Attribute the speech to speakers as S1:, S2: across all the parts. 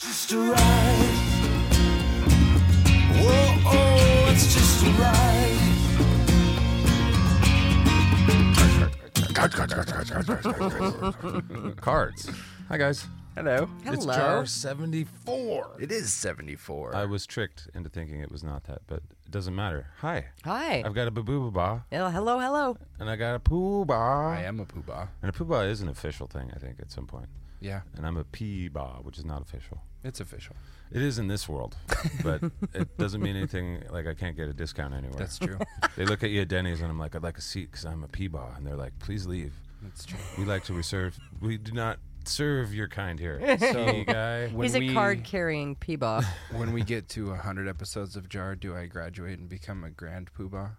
S1: just a ride. Whoa, oh, it's just a ride.
S2: Cards. Hi guys.
S3: Hello.
S2: It's
S4: Hello.
S2: jar 74.
S3: It is 74.
S2: I was tricked into thinking it was not that, but it doesn't matter. Hi.
S4: Hi.
S2: I've got a baboo ba
S4: Oh, hello, hello.
S2: and I got a poo
S3: I
S2: ba.
S3: am a poobah.
S2: And a poo ba is an official thing, I think, at some point.
S3: Yeah,
S2: And I'm a pee ba, which is not official.
S3: it's official.
S2: It is in this world, but it doesn't mean anything. Like I can't get a discount anywhere.
S3: That's true.
S2: they look at you at Denny's and I'm like, I'd like a seat because I'm a pee ba, and they're like, please leave.
S3: That's true.
S2: We like to reserve. We do not serve your kind here. So guy.
S3: When
S4: He's a
S3: we-
S4: card carrying Peebah.
S3: When we get to 100 episodes of Jar, do I graduate and become a grand poobah?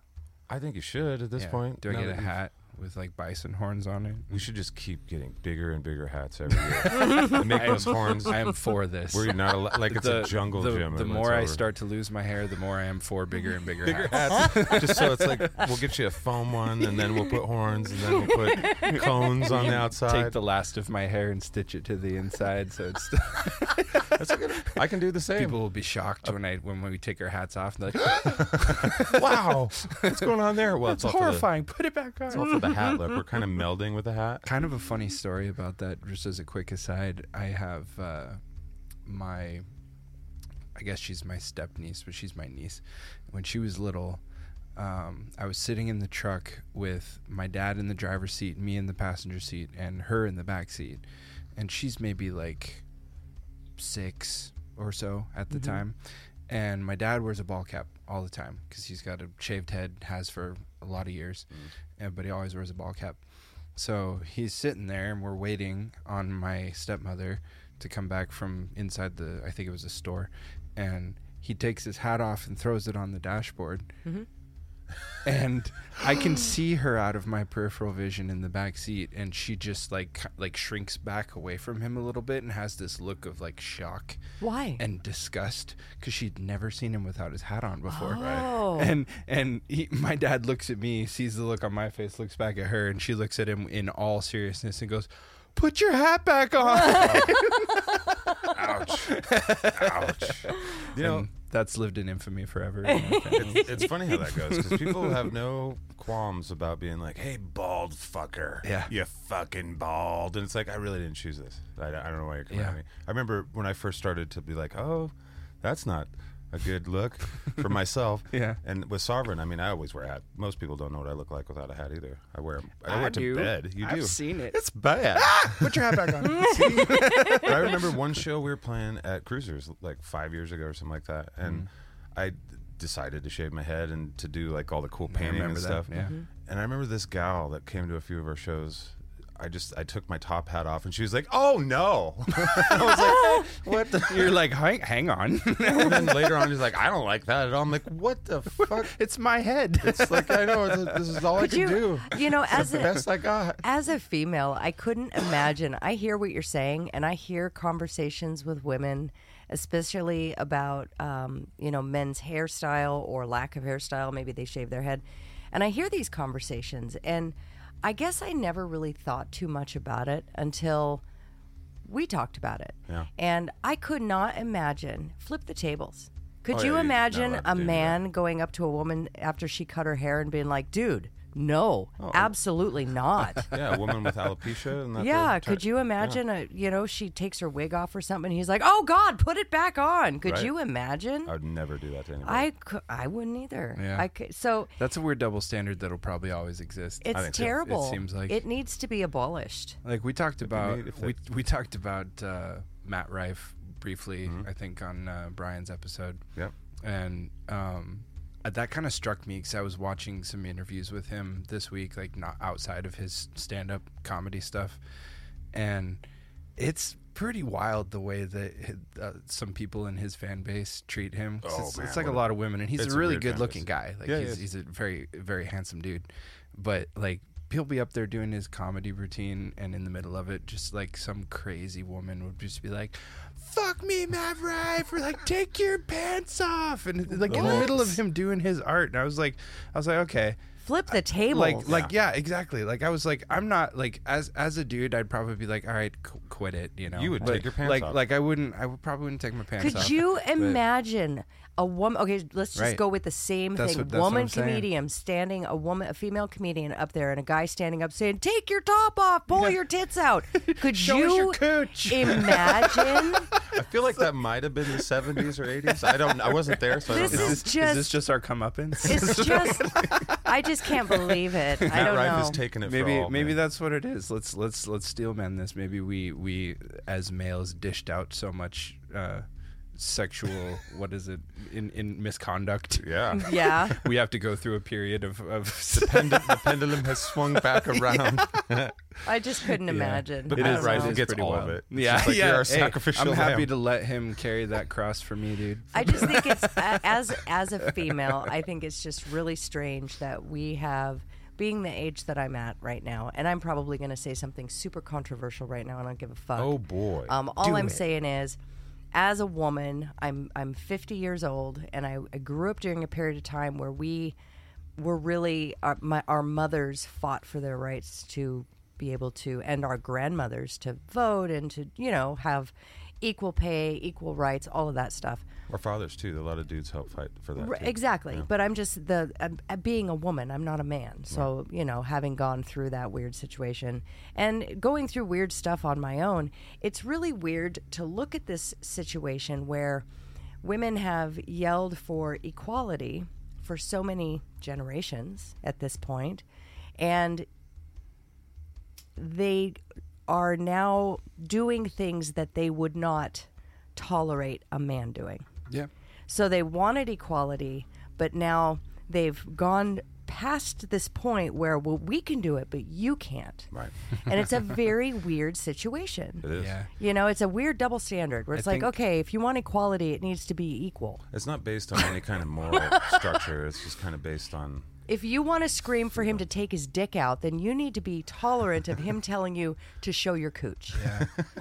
S2: I think you should at this
S3: Yeah.
S2: point.
S3: Do I
S2: now
S3: get
S2: that
S3: a
S2: you've-
S3: hat with like bison horns on it?
S2: We should just keep getting bigger and bigger hats every year. Make those horns.
S3: I am for this.
S2: We're not al- like it's a jungle
S3: the,
S2: gym.
S3: The
S2: and
S3: more
S2: it's
S3: I
S2: over.
S3: start to lose my hair, the more I am for bigger and bigger,
S2: bigger
S3: hats.
S2: hats, just so it's like we'll get you a foam one, and then we'll put horns, and then we'll put cones on the outside.
S3: Take the last of my hair and stitch it to the inside, so it's
S2: I can do the same.
S3: people will be shocked when I when we take our hats off. And they're like,
S2: wow, what's going on there? Well, it's, all for the-
S3: horrifying. Put it back on.
S2: It's all for the hat look. We're kind of melding with the hat.
S3: kind of a funny story about that just as a quick aside i have uh, my i guess she's my step niece but she's my niece when she was little um, i was sitting in the truck with my dad in the driver's seat me in the passenger seat and her in the back seat and she's maybe like six or so at the time and my dad wears a ball cap all the time because he's got a shaved head has for a lot of years and but he always wears a ball cap so he's sitting there, and we're waiting on my stepmother to come back from inside the, I think it was a store. And he takes his hat off and throws it on the dashboard. And I can see her out of my peripheral vision in the back seat, and she just like ki- like shrinks back away from him a little bit and has this look of like shock
S4: Why?
S3: and disgust because she'd never seen him without his hat on before.
S4: Oh.
S3: And and he, my dad looks at me, sees the look on my face, looks back at her, and she looks at him in all seriousness and goes, "Put your hat back on."
S2: Ouch. Ouch. You know,
S3: And that's lived in infamy forever. in my family.
S2: it's funny how that goes because people have no qualms about being like, "Hey, bald fucker,
S3: Yeah.
S2: you fucking bald," and it's like, I really didn't choose this. I, I don't know why you're coming at
S3: Yeah.
S2: me. I remember when I first started to be like, "Oh, that's not." A good look for myself.
S3: Yeah.
S2: And with Sovereign, I mean, I always wear a hat. Most people don't know what I look like without a hat either. I wear 'em- I wear it to bed. You do.
S3: it.
S2: It's bad.
S3: Put your hat back on.
S2: But I remember one show we were playing at Cruisers like five years ago or something like that, and I d- decided to shave my head and to do like all the cool painting and
S3: remember that,
S2: stuff.
S3: yeah.
S2: And I remember this gal that came to a few of our shows. I just I took my top hat off and she was like, "Oh no!" I was like, "What?" The?
S3: You're like, hang, hang on.
S2: And then later on, she's like, "I don't like that at all." I'm like, "What the fuck?"
S3: it's my head.
S2: It's like I know it's- this is all I
S4: Could
S2: can do.
S4: you, you know, as
S2: The
S4: a,
S2: best I got.
S4: as a female, I couldn't imagine. I hear what you're saying, and I hear conversations with women, especially about um, you know men's hairstyle or lack of hairstyle. Maybe they shave their head, and I hear these conversations, and I guess I never really thought too much about it until we talked about it.
S2: Yeah.
S4: And I could not imagine flip the tables. Could
S2: Oh, yeah,
S4: you
S2: you're not
S4: imagine
S2: allowed to
S4: a
S2: do that.
S4: man going up to a woman after she cut her hair and being like, "Dude, no, absolutely not."
S2: Yeah, a woman with alopecia. And that
S4: Yeah,
S2: they're try-
S4: could you imagine a you know she takes her wig off or something? And he's like, "Oh God, put it back on." Could
S2: Right.
S4: you imagine?
S2: I would never do that to anybody.
S4: I cou- I wouldn't either.
S3: Yeah.
S4: I could, so
S3: That's a weird double standard that'll probably always exist.
S4: it's terrible.
S3: It seems like
S4: it needs to be abolished.
S3: Like we talked about,
S2: neat if
S3: we, we talked about uh, Matt Rife briefly, I think, on uh, Brian's episode.
S2: Yep.
S3: And um, uh, that kind of struck me because I was watching some interviews with him this week, like not outside of his stand-up comedy stuff, and it's pretty wild the way that hi- uh, some people in his fan base treat him. 'Cause
S2: Oh,
S3: it's,
S2: man,
S3: it's like a
S2: what a-
S3: lot of women, and he's
S2: it's
S3: a
S2: a
S3: really
S2: weird fan
S3: good-looking
S2: base.
S3: guy. Like
S2: Yeah, he
S3: he's,
S2: is.
S3: he's a very very handsome dude but like he'll be up there doing his comedy routine and in the middle of it just like some crazy woman would just be like fuck me maverick or like take your pants off and like in the middle of him doing his art and i was like i was like okay
S4: flip the table.
S3: like like yeah. exactly like i was like i'm not like as as a dude i'd probably be like all right qu- quit it you know
S2: You would
S3: But,
S2: take your pants
S3: like
S2: off.
S3: like i wouldn't i would probably wouldn't take my pants off
S4: Could you imagine a woman? Okay, let's just
S3: Right.
S4: go with the same
S3: That's
S4: thing.
S3: what- that's what
S4: woman
S3: I'm saying.
S4: comedian standing, a woman, a female comedian up there, and a guy standing up saying, "Take your top off, pull your tits out." Could
S3: Show us your
S4: you
S3: cooch.
S4: imagine?
S2: I feel like that might have been the 70s or 80s. I don't. I wasn't there, so I don't
S4: This
S2: know.
S4: is
S3: is, this, is this
S4: just-
S3: just our comeuppance
S4: it's just, I just can't believe it. I
S2: Matt
S4: don't
S2: Rife
S4: know.
S2: is taking it.
S3: maybe
S2: for all,
S3: maybe
S2: man.
S3: that's what it is let's let's let's steel man this maybe we we as males dished out so much uh sexual what is it in in misconduct
S2: Yeah.
S4: yeah.
S3: we have to go through a period of of
S2: Pendul- the pendulum has swung back around.
S4: I just couldn't imagine.
S2: But
S4: I
S2: Matt
S4: don't
S2: Rife
S4: know.
S2: gets
S3: pretty
S2: all
S3: wild.
S2: of it. It's
S3: yeah
S2: just like
S3: yeah
S2: You're a
S3: Hey,
S2: sacrificial
S3: i'm happy
S2: lamb.
S3: to let him carry that cross for me dude
S4: I just think it's a- as as a female, I think it's just really strange that we have being the age that I'm at right now, and I'm probably going to say something super controversial right now, and I don't give a fuck.
S2: Oh boy.
S4: Um, all I'm saying is, as a woman, I'm I'm 50 years old, and I, I grew up during a period of time where we were really our, my, our mothers fought for their rights to be able to, and our grandmothers to vote and to you know have equal pay, equal rights, all of that stuff.
S2: Our fathers too. A lot of dudes help fight for that.
S4: Right,
S2: too.
S4: exactly. But I'm just the I'm, uh, being a woman. I'm not a man. So you know, having gone through that weird situation and going through weird stuff on my own, it's really weird to look at this situation where women have yelled for equality for so many generations at this point, and they are now doing things that they would not tolerate a man doing.
S3: yeah
S4: So they wanted equality, but now they've gone past this point where well we can do it but you can't
S2: Right.
S4: and it's a very weird situation
S2: It is.
S3: yeah
S4: you know it's a weird double standard where it's like
S3: think-
S4: okay if you want equality it needs to be equal
S2: It's not based on any kind of moral structure. It's just kind of based on.
S4: if you want to scream for him to take his dick out then you need to be tolerant of him telling you to show your cooch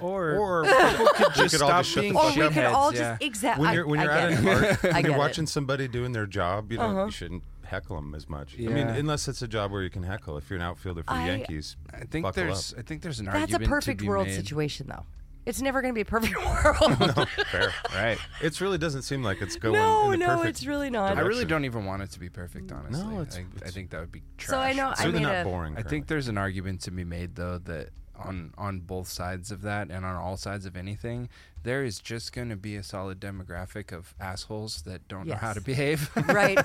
S3: or
S2: Or people could just
S3: stop being
S4: or we
S3: Shove
S4: can
S3: heads,
S4: all
S3: yeah.
S4: just exactly
S2: when you're when you're at an art, when
S4: get
S2: you're
S4: it. Uh-huh.
S2: watching somebody doing their job, you don't you shouldn't heckle them as much. I mean,
S3: Yeah.
S2: unless it's a job where you can heckle. If you're an outfielder for the
S4: I-
S2: Yankees,
S3: I think
S2: buckle
S3: there's I think there's an
S4: that's a
S3: argument
S4: perfect
S3: to be
S4: world
S3: made.
S4: situation though it's never going to be a perfect world
S2: up. Fair.
S3: Right.
S2: It really doesn't seem like it's going. in
S4: no
S2: the
S4: no
S2: perfect
S4: it's really not
S3: I really
S2: Direction.
S3: don't even want it to be perfect, honestly.
S2: No, it's-
S3: I, think- I
S2: it's-
S3: think that would be trash.
S4: So I know
S2: It's
S4: I uh,
S2: really
S4: made
S2: not
S4: a-
S2: boring.
S3: I think there's an argument to be made though that on on both sides of that and on all sides of anything, there is just going to be a solid demographic of assholes that don't know how
S4: Yes.
S3: to behave.
S4: right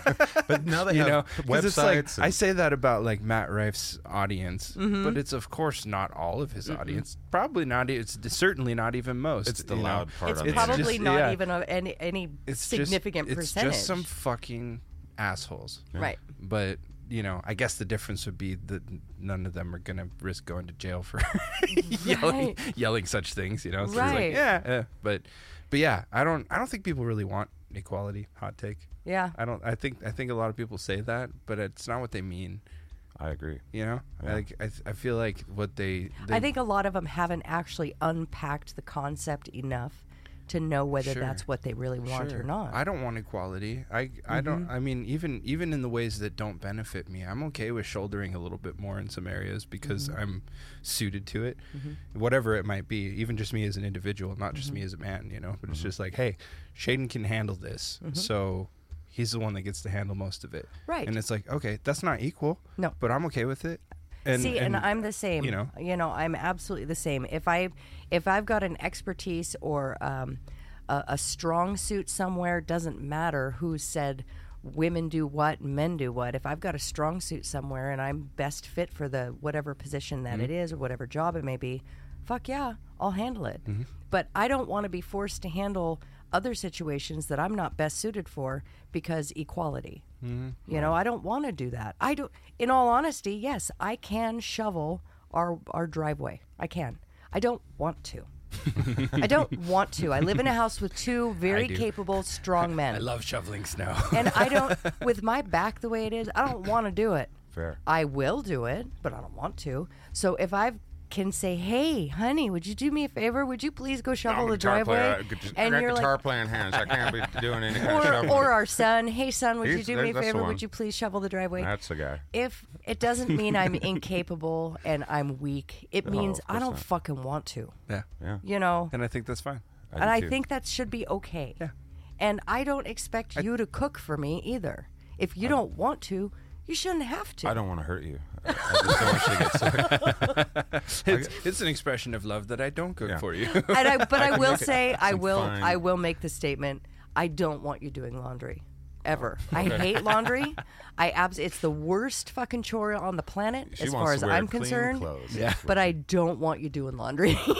S2: But now they
S3: you
S2: have
S3: know, 'Cause
S2: websites.
S3: it's like
S2: and-
S3: I say that about like Matt Rife's audience,
S4: Mm-hmm.
S3: but it's of course not all of his audience. Probably not. e, It's certainly not even most.
S2: it's the
S3: you know?
S2: loud part.
S4: it's
S2: on the
S4: probably
S2: internet.
S3: just-
S4: not
S3: yeah.
S4: even a, any any
S3: It's just-
S4: significant percentage.
S3: It's just some fucking assholes.
S4: right.
S3: but you know, I guess the difference would be that none of them are gonna risk going to jail for yelling, yelling such things. You know, so it's
S4: Right.
S3: like, yeah, eh, but but yeah, I don't I don't think people really want equality. Hot take.
S4: Yeah.
S3: I don't. I think I think a lot of people say that, but it's not what they mean.
S2: I agree.
S3: You know, I like I, I feel like what they, they
S4: I think a lot of them haven't actually unpacked the concept enough to know whether
S3: Sure.
S4: that's what they really want
S3: Sure.
S4: or not. Mm-hmm.
S3: I don't want equality. I I don't. I mean, even even in the ways that don't benefit me, I'm okay with shouldering a little bit more in some areas because
S4: Mm-hmm.
S3: I'm suited to it, whatever it might be. Even just me as an individual, not just
S4: Mm-hmm.
S3: me as a man, you know. But it's just like, hey, Shaden can handle this, so he's the one that gets to handle most of it.
S4: Mm-hmm. Right.
S3: And it's like, okay, that's not equal.
S4: No.
S3: But I'm okay with it. And,
S4: See, and, I'm the same.
S3: you know.
S4: I'm absolutely the same. If I if I've got an expertise or um, a, a strong suit somewhere, doesn't matter who said women do what, men do what. If I've got a strong suit somewhere and I'm best fit for the whatever position that it is or whatever job it may be, fuck yeah, I'll handle it. But I don't want to be forced to handle other situations that I'm not best suited for because equality. You know, I don't want to do that. I do. In all honesty, yes, I can shovel our our driveway. I can. I don't want to. I don't want to. I live in a house with two very
S3: do.
S4: capable, strong men,
S3: I love shoveling snow.
S4: and I don't. With my back the way it is, I don't want to do it.
S2: Fair.
S4: I will do it, but I don't want to. So if I've can say, "Hey, honey, would you do me a favor? Would you please go shovel
S2: I'm a
S4: the
S2: guitar
S4: driveway?"
S2: player. I got gu- I got guitar playing hands. I can't be doing any kind of
S4: or,
S2: shoveling.
S4: or our son, "Hey, son, would you
S2: He's-
S4: do me a
S2: that's the
S4: favor?
S2: one.
S4: Would you please shovel the driveway?"
S2: That's the guy.
S4: if it doesn't mean I'm incapable and I'm weak, it means
S2: Oh, of
S4: I
S2: course
S4: don't
S2: not.
S4: fucking want to.
S3: Yeah.
S2: Yeah.
S4: You know,
S3: And I think that's fine.
S4: and
S2: do
S4: I
S2: too.
S4: think that should be okay.
S3: Yeah.
S4: And I don't expect you to cook for me either. If you don't want to, you shouldn't have to.
S2: I don't want to hurt you. I, I just don't want you to get sick.
S3: It's, it's an expression of love that I don't cook
S2: Yeah.
S3: for you.
S4: And I, but I will
S2: make it-
S4: say, I
S2: I'm
S4: will,
S2: fine.
S4: I will make the statement: I don't want you doing laundry ever. I hate laundry. I abs. It's the worst fucking chore on the planet,
S2: She
S4: as
S2: wants
S4: far
S2: to
S4: as
S2: wear
S4: I'm
S2: clean
S4: concerned.
S2: clothes.
S3: Yeah.
S4: But I don't want you doing laundry.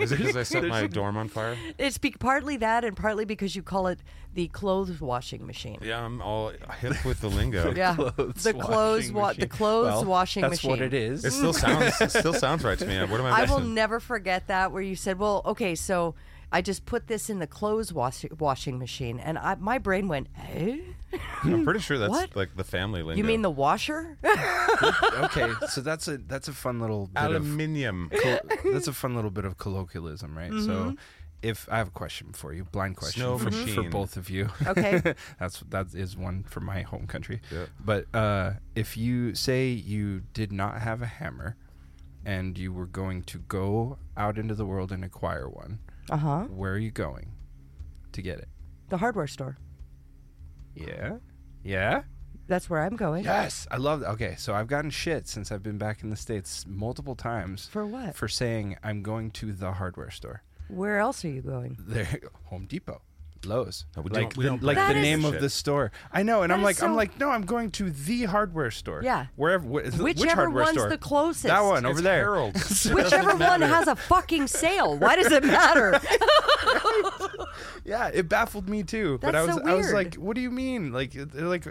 S2: Is it because I set my dorm on fire?
S4: It's be- partly that, and partly because you call it the clothes washing machine.
S2: Yeah, I'm all hip with the lingo.
S4: Yeah,
S3: Clothes
S4: the
S3: washing
S4: clothes wa- the
S3: machine.
S4: clothes
S3: Well,
S4: washing
S3: that's
S4: machine.
S3: what it is.
S2: It still sounds it still sounds right to me. What am I
S4: I
S2: missing?
S4: will never forget that where you said, "Well, okay, so I just put this in the clothes wash- washing machine," and I, my brain went, "Eh?
S2: I'm pretty sure that's
S4: What?
S2: like the family lingo.
S4: You mean the washer?"
S3: okay, so that's a that's a fun little bit of-
S2: aluminium?
S3: col- that's a fun little bit of colloquialism, right?
S4: Mm-hmm.
S3: So, if I have a question for you, blind question
S2: Snow
S3: for, for
S2: machine.
S3: both of you.
S4: Okay.
S3: that's that is one for my home country.
S2: Yeah.
S3: But uh, if you say you did not have a hammer, and you were going to go out into the world and acquire one,
S4: Uh huh.
S3: where are you going to get it?
S4: The hardware store.
S3: Yeah, yeah.
S4: That's where I'm going.
S3: Yes, I love that. Okay, so I've gotten shit since I've been back in the states multiple times
S4: For what?
S3: for saying I'm going to the hardware store.
S4: Where else are you going?
S3: There, Home Depot, Lowe's.
S2: No, we
S3: like
S2: don't- we
S3: the,
S2: don't
S3: like
S4: buy
S3: the
S4: that
S3: name
S2: shit.
S3: of the store. I know, and
S4: That
S3: I'm
S4: is
S3: like, I'm
S4: so-
S3: like, no, I'm going to the hardware store.
S4: Yeah.
S3: wherever, wh- which
S4: Whichever
S3: hardware
S4: one's
S3: store?
S4: the closest.
S3: That one over
S2: It's
S3: there.
S2: Harold's. It doesn't
S4: Whichever one
S2: matter.
S4: has a fucking sale. Why does it matter?
S3: Yeah, it baffled me too. but I
S4: That's
S3: was,
S4: so
S3: I was
S4: weird.
S3: like, what do you mean? Like, they're like.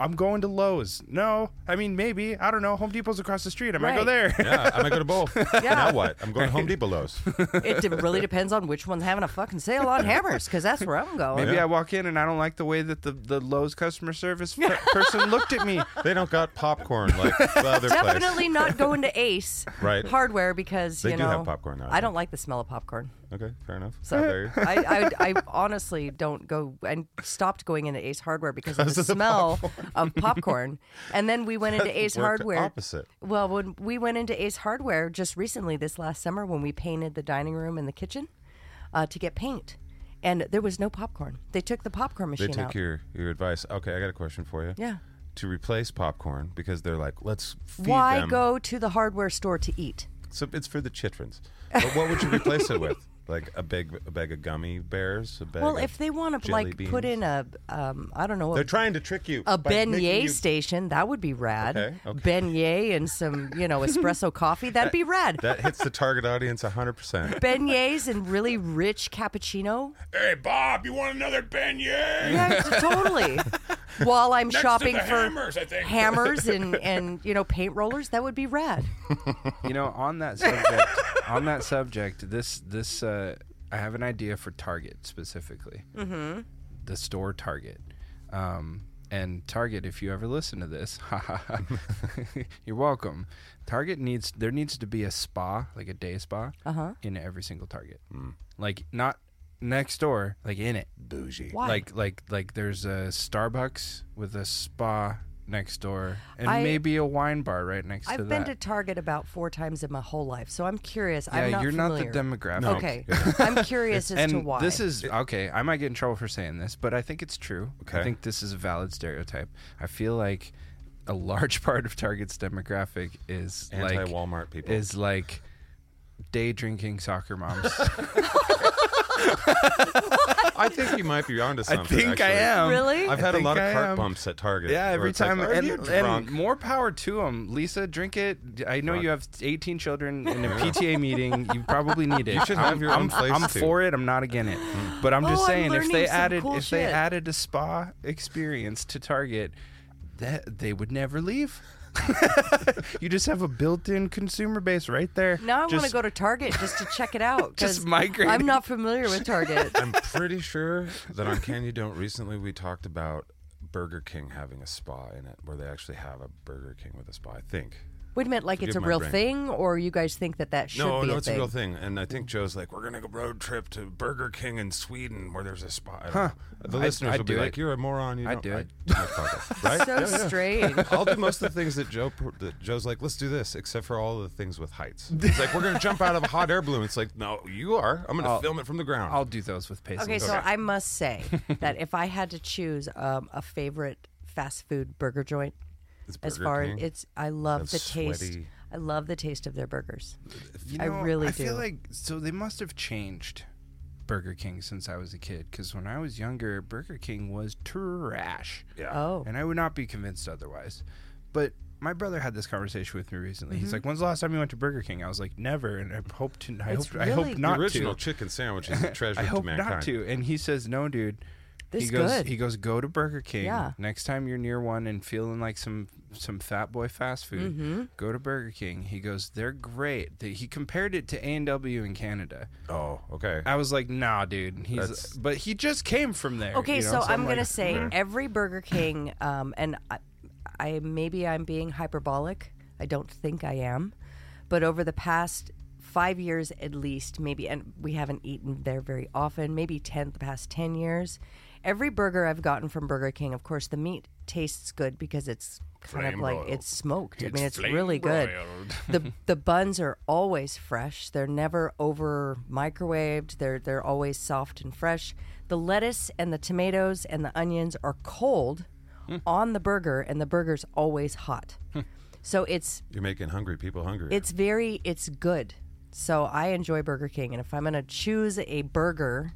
S3: I'm going to Lowe's. No, I mean maybe. I don't know. Home Depot's across the street. I might go
S4: Right.
S3: there.
S2: Yeah, I might go to both. Now what? I'm going to Home Depot. Lowe's.
S4: it de- really depends on which one's having a fucking sale on hammers, because that's where I'm going.
S3: Maybe
S2: Yeah.
S3: I walk in and I don't like the way that the, the Lowe's customer service per- person looked at me.
S2: They don't got popcorn like the other place.
S4: Definitely not going to Ace
S2: Right.
S4: Hardware because
S2: They
S4: you
S2: do
S4: know
S2: have popcorn there, I
S4: I don't
S2: think.
S4: like the smell of popcorn.
S2: Okay, fair enough.
S4: So-
S2: There you-
S4: I, I, I honestly don't go and stopped going into Ace Hardware because of the, smell of popcorn. And then we went into Ace
S2: worked
S4: Hardware.
S2: opposite.
S4: Well, when we went into Ace Hardware just recently this last summer when we painted the dining room and the kitchen uh, to get paint, and there was no popcorn. They took the popcorn
S2: They
S4: machine
S2: took
S4: out.
S2: your, your advice. Okay, I got a question for you.
S4: Yeah.
S2: To replace popcorn because they're like, let's feed
S4: Why
S2: them.
S4: go to the hardware store to eat?
S2: So it's for the chitrins. But what would you replace it with? Like a big a bag of gummy bears? A bag
S4: Well,
S2: of
S4: if they want to
S2: jelly
S4: like
S2: beans?
S4: put in a, um, I don't know, a
S2: They're trying to trick you.
S4: a
S2: by making
S4: beignet
S2: you-
S4: station that would be rad
S2: Okay, okay.
S4: beignet and some you know espresso coffee that'd be rad
S2: That hits the target audience 100%.
S4: beignets and really rich cappuccino
S2: hey, Bob, you want another beignet?
S4: yeah totally while i'm shopping for
S2: I think.
S4: hammers and and you know paint rollers that would be rad
S3: You know, on that subject, on that subject, this this uh, I have an idea for Target specifically, mm-hmm. the store Target, um, and Target. If you ever listen to this, you're welcome. Target needs there needs to be a spa, like a day spa, uh-huh. in every single Target, like not next door, like in it.
S2: Bougie.
S4: why
S3: Like like like there's a Starbucks with a spa next door and
S4: I-
S3: maybe a wine bar right next to that.
S4: i've been to target about four times in my whole life so i'm curious i'm
S3: yeah,
S4: not
S3: you're
S4: familiar.
S3: not the demographic.
S4: okay i'm curious as
S3: And
S4: to why
S3: this is okay. I might get in trouble for saying this, but I think it's true.
S2: Okay.
S3: I think this is a valid stereotype. I feel like a large part of Target's demographic is like
S2: Anti-Walmart people.
S3: Is like day drinking soccer moms.
S2: I think you might be onto
S3: I
S2: something.
S3: think I
S2: actually.
S3: am.
S4: Really?
S2: I've had
S3: I
S2: a lot
S3: think
S2: of
S3: I
S2: cart
S3: am.
S2: bumps at Target.
S3: Yeah,
S2: where
S3: every
S2: it's like,
S3: time,
S2: "Are
S3: and,
S2: you
S3: and
S2: drunk?"
S3: more power to them. Lisa, drink it. I know you have 18 children in a PTA meeting. You probably need it.
S2: You should
S3: I'm,
S2: have your
S3: I'm,
S2: own place Hmm.
S3: I'm
S2: to.
S3: for it. I'm not against it. But I'm
S4: Oh,
S3: just
S4: I'm
S3: saying, if they
S4: learning some
S3: added,
S4: cool
S3: if they
S4: shit.
S3: added a spa experience to Target, that they would never leave. you just have a built-in consumer base right there.
S4: now i want to
S3: Just-
S4: go to target just to check it out
S3: Just
S4: 'cause
S3: migrating.
S4: i'm not familiar with target
S2: I'm pretty sure that on Can You Don't recently we talked about Burger King having a spa in it, where they actually have a Burger King with a spa. I think.
S4: Wait a minute, like it's
S2: Forgive
S4: a
S2: my
S4: real
S2: brain.
S4: thing, or you guys think that that should
S2: no,
S4: be
S2: no,
S4: a
S2: it's
S4: thing?
S2: a real thing. And I think Joe's like, we're gonna go road trip to Burger King in Sweden where there's a spot. I don't know. The
S3: I'd-
S2: listeners
S3: I'd
S2: will be
S3: do
S2: like,
S3: it.
S2: you're a moron. You
S3: I'd
S2: don't-
S3: do
S2: I-
S3: it.
S2: no, fuck it. right?
S4: So strange.
S2: I'll do most of the things that Joe pr- that Joe's like, let's do this, except for all the things with heights. It's like we're gonna jump out of a hot air balloon. It's like, no, you are. I'm gonna
S3: I'll-
S2: film it from the ground.
S3: I'll do those with Paisley.
S4: Okay, so I must say that if I had to choose um, a favorite fast food burger joint,
S2: It's
S4: as
S2: Burger
S4: far
S2: King.
S4: as it's, I love
S2: That's
S4: the taste.
S2: sweaty.
S4: I love the taste of their burgers.
S3: You
S4: I really
S3: I feel
S4: do.
S3: like so they must have changed Burger King since I was a kid because when I was younger, Burger King was trash.
S2: yeah.
S4: Oh,
S3: And I would not be convinced otherwise. But my brother had this conversation with me recently.
S4: Mm-hmm.
S3: He's like, "When's the last time you went to Burger King?" I was like, "Never," and I hope to. I
S4: It's
S3: hope. I hope
S4: really-
S3: not
S2: the original
S3: to.
S2: chicken sandwich is a treasure
S3: I hope
S2: to mankind.
S3: not to. And he says, "No, dude."
S4: This
S3: he
S4: is
S3: goes.
S4: good.
S3: He goes. Go to Burger King.
S4: Yeah.
S3: Next time you're near one and feeling like some some fat boy fast food,
S4: Mm-hmm.
S3: go to Burger King. He goes. They're great. They, he compared it to A and W in Canada.
S2: Oh, okay.
S3: I was like, Nah, dude. And He's.
S2: That's-
S3: But he just came from there.
S4: Okay,
S3: you know?
S4: so, I'm
S3: like, Mm-hmm.
S4: gonna say every Burger King, um, and I, I maybe I'm being hyperbolic. I don't think I am, but over the past five years at least, maybe, and we haven't eaten there very often. Maybe ten the past ten years. Every burger I've gotten from Burger King, of course, the meat tastes good because it's kind of
S2: Flame
S4: like
S2: broiled.
S4: it's smoked. I
S3: It's
S4: mean, it's
S3: flame
S4: really good.
S3: broiled.
S4: the The buns are always fresh. They're never over microwaved. They're they're always soft and fresh. The lettuce and the tomatoes and the onions are cold
S2: Hmm.
S4: on the burger, and the burger's always hot. so it's
S2: You're making hungry people hungry.
S4: it's very it's good. So I enjoy Burger King, and if I'm gonna choose a burger.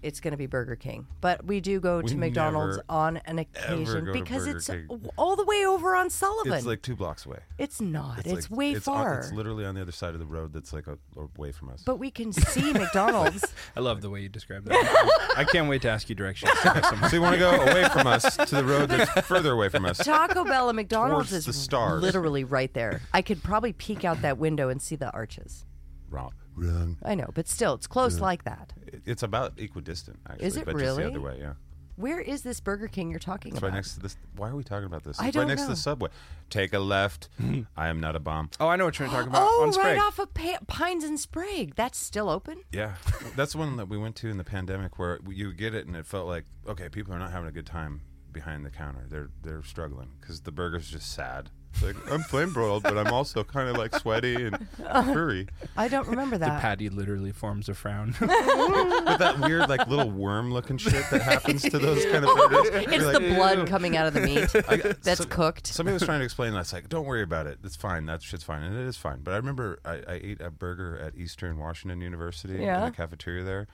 S4: It's going to be Burger King, but we do go to
S2: We
S4: McDonald's
S2: never,
S4: on an
S2: ever
S4: occasion
S2: go to
S4: because
S2: Burger
S4: it's
S2: King.
S4: all the way over on Sullivan.
S2: It's like two blocks away.
S4: It's not. It's,
S2: like-
S4: way
S2: on-
S4: far.
S2: it's literally on the other side of the road. That's like a, away from us.
S4: but we can see McDonald's.
S3: I love the way you describe that. I can't wait to ask you directions.
S2: so you want to go away from us to the road that's further away from us.
S4: Taco Bell and McDonald's
S2: Towards
S4: is
S2: the stars.
S4: literally right there. I could probably peek out that window and see the arches.
S2: Wrong. Wrong.
S4: I know, but still, it's close like that.
S2: It- It's about equidistant, actually.
S4: Is it
S2: but Just
S4: really?
S2: the other way, yeah.
S4: Where is this Burger King you're talking
S2: It's
S4: about?
S2: right next to this. Why are we talking about this? It's
S4: I
S2: right
S4: don't
S2: next to
S4: know.
S2: the subway. Take a left. I am not a bomb.
S3: oh, I know what you're talking about.
S4: oh,
S3: on Sprague.
S4: right off of pa- Pines and Sprague. That's still open.
S2: Yeah, that's one that we went to in the pandemic where you would get it and it felt like okay, people are not having a good time behind the counter. They're they're struggling because the burger's just sad. It's like I'm flame broiled, but I'm also kind of like sweaty and furry.
S4: I don't remember that.
S3: Patty literally forms a frown.
S2: With that weird like little worm looking shit that happens to those kind of burgers.
S4: it's
S2: You're
S4: the
S2: like,
S4: blood coming out of the meat
S2: I-
S4: that's
S2: some-
S4: cooked.
S2: Somebody was trying to explain that. It's like, don't worry about it. It's fine. That shit's fine. And it is fine. But I remember I, I ate a burger at Eastern Washington University in
S4: Yeah.
S2: the cafeteria there.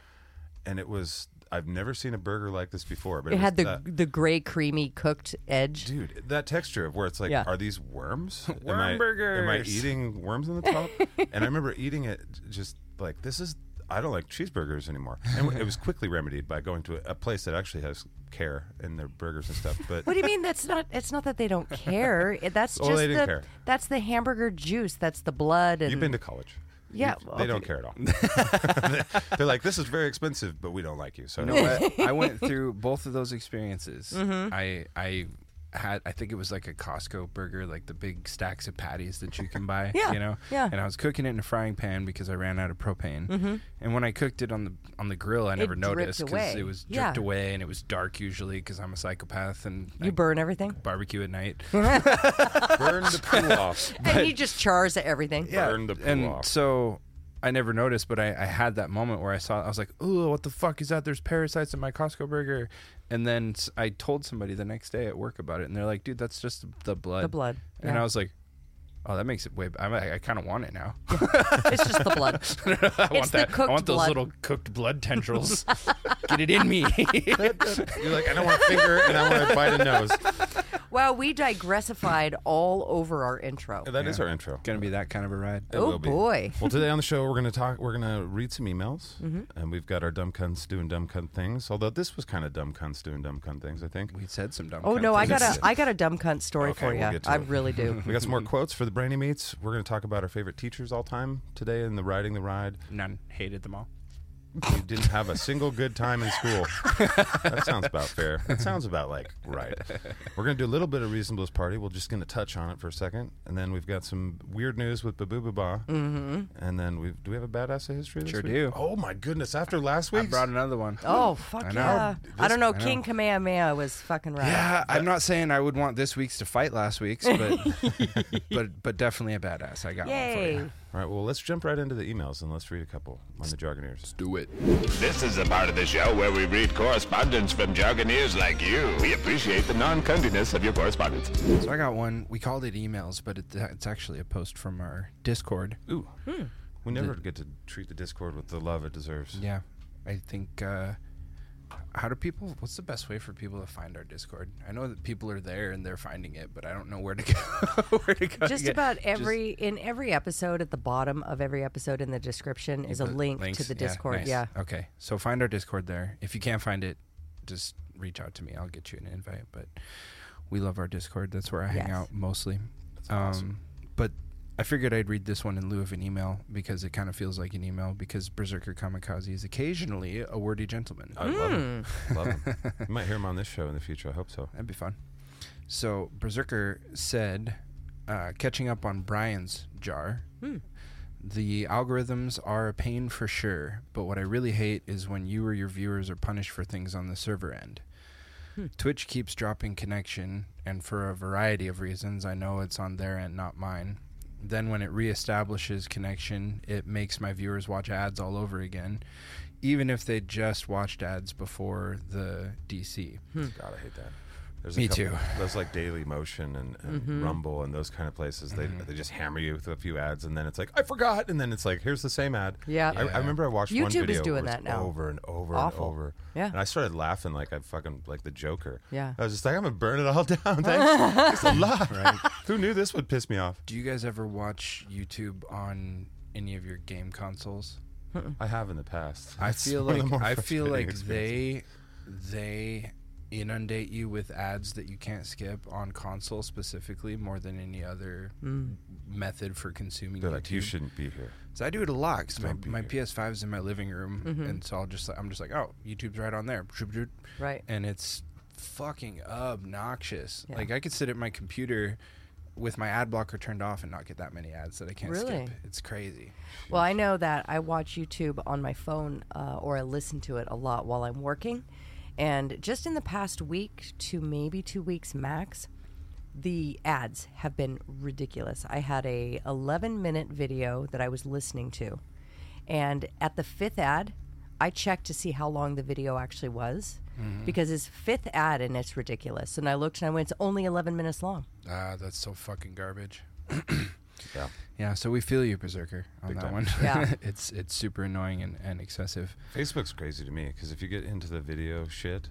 S2: And it was, I've never seen a burger like this before. But
S4: It
S2: was
S4: had the
S2: that-
S4: the gray, creamy, cooked edge.
S2: dude, that texture of where it's like,
S4: Yeah.
S2: are these worms?
S3: Worm
S2: am I, Am I
S3: burgers.
S2: eating worms on the top? and I remember eating it just like, this is, I don't like cheeseburgers anymore. And it was quickly remedied by going to a, a place that actually has care in their burgers and stuff. But
S4: What do you mean? That's not. It's not that they don't care. It- That's
S2: Oh,
S4: just
S2: they didn't
S4: the.
S2: care.
S4: That's the hamburger juice. That's the blood. And
S2: You've been to college.
S4: Yeah,
S2: You- they don't
S4: okay.
S2: care at all. They're like, this is very expensive, but we don't like you. So
S3: You know what? I went through both of those experiences.
S4: Mm-hmm.
S3: I I had I think it was like a Costco burger, like the big stacks of patties that you can buy.
S4: Yeah,
S3: You know?
S4: yeah. Mm-hmm.
S3: And I was cooking it in a frying pan because I ran out of propane. And when I cooked it on the on the grill, I never
S4: dripped
S3: noticed
S4: away.
S3: it was dripped
S4: Yeah.
S3: away and it was dark usually because I'm a psychopath and I
S4: You burn everything,
S3: barbecue at night.
S2: burn the pool off.
S4: and he just chars everything.
S2: Burn the pool
S3: and
S2: off.
S3: so I never noticed, but I, I had that moment where I saw, I was like, "Ooh, what the fuck is that? There's parasites in my Costco burger." And then s- I told somebody the next day at work about it, and they're like, "Dude, that's just the blood."
S4: The blood,
S3: And
S4: yeah.
S3: I was like, "Oh, that makes it way. b- I'm- I, I kind of want it now.
S4: It's just the blood.
S3: I
S4: It's
S3: want
S4: the
S3: that. I
S4: cooked
S3: want those
S4: blood.
S3: little cooked blood tendrils. Get it in me."
S2: You're like, I don't want a finger and I want to bite a nose.
S4: Wow, we digressified all over our intro.
S2: That is our intro.
S3: Gonna be that kind of a ride.
S2: It
S4: Oh,
S2: will be.
S4: boy. Mm-hmm.
S2: Well, today on the show, we're gonna talk. We're gonna read some emails, and we've got our dumb cunts doing dumb cunt things. Although this was kind of dumb cunts doing dumb cunt things, I think.
S3: We said some dumb.
S4: Oh
S3: cunt
S4: no, I
S3: things.
S4: got a I got a dumb cunt story
S2: Okay,
S4: for
S2: we'll
S4: you.
S2: get to
S4: I
S2: it.
S4: really do.
S2: We got some more quotes for the brainy meats. We're gonna talk about our favorite teachers all time today in the riding the ride.
S3: none hated them all.
S2: you didn't have a single good time in school. That sounds about fair. That sounds about like right. We're gonna do a little bit of Reasonable's party. We're just gonna touch on it for a second, and then we've got some weird news with Babu Baba. Mm-hmm. And then we do we have a badass of history? This
S3: Sure
S2: week?
S3: do.
S2: Oh my goodness! After last
S3: I
S2: week,
S3: brought another one.
S4: Oh fuck
S3: I know.
S4: yeah! I
S3: This-
S4: don't know.
S3: I know.
S4: King Kamehameha was fucking right.
S3: Yeah, Uh, I'm not saying I would want this week's to fight last week's, but but but definitely a badass. I got one Oh, for
S4: Yay!
S3: you.
S2: All right. Well, let's jump right into the emails and let's read a couple on the Jargoneers.
S3: Do it.
S5: This is the part of the show where we read correspondence from jargoneers like you. We appreciate the non-cuntiness of your correspondence.
S3: So I got one. We called it emails, but it, it's actually a post from our Discord.
S2: Ooh.
S3: Hmm.
S2: We never get to treat the Discord with the love it deserves.
S3: Yeah, I think. Uh, how do people? What's the best way for people to find our Discord? I know that people are there and they're finding it, but I don't know where to go. where to go? to
S4: Just
S3: get-
S4: about
S3: just-
S4: every in every episode at the bottom of every episode in the description is a link
S3: links.
S4: to the
S3: Yeah,
S4: Discord.
S3: nice.
S4: Yeah.
S3: Okay. So find our Discord there. If you can't find it, just reach out to me. I'll get you an invite. But we love our Discord. That's where I hang
S4: Yes.
S3: out mostly. Um, but I figured I'd read this one in lieu of an email because it kind of feels like an email because Berserker Kamikaze is occasionally a wordy gentleman.
S2: I love him.
S3: Hmm.
S2: Love him. You might hear him on this show in the future. I hope so.
S3: That'd be fun. So Berserker said, uh, catching up on Brian's jar. The algorithms are a pain for sure, but what I really hate is when you or your viewers are punished for things on the server end. Twitch keeps dropping connection, and for a variety of reasons, I know it's on their end, not mine. Then, when it reestablishes connection, it makes my viewers watch ads all over again, even if they just watched ads before the DC.
S4: Hmm.
S2: God, I hate that. There's
S3: Me
S2: a couple,
S3: too.
S2: Those like Daily Motion and, and
S4: Mm-hmm.
S2: Rumble and those kind of places, they, they just hammer you with a few ads, and then it's like I forgot, and then it's like here's the same ad.
S4: Yeah.
S2: I, I remember I watched one
S4: YouTube is
S2: video
S4: doing
S2: where it's
S4: that now.
S2: over and over
S4: Awful.
S2: and over.
S4: Yeah.
S2: and I started laughing like I fucking like the Joker.
S4: Yeah.
S2: I was just like I'm gonna burn it all down. Thanks, it's a lot. Right? Who knew this would piss me off?
S3: Do you guys ever watch YouTube on any of your game consoles?
S4: Mm.
S2: I have in the past.
S3: I
S2: It's
S3: feel
S2: one of the
S3: like
S2: more
S3: I feel
S2: frustrating
S3: like
S2: experiences.
S3: they they inundate you with ads that you can't skip on console specifically more than any other method for consuming
S2: They're
S3: YouTube.
S2: like you shouldn't be here.
S3: So I do it a lot because my,
S2: Don't be
S3: my
S2: here.
S3: PS5 is in my living room,
S4: Mm-hmm.
S3: and so I'll just I'm just like, oh, YouTube's right on there,
S4: Right.
S3: And it's fucking obnoxious.
S4: Yeah.
S3: Like I could sit at my computer with my ad blocker turned off and not get that many ads that I can't
S4: Really?
S3: skip. It's crazy.
S4: Well, I know that I watch YouTube on my phone uh, or I listen to it a lot while I'm working. And just in the past week to maybe two weeks max, the ads have been ridiculous. I had a 11 minute video that I was listening to. And at the fifth ad, I checked to see how long the video actually was because it's fifth ad and it's ridiculous. And I looked and I went, it's only 11 minutes long.
S3: Ah, that's so fucking garbage.
S2: Yeah.
S3: Yeah, so we feel you, Berserker, on that
S2: time.
S3: one.
S4: Yeah.
S3: it's it's super annoying and, and excessive.
S2: Facebook's crazy to me because if you get into the video shit,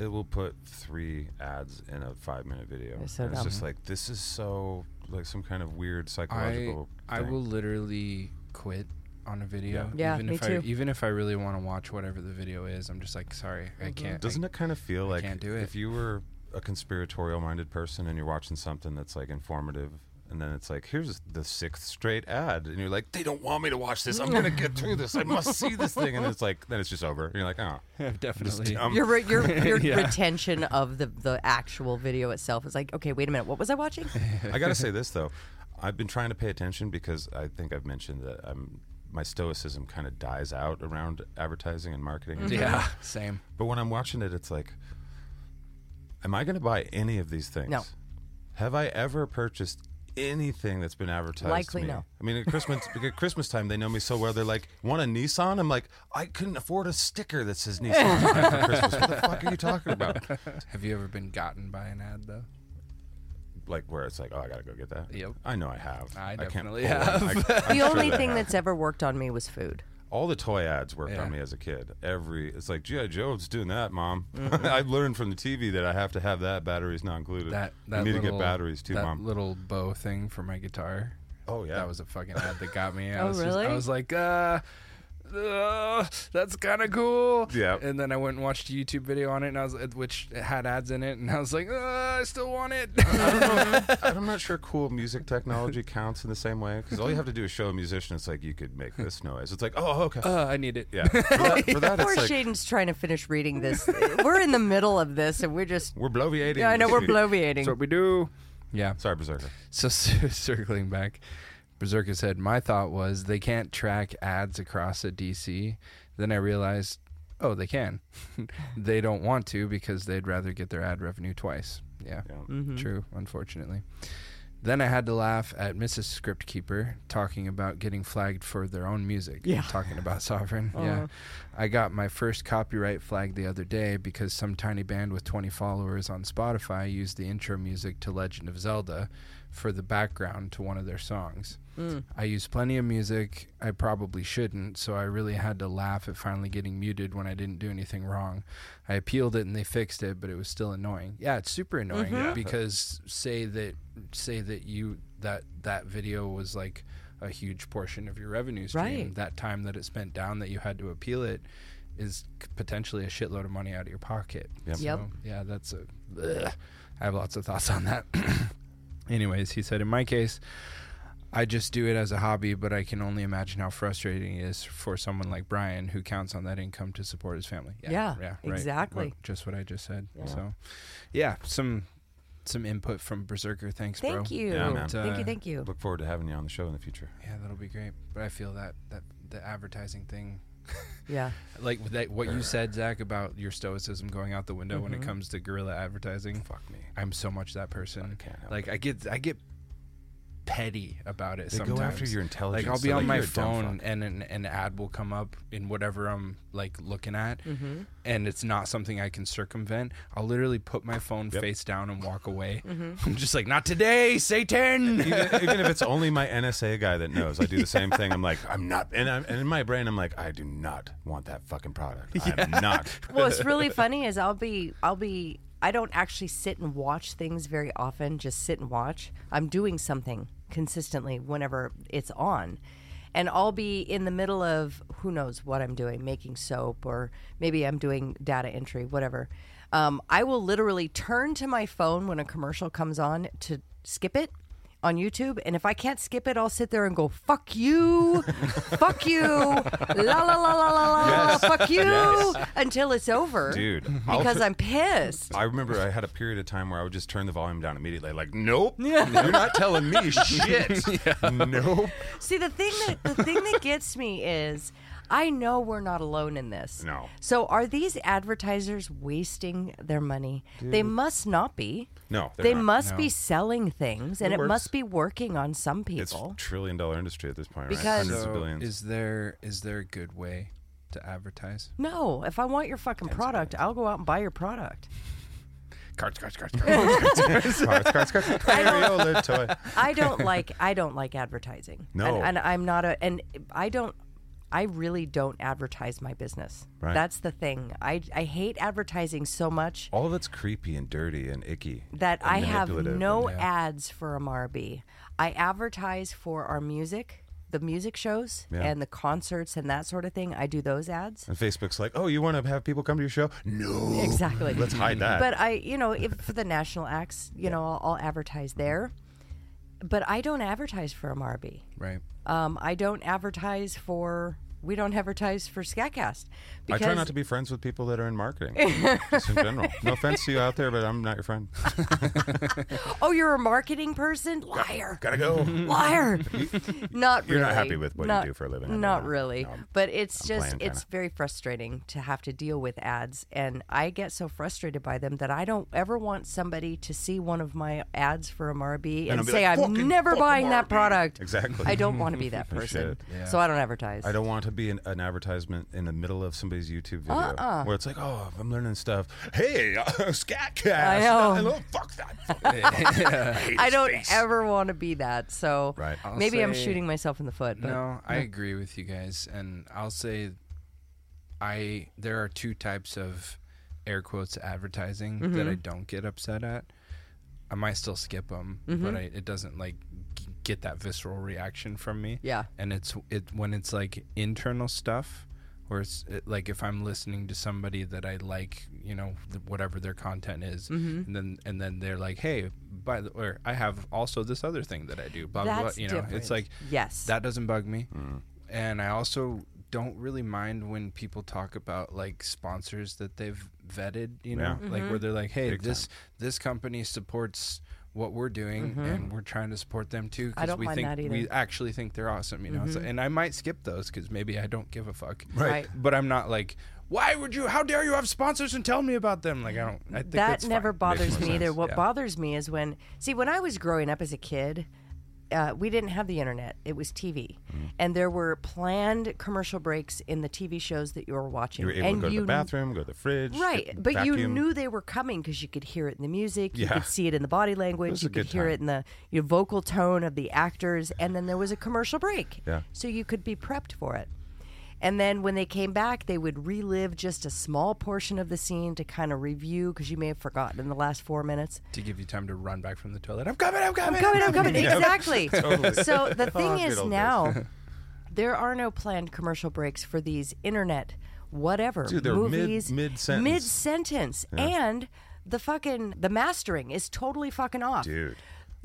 S2: it will put three ads in a five minute video.
S4: It's so
S2: And it's
S4: dumb.
S2: just like this is so like some kind of weird
S3: I
S2: psychological.
S3: I
S2: thing.
S3: will literally quit on a video.
S4: Yeah. Yeah,
S3: even
S4: me
S3: if I
S4: too.
S3: even if I really want to watch whatever the video is, I'm just like, sorry,
S4: Mm-hmm.
S3: I can't.
S2: Doesn't it kind of feel like
S3: can't do it.
S2: if you were a conspiratorial minded person and you're watching something that's like informative? And then it's like, here's the sixth straight ad, and you're like, they don't want me to watch this. I'm gonna get through this. I must see this thing. And it's like, then it's just over. And you're like, oh,
S3: I- definitely.
S2: dumb.
S4: Your, re- your, your
S3: Yeah.
S4: retention of the, the actual video itself is like, okay, wait a minute, what was I watching?
S2: I gotta say this though, I've been trying to pay attention because I think I've mentioned that I'm my stoicism kind of dies out around advertising and marketing.
S3: Mm-hmm. Yeah, same.
S2: But when I'm watching it, it's like, am I gonna buy any of these things?
S4: No.
S2: Have I ever purchased? Anything that's been advertised
S4: Likely
S2: to me.
S4: no.
S2: I mean, at Christmas, at Christmas time, they know me so well. They're like, "Want a Nissan?" I'm like, "I couldn't afford a sticker that says Nissan on it for Christmas." What the fuck are you talking about?
S3: Have you ever been gotten by an ad though?
S2: Like, where it's like, "Oh, I gotta go get that."
S3: Yep.
S2: I know I have.
S3: I
S2: can't
S3: definitely
S2: pull one.
S3: have.
S2: I- I'm
S4: the
S2: sure
S4: only
S2: that I
S4: thing
S2: have.
S4: that's ever worked on me was food.
S2: all the toy ads worked
S3: Yeah.
S2: on me as a kid. Every it's like GI Joe's doing that, mom.
S3: Mm-hmm.
S2: I've learned from the TV that I have to have that. Batteries not included.
S3: That that
S2: I need
S3: little,
S2: to get batteries too,
S3: that
S2: mom.
S3: little bow thing for my guitar.
S2: oh yeah,
S3: That was a fucking ad that got me. I
S4: Oh,
S3: was just-
S4: really?
S3: I was like, uh, "Ugh, that's kind of cool.
S2: Yeah.
S3: And then I went and watched a YouTube video on it, and I was which had ads in it, and I was like, "Ugh, I still want it.
S2: I'm not sure cool music technology counts in the same way because all you have to do is show a musician it's like you could make this noise. It's like oh okay
S3: uh, I need it.
S2: yeah. For that, for that
S4: Poor
S2: it's Oh, like
S4: Shaden's trying to finish reading this. we're in the middle of this, and we're just.
S2: we're bloviating.
S4: Yeah, I know
S2: this
S4: we're
S2: meeting.
S4: bloviating.
S3: That's what we do. Yeah.
S2: Sorry, Berserker.
S3: So c- circling back, Berserker said, "My thought was they can't track ads across a DC." Then I realized, oh, they can. they don't want to because they'd rather get their ad revenue twice. Yeah,
S2: Yeah.
S3: true. Unfortunately. Then I had to laugh at Mrs. Scriptkeeper talking about getting flagged for their own music.
S4: Yeah.
S3: Talking about Sovereign. Yeah. I got my first copyright flag the other day because some tiny band with 20 followers on Spotify used the intro music to Legend of Zelda for the background to one of their songs.
S4: Mm.
S3: I use plenty of music. I probably shouldn't, so I really had to laugh at finally getting muted when I didn't do anything wrong. I appealed it and they fixed it, but it was still annoying. Yeah, it's super annoying
S4: Mm-hmm.
S3: because say that say that you that that video was like a huge portion of your revenue stream.
S4: Right.
S3: That time that it spent down that you had to appeal it is c- potentially a shitload of money out of your pocket.
S2: Yep.
S4: Yep.
S3: So, yeah, that's a. Ugh. I have lots of thoughts on that. Anyways, he said, in my case, I just do it as a hobby, but I can only imagine how frustrating it is for someone like Brian who counts on that income to support his family.
S4: Yeah,
S3: right.
S4: exactly.
S3: What- just what I just said. So, yeah, some some input from Berserker. Thanks, bro.
S4: Thank you.
S2: Yeah, man.
S4: Thank
S3: Uh,
S4: you. Thank you.
S2: Look forward to having you on the show in the future.
S3: Yeah, that'll be great. But I feel that that the advertising thing
S4: Yeah.
S3: like with that, what you said, Zach, about your stoicism going out the window when it
S4: Mm-hmm.
S3: comes to guerrilla advertising.
S2: Fuck me.
S3: I'm so much that person.
S2: can't help
S3: like I get, I get petty about it.
S2: They go
S3: sometimes.
S2: after your intelligence.
S3: Like I'll be
S2: They're
S3: on
S2: like,
S3: my
S2: "You're a dumb
S3: phone
S2: fuck."
S3: and an, an ad will come up in whatever I'm like looking at, and it's not something I can circumvent. I'll literally put my phone face down and walk away. I'm just like, not today, Satan.
S2: even, even if it's only my NSA guy that knows, I do the same thing. I'm like, I'm not, and, I'm, and in my brain, I'm like, I do not want that fucking product. I'm not.
S4: well, it's really funny is I'll be I'll be I don't actually sit and watch things very often, just sit and watch. I'm doing something consistently whenever it's on. And I'll be in the middle of who knows what I'm doing, making soap or maybe I'm doing data entry, whatever. Um, I will literally turn to my phone when a commercial comes on to skip it on YouTube. And if I can't skip it, I'll sit there and go, fuck you, fuck you, la la la la la la, fuck you, until it's over.
S2: Dude,
S3: Mm-hmm.
S2: I'll
S4: Because
S2: t-
S4: i I'm pissed.
S2: I remember I had a period of time where I would just turn the volume down immediately. Like, nope, you're not telling me shit. Nope.
S4: See, the thing that the thing that gets me is I know we're not alone in this.
S2: No.
S4: So are these advertisers wasting their money? They must not be.
S2: No, they're
S4: They
S2: not.
S4: must
S3: No.
S4: be selling things and it,
S2: works.
S4: must be working on some
S2: It's a
S4: people.
S2: trillion dollar industry at this point, right?
S4: Because-
S2: Hundreds
S3: So
S2: of billions.
S3: is there is there a good way to advertise?
S4: no, if I want your fucking product, I'll go out and buy your product.
S3: Cards, cards, cards, cards.
S2: Cards, cards, cards. Crayola toy.
S4: I don't like I don't like advertising.
S2: No.
S4: and, and I'm not a and I don't. I really don't advertise my business.
S2: Right.
S4: That's the thing. I I hate advertising so much
S2: All that's creepy and dirty and icky.
S4: that
S2: and
S4: I have
S2: Oh, manipulative
S4: no
S2: and-
S4: ads for MRB. I advertise for our music, the music shows
S2: Yeah.
S4: and the concerts and that sort of thing. I do those ads.
S2: And Facebook's like, oh, you want to have people come to your show? No.
S4: Exactly.
S2: Let's hide that.
S4: but I, you know, if for the national acts, you know, I'll, I'll advertise there. But I don't advertise for MRB.
S3: right.
S4: Um, I don't advertise for. We don't advertise for Scatcast.
S2: I try not to be friends with people that are in marketing, just in general. No offense to you out there, but I'm not your friend.
S4: Oh, you're a marketing person, liar,
S2: Gotta go.
S4: liar. not
S2: You're
S4: really.
S2: not happy with what you do for a living, I know
S4: Not
S2: that.
S4: really.
S2: No, I'm-
S4: but it's
S2: I'm
S4: just
S2: playing,
S4: it's
S2: kinda.
S4: very frustrating to have to deal with ads, and I get so frustrated by them that I don't ever want somebody to see one of my ads for a MRB and,
S2: I'll be
S4: say
S2: like,
S4: I'm
S2: "Fucking-
S4: never
S2: fucking
S4: buying that
S2: MRB."
S4: product.
S2: Exactly.
S4: I don't want to be that person,
S2: Shit.
S4: so I don't advertise.
S2: I don't want to be an, an advertisement in the middle of somebody's YouTube video
S4: Uh-uh.
S2: where it's like, oh, I'm learning stuff. Hey, uh, scat cast.
S4: I know.
S2: Hello, fuck that. Fuck
S4: I don't ever want to be that. So
S2: Right. I'll
S4: maybe I'm
S3: say-
S4: shooting myself in the foot. But
S3: No, I agree with you guys, and I'll say, I there are two types of air quotes advertising
S4: Mm-hmm. Mm-hmm.
S3: that I don't get upset at. I might still skip them, but I, it doesn't like g- get that visceral reaction from me.
S4: Yeah.
S3: And it's it when it's like internal stuff, where it's it, like if I'm listening to somebody that I like, you know, th- whatever their content is,
S4: Mm-hmm.
S3: and then and then they're like, hey, by the or I have also this other thing that I do, blah blah. blah.
S4: That's
S3: You know,
S4: different.
S3: it's like
S4: Yes.
S3: that doesn't bug me. And I also don't really mind when people talk about like sponsors that they've vetted, you know,
S2: Yeah.
S3: like
S4: Mm-hmm.
S3: where they're like, "Hey, this this company supports what we're doing and we're trying to support them too
S4: Mm-hmm. I don't
S3: we
S4: mind
S3: think
S4: that either. Mm-hmm.
S3: we actually think they're awesome, you know." So, and I might skip those cuz maybe I don't give a fuck.
S4: Right.
S3: But I'm not like, "Why would you how dare you have sponsors and tell me about them?" Like I don't I think
S4: that
S3: that's fine.
S4: never bothers
S2: more
S4: me
S2: sense,
S4: either. What
S3: yeah.
S4: bothers me is when see when I was growing up as a kid, uh, we didn't have the internet. It was TV,
S2: Mm.
S4: and there were planned commercial breaks in the TV shows that you were watching.
S2: You were able
S4: and
S2: to go to
S4: you,
S2: the bathroom, go to the fridge,
S4: Right,
S2: get-
S4: but you
S2: vacuum.
S4: knew they were coming because you could hear it in the music, you
S2: Yeah.
S4: could see it in the body language,
S2: was
S4: you
S2: a
S4: could
S2: good
S4: hear
S2: time.
S4: it in the your vocal tone of the actors, and then there was a commercial break.
S2: Yeah.
S4: So you could be prepped for it. And then when they came back, they would relive just a small portion of the scene to kind of review because you may have forgotten in the last four minutes.
S3: to give you time to run back from the toilet. I'm coming, I'm coming.
S4: Coming, I'm coming. Exactly.
S2: Totally. Oh,
S4: So the thing
S2: good
S4: is
S2: old days.
S4: now, there are no planned commercial breaks for these internet whatever
S2: Dude, they're mid-
S4: movies
S2: mid-sentence.
S4: mid-sentence. and the fucking the mastering is totally fucking off
S2: dude.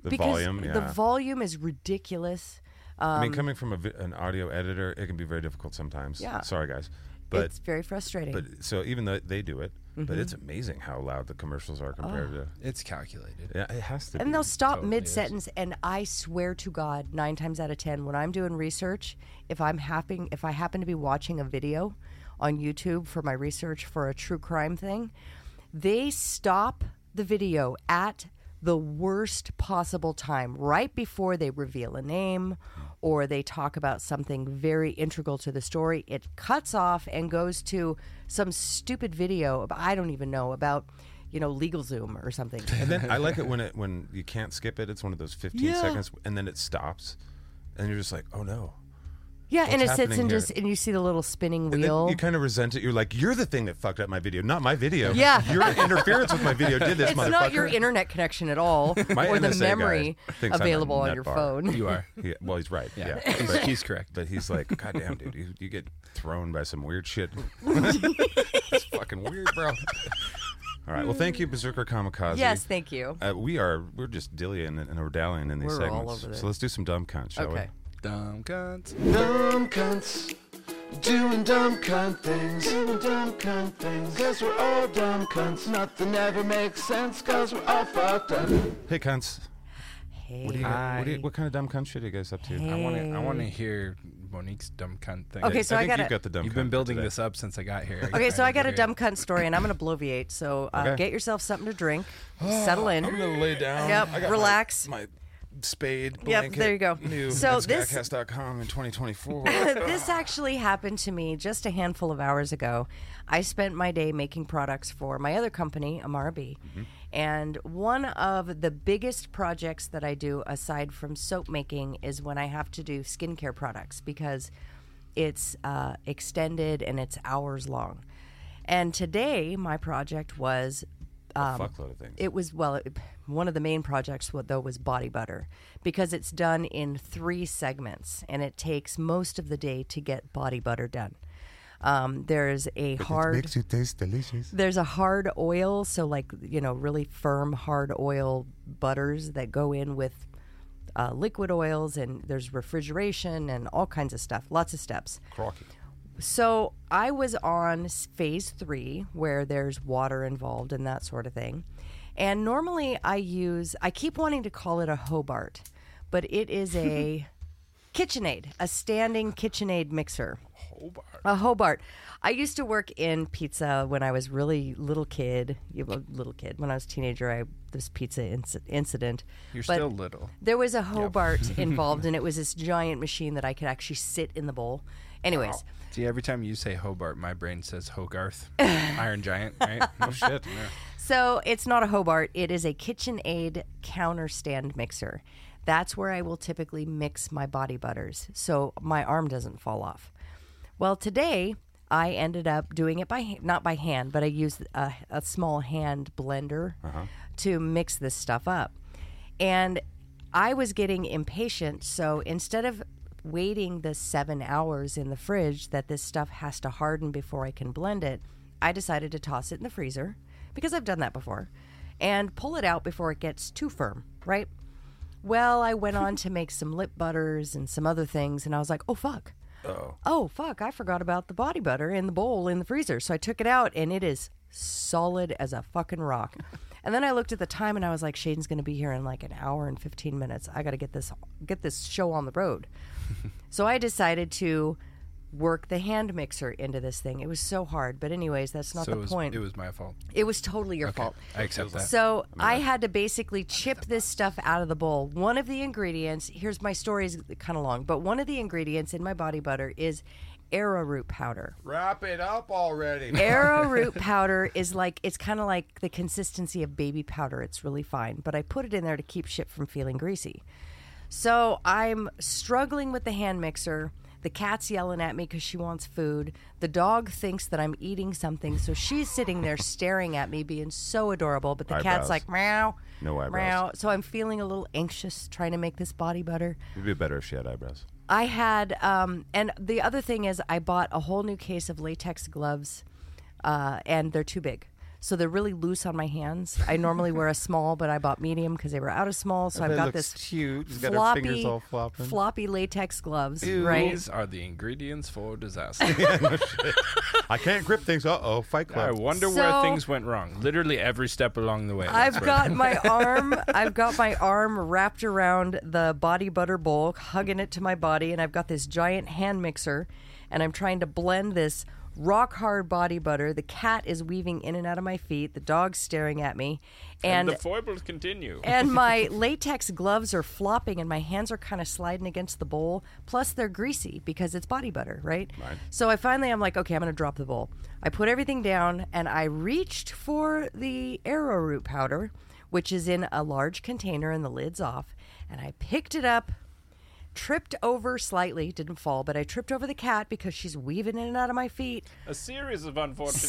S2: The
S4: because
S2: volume, yeah.
S4: the um, volume is ridiculous. Uh,
S2: I mean, coming from a vi- an audio editor, it can be very difficult sometimes.
S4: Yeah.
S2: Sorry, guys, but
S4: it's Mm-hmm. very frustrating.
S2: but so even though they do it, but it's amazing how loud the commercials are
S4: Oh.
S2: compared to.
S3: It's calculated.
S2: Yeah, it has to. be.
S4: and they'll stop
S3: totally
S4: mid sentence, and I swear to God, nine times out of ten, when I'm doing research, if I'm happen if I happen to be watching a video on YouTube for my research for a true crime thing, they stop the video at the worst possible time, right before they reveal a name or they talk about something very integral to the story. It cuts off and goes to some stupid video. Of, I don't even know about. You know, legal Zoom or something.
S2: And then I like it when it when you can't skip it. It's one of those 15
S4: Yeah.
S2: seconds, and then it stops, and you're just like, oh no.
S4: Yeah, and it
S2: What's
S4: sits
S2: happening
S4: and
S2: here?
S4: just and you see the little spinning
S2: And then
S4: wheel.
S2: you kind of resent it. You're like, you're the thing that fucked up my video, not my video.
S4: Yeah.
S2: your interference with my video did this,
S4: it's
S2: motherfucker.
S4: not your internet connection at all,
S2: My
S4: or the
S2: NSA guy
S4: memory
S2: thinks I'm a
S4: available on
S2: nut
S4: your
S2: bar.
S4: phone.
S3: You are.
S2: Yeah, well, he's right. Yeah,
S3: He's,
S2: But,
S3: he's correct.
S2: but he's like, God damn, dude, you, you get thrown by some weird shit. It's fucking weird, bro. All right. Well, thank you, Berserker Kamikaze.
S4: Yes, thank you.
S2: Uh, we are we're just dillying and, and ordallying in these
S4: We're all
S2: segments.
S4: over
S2: so
S4: the-
S2: let's do some dumb cunt, shall
S4: Okay.
S3: Dumb cunts.
S1: Dumb cunts doing dumb cunt things. Doing dumb cunt things. Cause we're all dumb cunts. Nothing ever makes sense cause we're all fucked up.
S2: we? Hey, cunts.
S4: Hey,
S2: What, do you got, what, do you, what kind of dumb cunt shit are you guys up to?
S3: I want to. I want to hear Monique's dumb cunt thing.
S2: I
S4: Mm. Okay, so I
S2: think
S4: gotta-
S2: you've got the dumb.
S3: You've
S2: cunt
S3: been building
S2: today.
S3: this up since I got here.
S4: okay, so I
S3: need
S4: got
S3: to
S4: a
S3: hear
S4: dumb
S3: it.
S4: cunt story, and I'm gonna bloviate. So uh,
S2: Okay. Oh
S4: get yourself something to drink, settle in.
S2: I'm gonna lay down.
S4: Yep,
S2: I got my-
S4: relax.
S2: My, spade.
S4: Yep,
S2: Blanket,
S4: there you go.
S2: New
S4: So
S2: at
S4: this-
S2: scottcast.com in 2024.
S4: this actually happened to me just a handful of hours ago. I spent my day making products for my other company, Amara B. And one of the biggest projects that I do aside from soap making is when I have to do skincare products because it's uh, extended and it's hours long. And today, my project was
S2: Fuckload of things.
S4: Um, it was well, it, one of the main projects wa- though was body butter because it's done in three segments and it takes most of the day to get body butter done. Um, there's a hard
S2: you taste delicious.
S4: there's a hard oil, so like you know, really firm hard oil butters that go in with uh, liquid oils, and there's refrigeration and all kinds of stuff, lots of steps.
S2: Crocky.
S4: So I was on s- phase three where there's water involved and that sort of thing. And normally I use, I keep wanting to call it a Hobart, but it is a KitchenAid, a standing KitchenAid mixer. A Hobart. I used to work in pizza when I was really little kid. You know, little kid. When I was a teenager, I this pizza inci- incident.
S3: You're
S4: But-
S3: still little.
S4: there was a Hobart involved, and it was this giant machine that I could actually sit in the bowl. Anyways,
S3: See, every time you say Hobart, my brain says Hogarth, Iron Giant, right? oh shit.
S4: so it's not a Hobart, it is a KitchenAid counter stand mixer. That's where I will typically mix my body butters so my arm doesn't fall off. Well, today I ended up doing it by ha- not by hand, but I used a, a small hand blender to mix this stuff up. And I was getting impatient, so instead of waiting the seven hours in the fridge that this stuff has to harden before I can blend it, I decided to toss it in the freezer because I've done that before and pull it out before it gets too firm, right? Well, I went on to make some lip butters and some other things, and I was like, oh, fuck. Oh. fuck. I forgot about the body butter in the bowl in the freezer. So I took it out, and it is solid as a fucking rock. and then I looked at the time, and I was like, Shaden's going to be here in like an hour and 15 minutes. I got to get this, get this show on the road. so I decided to work the hand mixer into this thing. It was so hard. But, anyways, that's not
S3: So
S4: the
S3: it was,
S4: point.
S3: it was my fault.
S4: It was totally your fault.
S3: I accept that.
S4: So I had to basically chip this stuff out of the bowl. One of the ingredients, here's my story is kind of long, but one of the ingredients in my body butter is arrowroot powder.
S2: Wrap it up already.
S4: Arrowroot powder is like it's kind of like the consistency of baby powder. It's really fine, but I put it in there to keep shit from feeling greasy. So I'm struggling with the hand mixer. The cat's yelling at me because she wants food. The dog thinks that I'm eating something, so she's sitting there staring at me, being so adorable. But the cat's
S2: Eyebrows.
S4: like meow,
S2: No eyebrows.
S4: meow. So I'm feeling a little anxious, trying to make this body butter.
S2: It'd be better if she had eyebrows.
S4: I had, um, and the other thing is, I bought a whole new case of latex gloves, uh, and they're too big. So they're really loose on my hands. I normally wear a small, but I bought medium because they were out of small. So I've got this
S2: cute.
S4: floppy, floppy latex gloves, right?
S3: These are the ingredients for disaster.
S2: I can't grip things. Uh oh, Fight
S3: I
S2: Club.
S3: wonder where
S4: So-
S3: things went wrong. Literally every step along the way.
S4: I've
S3: That's
S4: got my arm. I've got my arm wrapped around the body butter bowl, hugging it to my body, and I've got this giant hand mixer, and I'm trying to blend this rock hard body butter. The cat is weaving in and out of my feet. The dog's staring at me,
S3: where-
S4: and
S3: the foibles continue.
S4: and my latex gloves are flopping and my hands are kind of sliding against the bowl plus they're greasy because it's body butter right so i finally i'm like okay i'm gonna drop the bowl i put everything down and i reached for the arrowroot powder which is in a large container and the lid's off and i picked it up tripped over slightly didn't fall but i tripped over the cat because she's weaving in and out of my feet
S3: A series of unfortunate.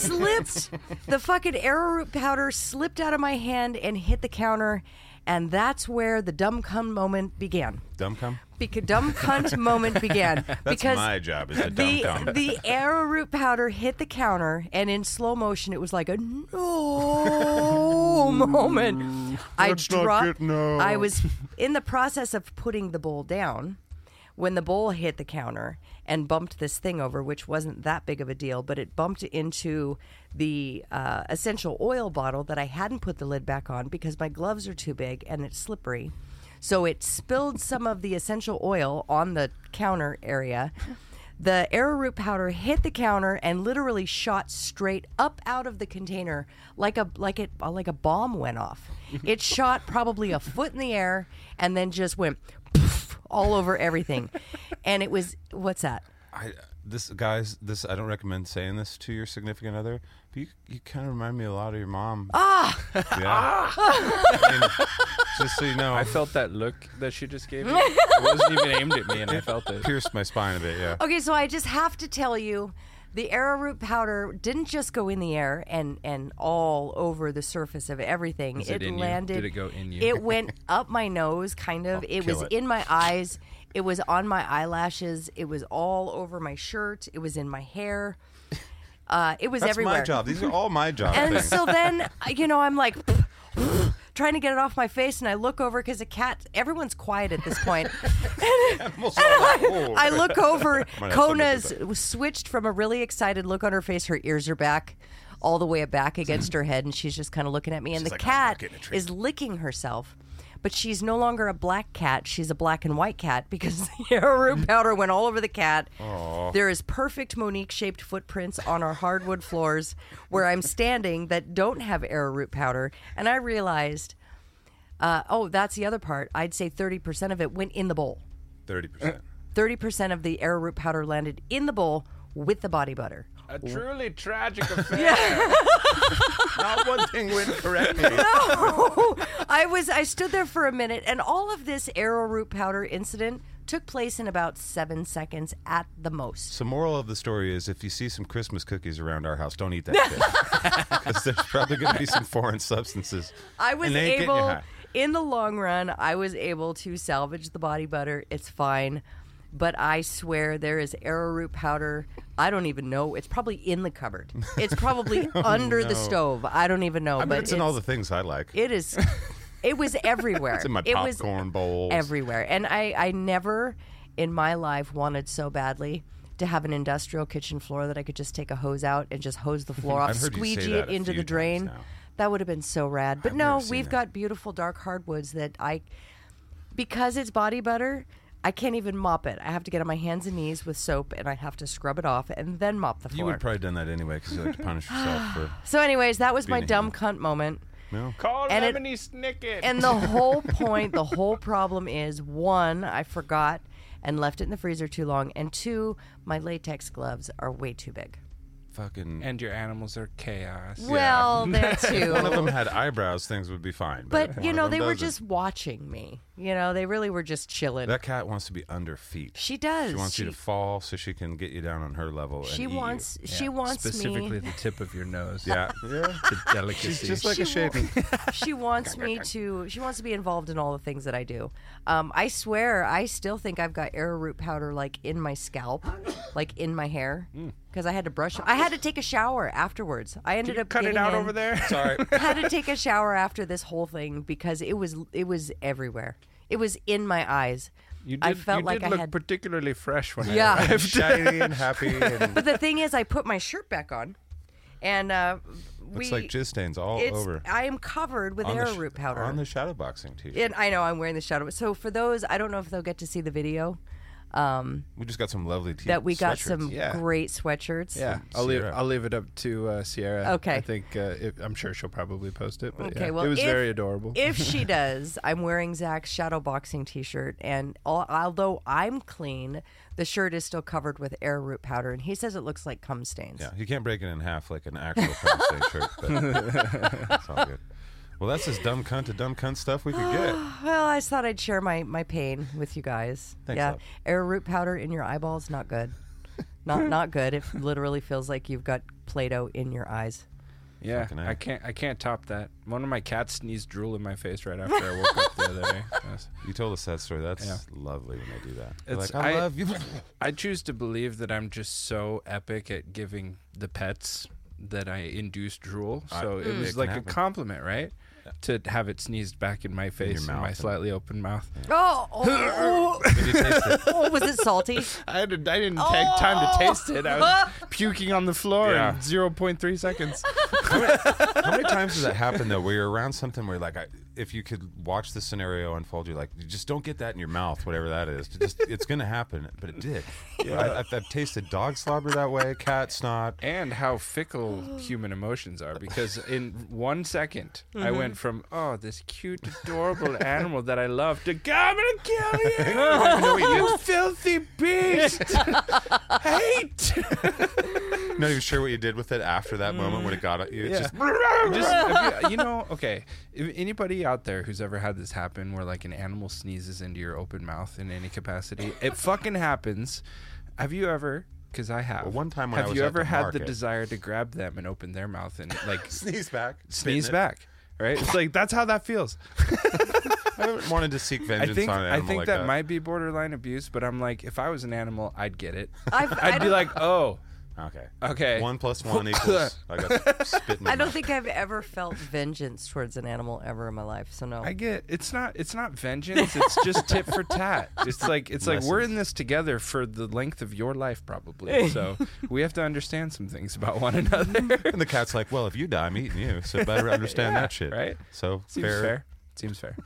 S4: slipped the fucking arrowroot powder slipped out of my hand and hit the counter and that's where the dumb cum moment began
S2: Dumb cum?
S4: because dumb cunt moment began
S2: That's
S4: because
S2: my job is a dumb
S4: the
S2: dumb.
S4: the arrowroot powder hit the counter and in slow motion it was like a no moment.
S2: Mm,
S4: I
S2: Let's not
S4: dropped.
S2: get no.
S4: I was in the process of putting the bowl down when the bowl hit the counter and bumped this thing over, which wasn't that big of a deal, but it bumped into the uh, essential oil bottle that I hadn't put the lid back on because my gloves are too big and it's slippery. So it spilled some of the essential oil on the counter area. The arrowroot powder hit the counter and literally shot straight up out of the container like a like it uh, like a bomb went off. It shot probably a foot in the air and then just went poof, all over everything. And it was what's that?
S2: I, this guys, this I don't recommend saying this to your significant other. But you, you kind of remind me a lot of your mom. Ah, yeah. I mean, just so you know,
S3: Ah! I
S2: I
S3: felt that look that she just gave me. It wasn't even aimed at me, and I felt it.
S2: pierced my spine a bit. Yeah.
S4: Okay, so I just have to tell you the arrowroot powder didn't just go in the air and and all over the surface of everything.
S3: it in you?
S4: landed.
S3: Did it go in you?
S4: It went up my nose, kind of. it was
S2: kill it.
S4: in my eyes. It was on my eyelashes. It was all over my shirt. It was in my hair. Uh, it was
S2: That's
S4: everywhere.
S2: my job. These are all my job
S4: And
S2: things.
S4: so then, you know, I'm like trying to get it off my face, and I look over because a cat. Everyone's quiet at this point.
S2: Almost all like, "Oh."
S4: I look over.
S2: Might have something to
S4: Kona's switched from a really excited look on her face. Her ears are back, all the way back against her head, and she's just kind of looking at me. And the
S2: like, "I'm not
S4: cat
S2: getting a treat."
S4: is licking herself. But she's no longer a black cat. She's a black and white cat because the arrowroot powder went all over the cat. There is perfect Monique shaped footprints on our hardwood floors where I'm standing that don't have arrowroot powder. And I realized, uh, oh, that's the other part. I'd say 30% of it went in the bowl.
S2: Thirty percent.
S4: 30% of the arrowroot powder landed in the bowl with the body butter.
S3: A truly tragic affair.
S2: Not one thing went correctly.
S4: I was I stood there for a minute and all of this arrowroot powder incident took place in about 7 seconds at the most.
S2: So, moral of the story is, if you see some Christmas cookies around our house, don't eat that shit because there's probably going to be some foreign substances.
S4: I was
S2: and they ain't getting you
S4: able
S2: high.
S4: in the long run, I was able to salvage the body butter. It's fine. But I swear there is arrowroot powder. I don't even know. It's probably in the cupboard. It's probably under
S2: Oh, no.
S4: the stove. I don't even know.
S2: I mean,
S4: but
S2: it's, in all the things I like.
S4: it is. It was everywhere.
S2: it's in my
S4: it
S2: popcorn
S4: was
S2: bowls.
S4: everywhere. And I, I never in my life wanted so badly to have an industrial kitchen floor that I could just take a hose out and just hose the floor off,
S2: I've heard you say
S4: squeegee
S2: that
S4: it
S2: a
S4: into
S2: few
S4: the
S2: times
S4: drain.
S2: now.
S4: That would have been so rad. But
S2: I've never
S4: no,
S2: seen
S4: we've
S2: that.
S4: got beautiful dark hardwoods that I, because it's body butter, I can't even mop it. I have to get on my hands and knees with soap and I have to scrub it off and then mop the
S2: you
S4: floor.
S2: would probably done that anyway because you like to punish yourself for.
S4: so, anyways, that was my
S2: Being a
S4: dumb cunt moment.
S6: Call
S4: And it-
S6: Lemony Snicket.
S4: And the whole point, the whole problem is one, I forgot and left it in the freezer too long, and two, my latex gloves are way too big.
S2: Fucking.
S3: And your animals are chaos.
S4: Well, they're
S2: one of
S4: too.
S2: them had eyebrows. Things would be fine. But,
S4: But
S2: one
S4: you
S2: of
S4: know,
S2: them
S4: they were
S2: doesn't.
S4: just watching me. You know, they really were just chilling.
S2: That cat wants to be under feet.
S4: she does.
S2: She wants
S4: she,
S2: you to fall so she can get you down on her level.
S4: she
S2: and eat you.
S4: wants. She wants
S3: Specifically,
S4: me.
S3: the tip of your nose.
S2: Yeah. yeah.
S3: The delicacy.
S2: She's just like
S4: She
S2: a shaving.
S4: She wants me to. She wants to be involved in all the things that I do. Um, I swear, I still think I've got arrowroot powder like in my scalp, like in my hair, because I had to brush. I had to take a shower afterwards. I ended up
S6: Cut it
S4: getting
S6: out
S4: in-
S6: over there.
S2: Sorry.
S4: I had to take a shower after this whole thing because it was it was everywhere. It was in my eyes.
S3: You did,
S4: I felt
S3: you
S4: like
S3: did
S4: I
S3: look
S4: had.
S3: particularly fresh when I
S4: yeah.
S2: Shiny and happy. And
S4: But the thing is, I put my shirt back on, and uh, we.
S2: looks like jizz stains all
S4: it's,
S2: over.
S4: I am covered with
S2: On the sh-
S4: arrowroot powder.
S2: On the shadow boxing t shirt.
S4: and I know I'm wearing the shadow. So for those, I don't know if they'll get to see the video. Um,
S2: We just got some lovely t
S4: that we got
S2: sweatshirts.
S4: some
S3: Yeah.
S4: great sweatshirts.
S3: Yeah, I'll leave.
S2: Sierra.
S3: I'll leave it up to uh, Sierra.
S4: Okay.
S3: I think uh, if I'm sure she'll probably post it. But
S4: Okay,
S3: yeah.
S4: well,
S3: it was
S4: if-
S3: very adorable.
S4: if she does, I'm wearing Zach's shadow boxing T-shirt, and all, although I'm clean, the shirt is still covered with arrowroot powder, and he says it looks like cum stains.
S2: Yeah, you can't break it in half like an actual Palestine shirt. But it's all good. Well, that's as dumb cunt to dumb cunt stuff we could get.
S4: Well, I just thought I'd share my my pain with you guys.
S2: Thanks,
S4: yeah,
S2: love.
S4: arrowroot powder in your eyeballs, not good. Not not good. It literally feels like you've got Play-Doh in your eyes.
S3: yeah,
S2: fucking A.
S3: I can't. I can't top that. One of my cats sneezed drool in my face right after I woke up the other day. Yes.
S2: You told us that story. That's
S3: Yeah.
S2: lovely when they do that. They're
S3: It's-
S2: like, I,
S3: I-
S2: love you.
S3: I choose to believe that I'm just so epic at giving the pets that I induce drool. So it was
S2: Mm. can
S3: like a
S2: happen.
S3: compliment, right? To have it sneezed back in my face, in,
S2: mouth
S3: my
S2: and-
S3: slightly open mouth.
S4: Oh, oh, oh, was it salty?
S3: I, had to, I didn't take time to taste it. I was puking on the floor
S2: Yeah.
S3: in 0.3 seconds.
S2: How many times does that happen though? Where you're around something where like, I, if you could watch the scenario unfold, you're like, you just don't get that in your mouth, whatever that is. Just it's gonna happen, but it did. I, I've, I've tasted dog slobber that way, cat snot.
S3: and how fickle human emotions are because in one second, I went from oh this cute adorable animal that I love to "God, I'm gonna kill you you filthy beast hate
S2: Not even sure what you did with it after that moment
S3: Mm.
S2: when it got at you.
S3: Yeah.
S2: It's just
S3: Just, if you, you know okay if anybody out there who's ever had this happen where like an animal sneezes into your open mouth in any capacity it fucking happens have you ever because I have
S2: Well, one time when I
S3: have
S2: was
S3: you
S2: at
S3: ever
S2: the
S3: had the
S2: market-
S3: desire to grab them and open their mouth and like
S2: sneeze back,
S3: sneeze
S2: spitting it.
S3: back. Right? It's like that's how that feels.
S2: I haven't wanted to seek
S3: I
S2: vengeance
S3: think
S2: on an
S3: I
S2: animal
S3: think
S2: like
S3: that, might be borderline abuse, but I'm like, if I was an animal, I'd get it.
S4: I've, I
S3: I'd be
S4: don't-
S3: like, oh,
S2: Okay.
S3: Okay.
S2: One plus one equals. I got spit. in my
S4: I don't
S2: mouth.
S4: think I've ever felt vengeance towards an animal ever in my life. So no.
S3: I get it's not it's not vengeance. It's just tit for tat. It's like it's like we're in this together for the length of your life, probably. So we have to understand some things about one another.
S2: And the cat's like, "Well, if you die, I'm eating you." So better understand
S3: Yeah,
S2: that shit,
S3: right?
S2: So
S3: Seems fair. Seems fair.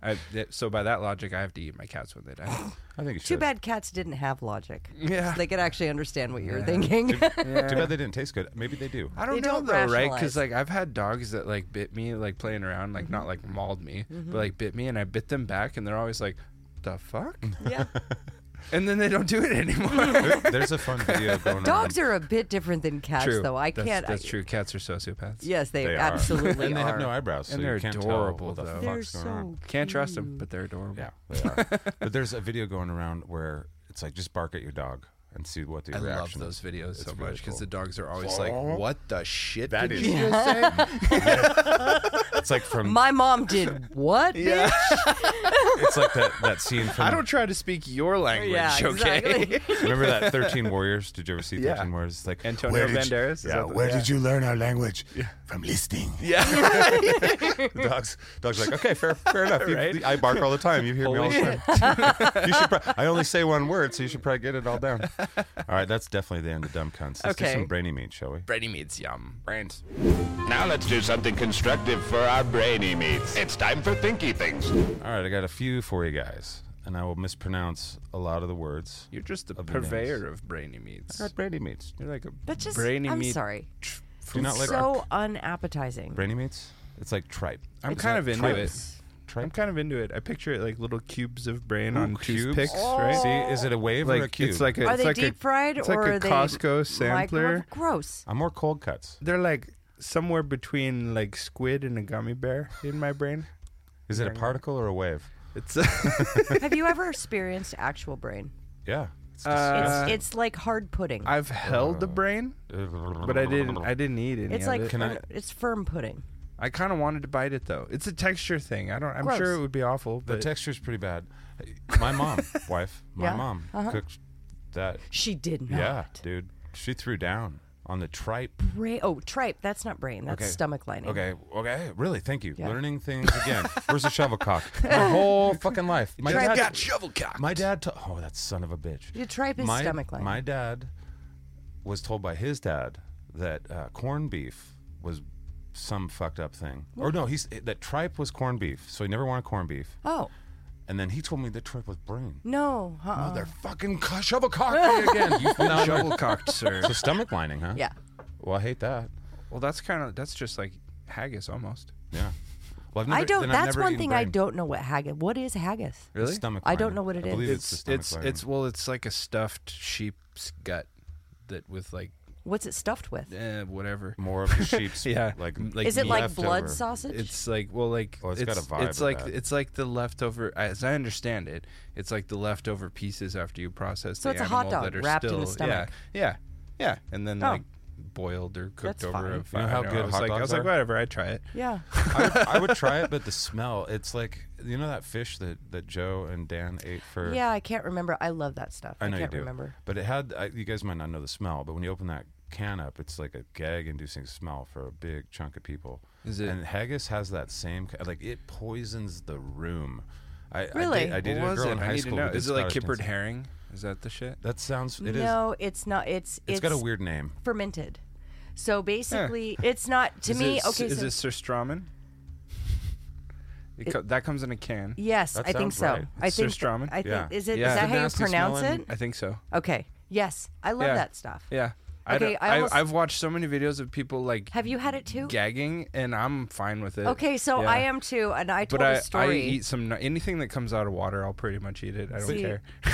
S3: I, th- so by that logic, I have to eat my cats when they die.
S2: I think you
S4: Too
S2: should.
S4: bad cats didn't have logic.
S3: Yeah.
S4: So they could actually understand what you were thinking.
S2: Too bad they didn't taste good. Maybe they do.
S3: I don't
S4: They
S3: know
S4: don't
S3: though, right? Because
S4: rationalize. Mm-hmm.
S3: like I've had dogs that like bit me, like playing around, like not like mauled me, but like bit me, and I bit them back, and they're always like, "The fuck,"
S4: yeah.
S3: and then they don't do it anymore.
S2: There- There's a fun video going
S4: Dogs
S2: around.
S4: are a bit different than cats, though. I
S3: That's-
S4: can't.
S3: That's
S4: I-
S3: true. Cats are sociopaths.
S4: Yes, they,
S2: They are.
S4: absolutely
S2: and they
S4: are.
S2: have no eyebrows,
S3: And
S2: so
S3: they're
S2: you can't
S3: adorable,
S2: tell what the
S3: though.
S4: They're
S2: fuck's going on.
S4: so.
S3: Can't trust them, but they're adorable.
S2: Yeah, they are. but there's a video going around where it's like just bark at your dog and see what the
S3: I love
S2: reaction.
S3: those
S2: is.
S3: videos so
S2: really
S3: much because
S2: cool.
S3: the dogs are always like, "What the shit
S2: That
S3: did
S2: is-
S3: you just say?"
S2: It's like from
S4: Mm. My mom did what?
S3: Yeah.
S2: it's like that, that scene from
S3: I don't try to speak your language,
S4: Yeah,
S3: okay?
S4: exactly.
S2: Remember that 13 Warriors? Did you ever see 13
S3: Yeah.
S2: Warriors? It's like
S3: Antonio
S2: where did you-
S3: Banderas? Is
S2: yeah,
S3: that the-
S2: where
S3: yeah.
S2: did you learn our language? From listening.
S3: yeah.
S2: The dog's, dog's like, okay, fair, fair enough. You-
S3: Right?
S2: I bark all the time. You hear me all
S3: Holy
S2: the time. you should. Pro- I only say one word, so you should probably get it all down. All right, that's definitely the end of dumb cunts. Let's
S4: Okay.
S2: do some brainy meat, shall we?
S3: Brady meets yum. Brains.
S5: Now let's do something constructive for our brainy meats. It's time for thinky things.
S2: All right, I got a few for you guys, and I will mispronounce a lot of the words.
S3: You're just the
S2: Of the
S3: purveyor of brainy meats.
S2: Got brainy meats. You're like a
S4: But just,
S3: Brainy
S4: I'm
S3: meat
S4: sorry.
S2: do you not like
S4: so unappetizing.
S2: brainy meats. It's like tripe.
S3: I'm
S2: It's
S3: kind
S2: not
S3: of into
S2: tripe.
S3: it.
S2: Tripe.
S3: I'm kind of into it. I picture it like little cubes of brain on
S2: Cubes.
S3: toothpicks, right?
S2: See, is it a wave
S3: like
S2: or a cube?
S3: it's like a,
S4: Are
S3: it's
S4: they
S3: like
S4: deep
S3: a,
S4: fried
S3: it's
S4: or
S3: like a
S4: are they
S3: Costco
S4: microwave?
S3: sampler.
S4: Gross.
S2: I'm more cold cuts.
S3: They're like somewhere between like squid and a gummy bear in my brain.
S2: Is it a particle or a wave?
S3: It's
S4: Have you ever experienced actual brain?
S2: Yeah. It's
S3: Uh,
S4: It's it's like hard pudding.
S3: I've held the brain,
S2: disgusting.
S3: but I didn't I didn't eat any
S4: it's
S3: of
S4: like
S3: it.
S2: Can I-
S4: it's firm pudding.
S3: I kind of wanted to bite it though. It's a texture thing. I don't I'm sure
S4: Gross.
S3: it would be awful,
S2: The
S3: but
S2: texture's pretty bad. My mom, wife, my
S4: Yeah,
S2: mom cooked that.
S4: She did not.
S2: Yeah, dude. She threw down on the tripe.
S4: Bra- oh, tripe. That's not brain. That's
S2: Okay.
S4: stomach lining.
S2: Okay, okay, really, thank you.
S4: Yeah.
S2: Learning things again. Where's the shovel cock? My whole fucking life. My
S4: Tripe-
S2: dad
S4: got
S2: shovel cock. My dad. To- oh, that son of a bitch.
S4: Your tripe is
S2: my,
S4: stomach lining.
S2: My dad was told by his dad that uh, corned beef was some fucked up thing. Or no, he's that tripe was corned beef, so he never wanted corned beef.
S4: Oh
S2: And then he told me that tripe was brain.
S4: no. Uh-uh.
S2: Oh, They're fucking co- shovel cock me again. You've been
S3: shovel cocked, sir.
S2: So stomach lining, huh?
S4: Yeah.
S2: Well, I hate that.
S3: Well, that's kind of that's just like haggis almost.
S2: Yeah. Well, I've never,
S4: I don't.
S2: then I've
S4: That's
S2: never
S4: one
S2: eaten
S4: thing I
S2: brain.
S4: don't know. What haggis? What is haggis?
S2: It's Stomach
S4: I don't
S2: lining.
S4: know what it
S2: I
S4: is.
S2: believe it's,
S3: It's
S2: the stomach
S3: it's
S2: lining.
S3: it's well, it's like a stuffed sheep's gut that with like
S4: What's it stuffed with?
S3: eh, whatever.
S2: more of the sheep's.
S3: Yeah.
S2: Like,
S3: Like
S4: Is it like
S2: leftover.
S4: blood sausage?
S3: It's like well, like
S2: Oh, it's got a vibe
S3: It's
S2: of
S3: like
S2: that.
S3: it's like the leftover, as I understand it, it's like the leftover pieces after you process.
S4: So
S3: the
S4: it's a hot
S3: animal
S4: dog
S3: that are
S4: wrapped in
S3: still,
S4: the stomach.
S3: Yeah, yeah, yeah, and then
S4: Oh.
S3: like boiled or cooked
S4: That's
S3: over.
S4: fine.
S3: A
S4: You know
S3: fire.
S2: how
S3: I know,
S2: good
S3: I was
S2: hot
S3: like, I
S2: dogs
S3: was
S2: are?
S3: like, whatever, I try it.
S4: yeah.
S2: I, would, I would try it, but the smell. It's like you know that fish that that Joe and Dan ate for.
S4: Yeah. I can't remember. I love that stuff.
S2: I know
S4: can't
S2: you do.
S4: remember.
S2: But it had. I, you guys might not know the smell, but when you open that can up, it's like a gag-inducing smell for a big chunk of people.
S3: Is it-
S2: And haggis has that same. ki- Like it poisons the room. I, I
S4: Really?
S2: did, I dated
S3: what
S2: a
S3: was
S2: girl
S3: it?
S2: in
S3: I
S2: high
S3: need
S2: school.
S3: to know.
S2: who did
S3: Is it like
S2: Scottish
S3: kippered
S2: dancing.
S3: herring? Is that the shit?
S2: That sounds. It is.
S4: no, it's not. It's
S2: It's got a weird name.
S4: fermented. So basically, it's not to
S3: Is
S4: me.
S3: it,
S4: okay,
S3: Is
S4: so
S3: it Sir Stramen? It co- that comes in a can.
S4: yes,
S2: That
S4: I think
S2: sounds
S4: so.
S2: right.
S4: I
S3: It's Sir
S4: think.
S3: Stramen?
S4: I think
S2: Yeah.
S4: is it? Is
S3: Yeah.
S4: that
S3: It's a
S4: how you
S2: nasty
S4: pronounce
S2: smelling-
S4: it?
S3: I think so.
S4: Okay. Yes, I love
S3: Yeah.
S4: that stuff.
S3: Yeah. I
S4: Okay,
S3: don't-
S4: I almost-
S3: I've watched so many videos of people like
S4: Have you had it too?
S3: gagging, and I'm fine with it.
S4: Okay, so
S3: Yeah.
S4: I am too, and I told
S3: But I,
S4: a story.
S3: I eat some anything that comes out of water. I'll pretty much eat it. I don't
S4: See,
S3: care.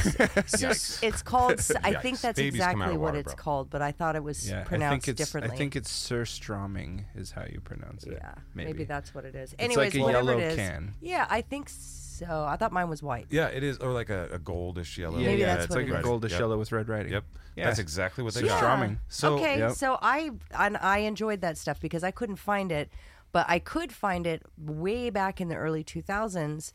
S4: So s- it's called. s- I think
S2: Yikes.
S4: that's
S2: Babies come out
S4: exactly
S2: of
S4: what
S2: water,
S4: it's
S2: bro.
S4: called, but I thought it was
S3: Yeah, I
S4: pronounced
S3: think it's.
S4: differly.
S3: I think it's Surstroming is how you pronounce it.
S4: yeah,
S3: maybe.
S4: that's what it is.
S3: like
S4: Anyways,
S3: a
S4: whatever
S3: yellow
S4: it is.
S3: can.
S4: Yeah, I think so. I thought mine was white.
S2: Yeah, it is, or like a, a goldish yellow.
S3: yeah,
S4: Maybe
S3: yeah,
S4: that's
S3: it's
S4: what
S3: like
S4: it
S3: a
S4: is.
S3: goldish
S2: Yep.
S3: yellow with red writing.
S2: Yep,
S3: Yeah.
S2: that's exactly what they
S3: Yeah.
S2: got.
S3: Strumming.
S2: So
S4: okay,
S3: Yep.
S4: so I and I enjoyed that stuff because I couldn't find it, but I could find it way back in the early 2000s.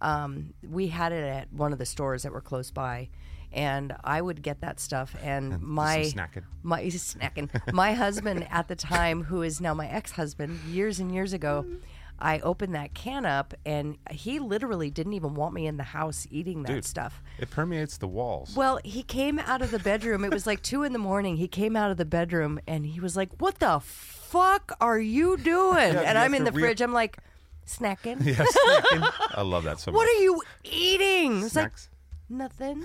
S4: Um, we had it at one of the stores that were close by, and I would get that stuff. And my
S2: some snacking.
S4: my snacking. My husband at the time, who is now my ex-husband, years and years ago. I opened that can up, and he literally didn't even want me in the house eating that stuff.
S2: it permeates the walls.
S4: Well, he came out of the bedroom. It was like two in the morning. He came out of the bedroom and he was like, "What the fuck are you doing?" and
S2: you
S4: I'm
S2: have
S4: in
S2: to
S4: the
S2: re-
S4: fridge. I'm like, snacking.
S2: Yeah, snacking. I love that so much.
S4: What are you eating? It's like
S2: Snacks.
S4: nothing.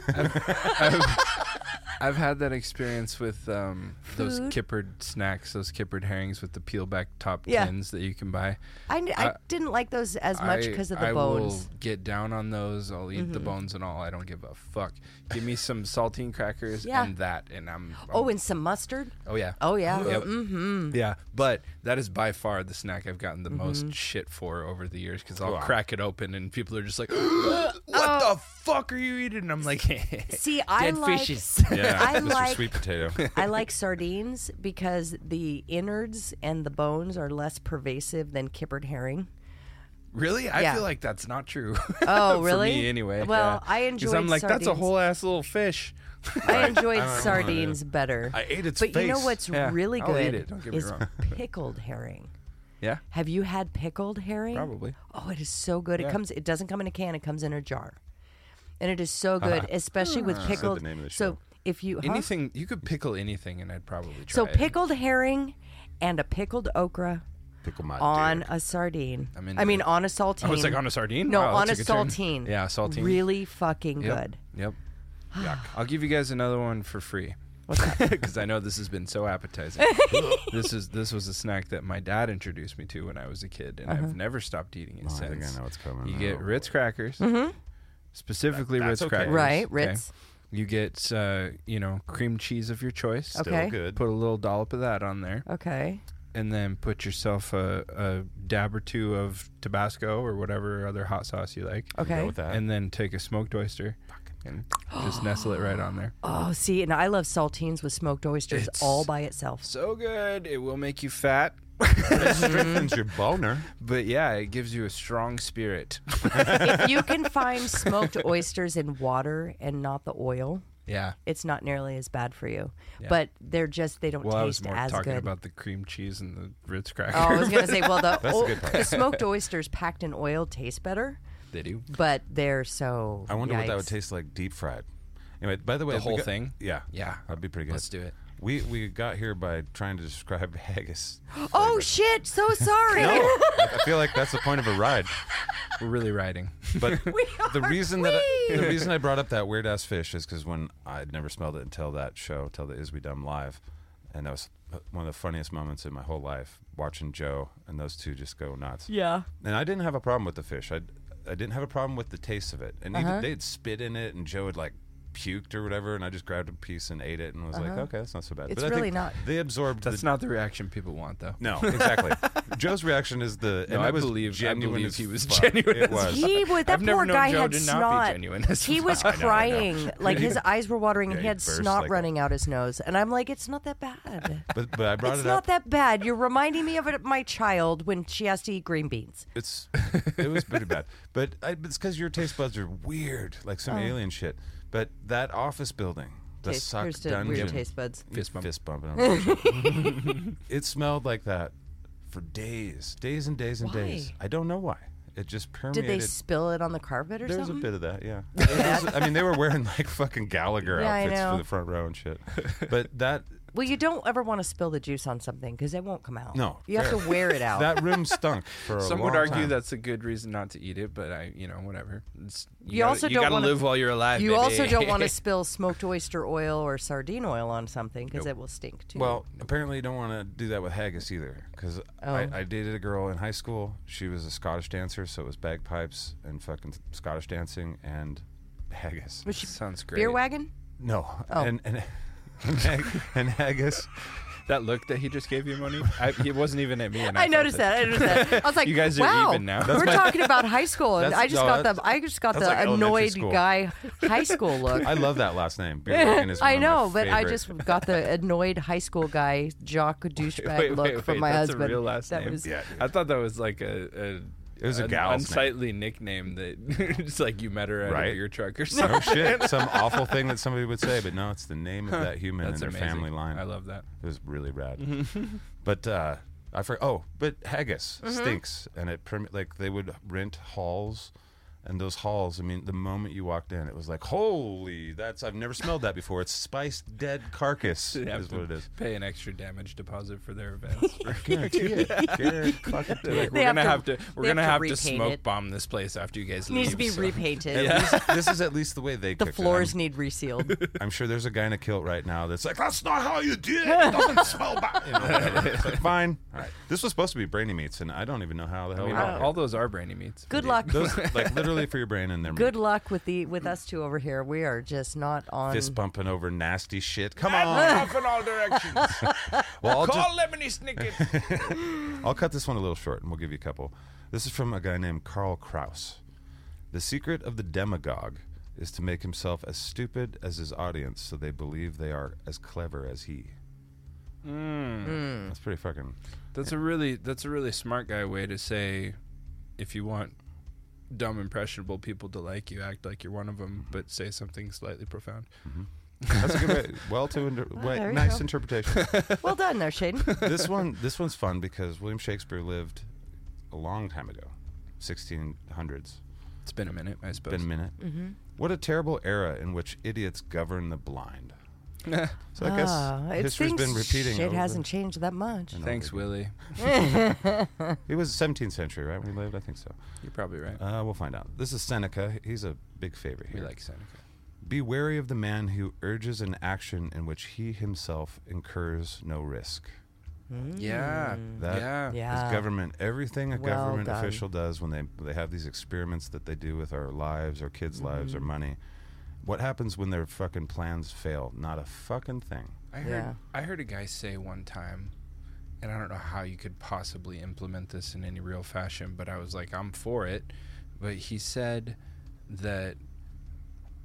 S3: I've had that experience with um, those
S4: Food.
S3: kippered snacks, those kippered herrings with the peel back top
S4: Yeah.
S3: tins that you can buy.
S4: I, I didn't like those as much
S3: I-
S4: because of the
S3: I
S4: bones. Mm-hmm.
S3: will get down on those. I'll eat the bones and all. I don't give a fuck. Give me some saltine crackers
S4: Yeah.
S3: and that, and I'm. I'm-
S4: Oh, and some mustard.
S3: oh yeah.
S4: Oh yeah.
S3: Mm-hmm. Yeah, but that is by far the
S4: Mm-hmm. Oh.
S3: snack I've gotten the most shit for over the years because I'll crack it open and people are just like, what the fuck are you eating? I'm like,
S4: See, I
S3: dead
S4: like
S3: fishes.
S2: Yeah,
S4: I
S2: Mr.
S4: like-
S2: Sweet Potato.
S4: I like sardines because the innards and the bones are less pervasive than kippered herring.
S3: Really? I
S4: Yeah.
S3: feel like that's not true.
S4: Oh,
S3: For
S4: really?
S3: me, anyway.
S4: Well,
S3: yeah.
S4: I
S3: 'Cause I'm
S4: enjoyed
S3: like, that's a
S4: sardines.
S3: whole ass little fish.
S4: I enjoyed
S2: I don't know what it
S4: sardines
S2: is.
S4: better.
S2: I ate its
S4: but you know
S2: face.
S4: what's
S3: Yeah,
S4: really
S3: I'll eat
S4: good
S3: it, don't get me
S4: is
S3: wrong.
S4: pickled herring.
S3: Yeah,
S4: Have you had pickled herring?
S3: probably.
S4: Oh, it is so good.
S3: Yeah.
S4: It comes. It doesn't come in a can. It comes in a jar, and it is so good, especially
S3: Ah.
S4: with
S2: the
S4: pickled.
S2: name of the
S4: so
S2: show.
S4: if you huh?
S3: Anything you could pickle anything, and I'd probably try.
S4: Uh-huh. so
S3: it.
S4: pickled herring and a pickled okra
S2: Pickle my
S4: on
S2: dick.
S4: a sardine.
S3: I'm into
S4: I mean,
S3: it.
S4: on a saltine.
S3: I was Oh, like on a sardine.
S4: No,
S3: Wow,
S4: on a
S3: that took turn.
S4: saltine.
S3: Yeah, saltine.
S4: Really fucking
S3: Yep.
S4: good.
S3: Yep. I'll give you guys another one for free. Because I know this has been so appetizing. this is this was a snack that my dad introduced me to when I was a kid, and
S4: Uh-huh.
S3: I've never stopped eating it
S2: Oh, I
S3: since.
S2: think I know what's coming.
S3: You
S2: now.
S3: get Ritz crackers, specifically
S2: That- that's
S3: Ritz
S2: okay.
S3: crackers,
S4: Mm-hmm. Right,
S3: okay?
S4: Ritz.
S3: You get uh, you know cream cheese of your choice.
S2: Still
S4: Okay.
S2: good.
S3: Put a little dollop of that on there,
S4: Okay.
S3: and then put yourself a, a dab or two of Tabasco or whatever other hot sauce you like.
S2: Go
S4: Okay.
S2: with that.
S3: And then take a smoked oyster and just nestle it right on there.
S4: Oh, see, and I love saltines with smoked oysters
S3: It's-
S4: all by itself.
S3: So good. It will make you fat,
S2: it strengthens your boner.
S3: but yeah, it gives you a strong spirit.
S4: if you can find smoked oysters in water and not the oil,
S3: yeah.
S4: it's not nearly as bad for you. But they're just they don't
S3: Well, I was
S4: taste
S3: more
S4: as
S3: talking
S4: good.
S3: about the cream cheese and the Ritz cracker.
S4: oh, I was gonna say, well, the,
S2: That's the
S4: o-
S2: good part.
S4: the smoked oysters packed in oil taste better,
S3: they do.
S4: but they're so.
S2: I wonder what that would
S4: yikes.
S2: taste like deep fried. Anyway, by the way,
S3: The
S2: we
S3: whole
S2: got-
S3: thing?
S2: Yeah,
S3: Yeah.
S2: that'd be pretty good.
S3: Let's do it.
S2: We we got here by trying to describe haggis.
S4: Oh shit! So sorry.
S2: No, I feel like that's the point of a ride.
S3: We're really riding.
S2: But the
S4: are-
S2: reason that I, the reason I brought up that weird ass fish is because when I'd never smelled it until that show, until the Is We Dumb live, and that was one of the funniest moments in my whole life watching Joe and those two just go nuts.
S4: Yeah.
S2: And I didn't have a problem with the fish. I I didn't have a problem with the taste of it. And
S4: Uh-huh.
S2: even they'd spit in it, and Joe had like puked or whatever, and I just grabbed a piece and ate it, and was like, okay, that's not so bad.
S4: Uh-huh. It's
S2: I think
S4: really not.
S2: They absorbed
S3: That's
S2: the.
S3: not the reaction people want, though.
S2: no, exactly. Joe's reaction is the. And
S3: No,
S2: it
S3: I
S2: was
S3: believe- I
S2: genuine
S3: believe
S2: as
S3: he was
S2: fuck.
S3: genuine
S2: It
S3: as
S2: was.
S4: He was that
S3: I've never
S4: poor
S3: known
S4: guy
S3: Joe
S4: had
S3: to not be
S4: snot.
S3: genuine as
S4: He was
S3: fuck. I know, I know.
S4: crying, like his eyes were watering, and
S2: Yeah,
S4: he
S2: he
S4: had
S2: burst
S4: snot
S2: like a-
S4: running out his nose. And I'm like, it's not that bad.
S2: But, but I brought
S4: it's
S2: it up.
S4: not that bad. You're reminding me of it, my child when she has to eat green beans.
S2: It's it was pretty bad, but I, it's because your taste buds are weird, like some alien shit. But that office building, the
S4: Oh. Taste-
S2: suck
S4: here's to
S2: dungeon,
S4: weird taste buds.
S3: Fist bump.
S2: fist bump. I don't know. it smelled like that for days, days and days and days.
S4: Why?
S2: I don't know why. It just
S4: Did
S2: permeated.
S4: they spill it on the carpet or
S2: there was a
S4: something?
S2: bit of that, yeah. It was- I mean, they were wearing like fucking Gallagher
S4: Yeah, I
S2: outfits
S4: know.
S2: for the front row and shit. But that
S4: Well, you don't ever want to spill the juice on something because it won't come out.
S2: No,
S4: you have
S2: fair.
S4: to wear it out.
S2: that room stunk for a
S3: Some
S2: long
S3: would argue
S2: time.
S3: that's a good reason not to eat it, but I, you know, whatever. It's,
S4: You
S3: gotta-
S4: also
S3: you
S4: don't
S3: gotta
S4: wanna-
S3: live while you're alive.
S4: you
S3: baby.
S4: also don't want to spill smoked oyster oil or sardine oil on something because it will stink too.
S2: Well, apparently you don't want to do that with haggis either, because
S4: Oh.
S2: I, I dated a girl in high school. She was a Scottish dancer, so it was bagpipes and fucking Scottish dancing and haggis.
S4: was she
S3: Sounds great.
S4: beer wagon?
S2: No,
S3: Oh.
S2: and and and, hag- and haggis.
S3: That look that he just gave you, Moni, I, it wasn't even at me. And I,
S4: I
S3: thought
S4: noticed that. I noticed that. I was like,
S3: You guys are
S4: wow,
S3: even now." That's
S4: We're
S2: my-
S4: talking about high school, and
S2: That's-
S4: I just
S2: no,
S4: got the
S2: that's-
S4: I just got the
S2: that's like elementary
S4: annoyed
S2: school.
S4: guy high school look.
S2: I love that last name. Beer Wagon is one
S4: I
S2: of my
S4: know, but I
S2: favorite-
S4: just got the annoyed high school guy jock douchebag
S3: wait,
S4: look
S3: wait,
S4: from
S3: wait,
S4: my
S3: that's
S4: husband.
S3: A real last
S4: that
S3: name.
S4: was
S2: Yeah.
S3: I thought that was like a. a
S2: It was a
S3: an
S2: gal's name.
S3: unsightly nickname that it's like you met her at a
S2: Right.
S3: beer truck or
S2: no
S3: something.
S2: Oh, shit, some awful thing that somebody would say, but no, it's the name of that human
S3: That's
S2: and their
S3: amazing.
S2: family line.
S3: I love Mm-hmm. that.
S2: It was really rad. but uh, I forgot. Oh, but haggis
S3: Mm-hmm.
S2: stinks, and it perm- like they would rent halls, and those halls. I mean, the moment you walked in, it was like, holy, that's I've never smelled that before. It's spiced dead carcass
S3: They have
S2: is
S3: to
S2: what it is.
S3: Pay an extra damage deposit for their events. We're
S2: Guarantee it. Guarantee fucking do it.
S4: They have
S3: gonna
S4: to-
S3: have to. We're
S4: they have
S3: gonna
S4: to
S3: have to
S4: repaint
S3: smoke
S4: it.
S3: bomb this place after you guys leave.
S4: needs to be
S3: so-
S4: repainted.
S2: This is at least the way they
S4: The
S2: cooked
S4: floors
S2: It.
S4: need resealed.
S2: I'm, I'm sure there's a guy in a kilt right now that's like, that's not how you do it. It doesn't smell bad. You know, whatever. It's like, fine. All right. This was supposed to be brainy meats, and I don't even know how the hell.
S3: I mean,
S2: we got
S3: all,
S2: here.
S3: all those are brainy meats.
S4: Good luck.
S2: Those like literally for your brain and their
S4: Good luck with the with us two over here. We are just not on.
S2: fist pumping over nasty shit. Come on.
S3: in all directions.
S2: Well, I'll, just,
S3: Lemony Snicket.
S2: I'll cut this one a little short, and we'll give you a couple. This is from a guy named Carl Kraus, The secret of the demagogue is to make himself as stupid as his audience so they believe they are as clever as he.
S4: Hmm.
S2: That's pretty fucking.
S3: That's a really that's a really smart guy way to say, if you want dumb impressionable people to like you, act like you're one of them, but say something slightly profound.
S2: That's a good way. Well, to inter- way-
S4: Oh, there you
S2: nice
S4: go.
S2: interpretation.
S4: Well done there, Shaden.
S2: this one this one's fun because William Shakespeare lived a long time ago, 1600s.
S3: It's been a minute, I suppose.
S2: Been a minute. Mm-hmm. What a terrible era in which idiots govern the blind. So I guess
S4: Ah, it
S2: history's
S4: seems
S2: been repeating.
S4: Shit
S2: over-
S4: hasn't changed that much.
S3: Thanks, Willie.
S2: It was 17th century, right? When he lived, I think so.
S3: You're probably right.
S2: Uh, we'll find out. This is Seneca. He's a big favorite
S3: we
S2: here.
S3: like Seneca.
S2: Be wary of the man who urges an action in which he himself incurs no risk.
S3: Yeah.
S2: That
S3: yeah.
S4: Yeah.
S2: is government. Everything a
S4: Well
S2: government
S4: done.
S2: official does when they they have these experiments that they do with our lives, our kids' lives,
S4: Mm-hmm.
S2: our money. What happens when their fucking plans fail? Not a fucking thing.
S3: I heard
S4: Yeah.
S3: I heard a guy say one time, and I don't know how you could possibly implement this in any real fashion, but I was like, I'm for it. But he said that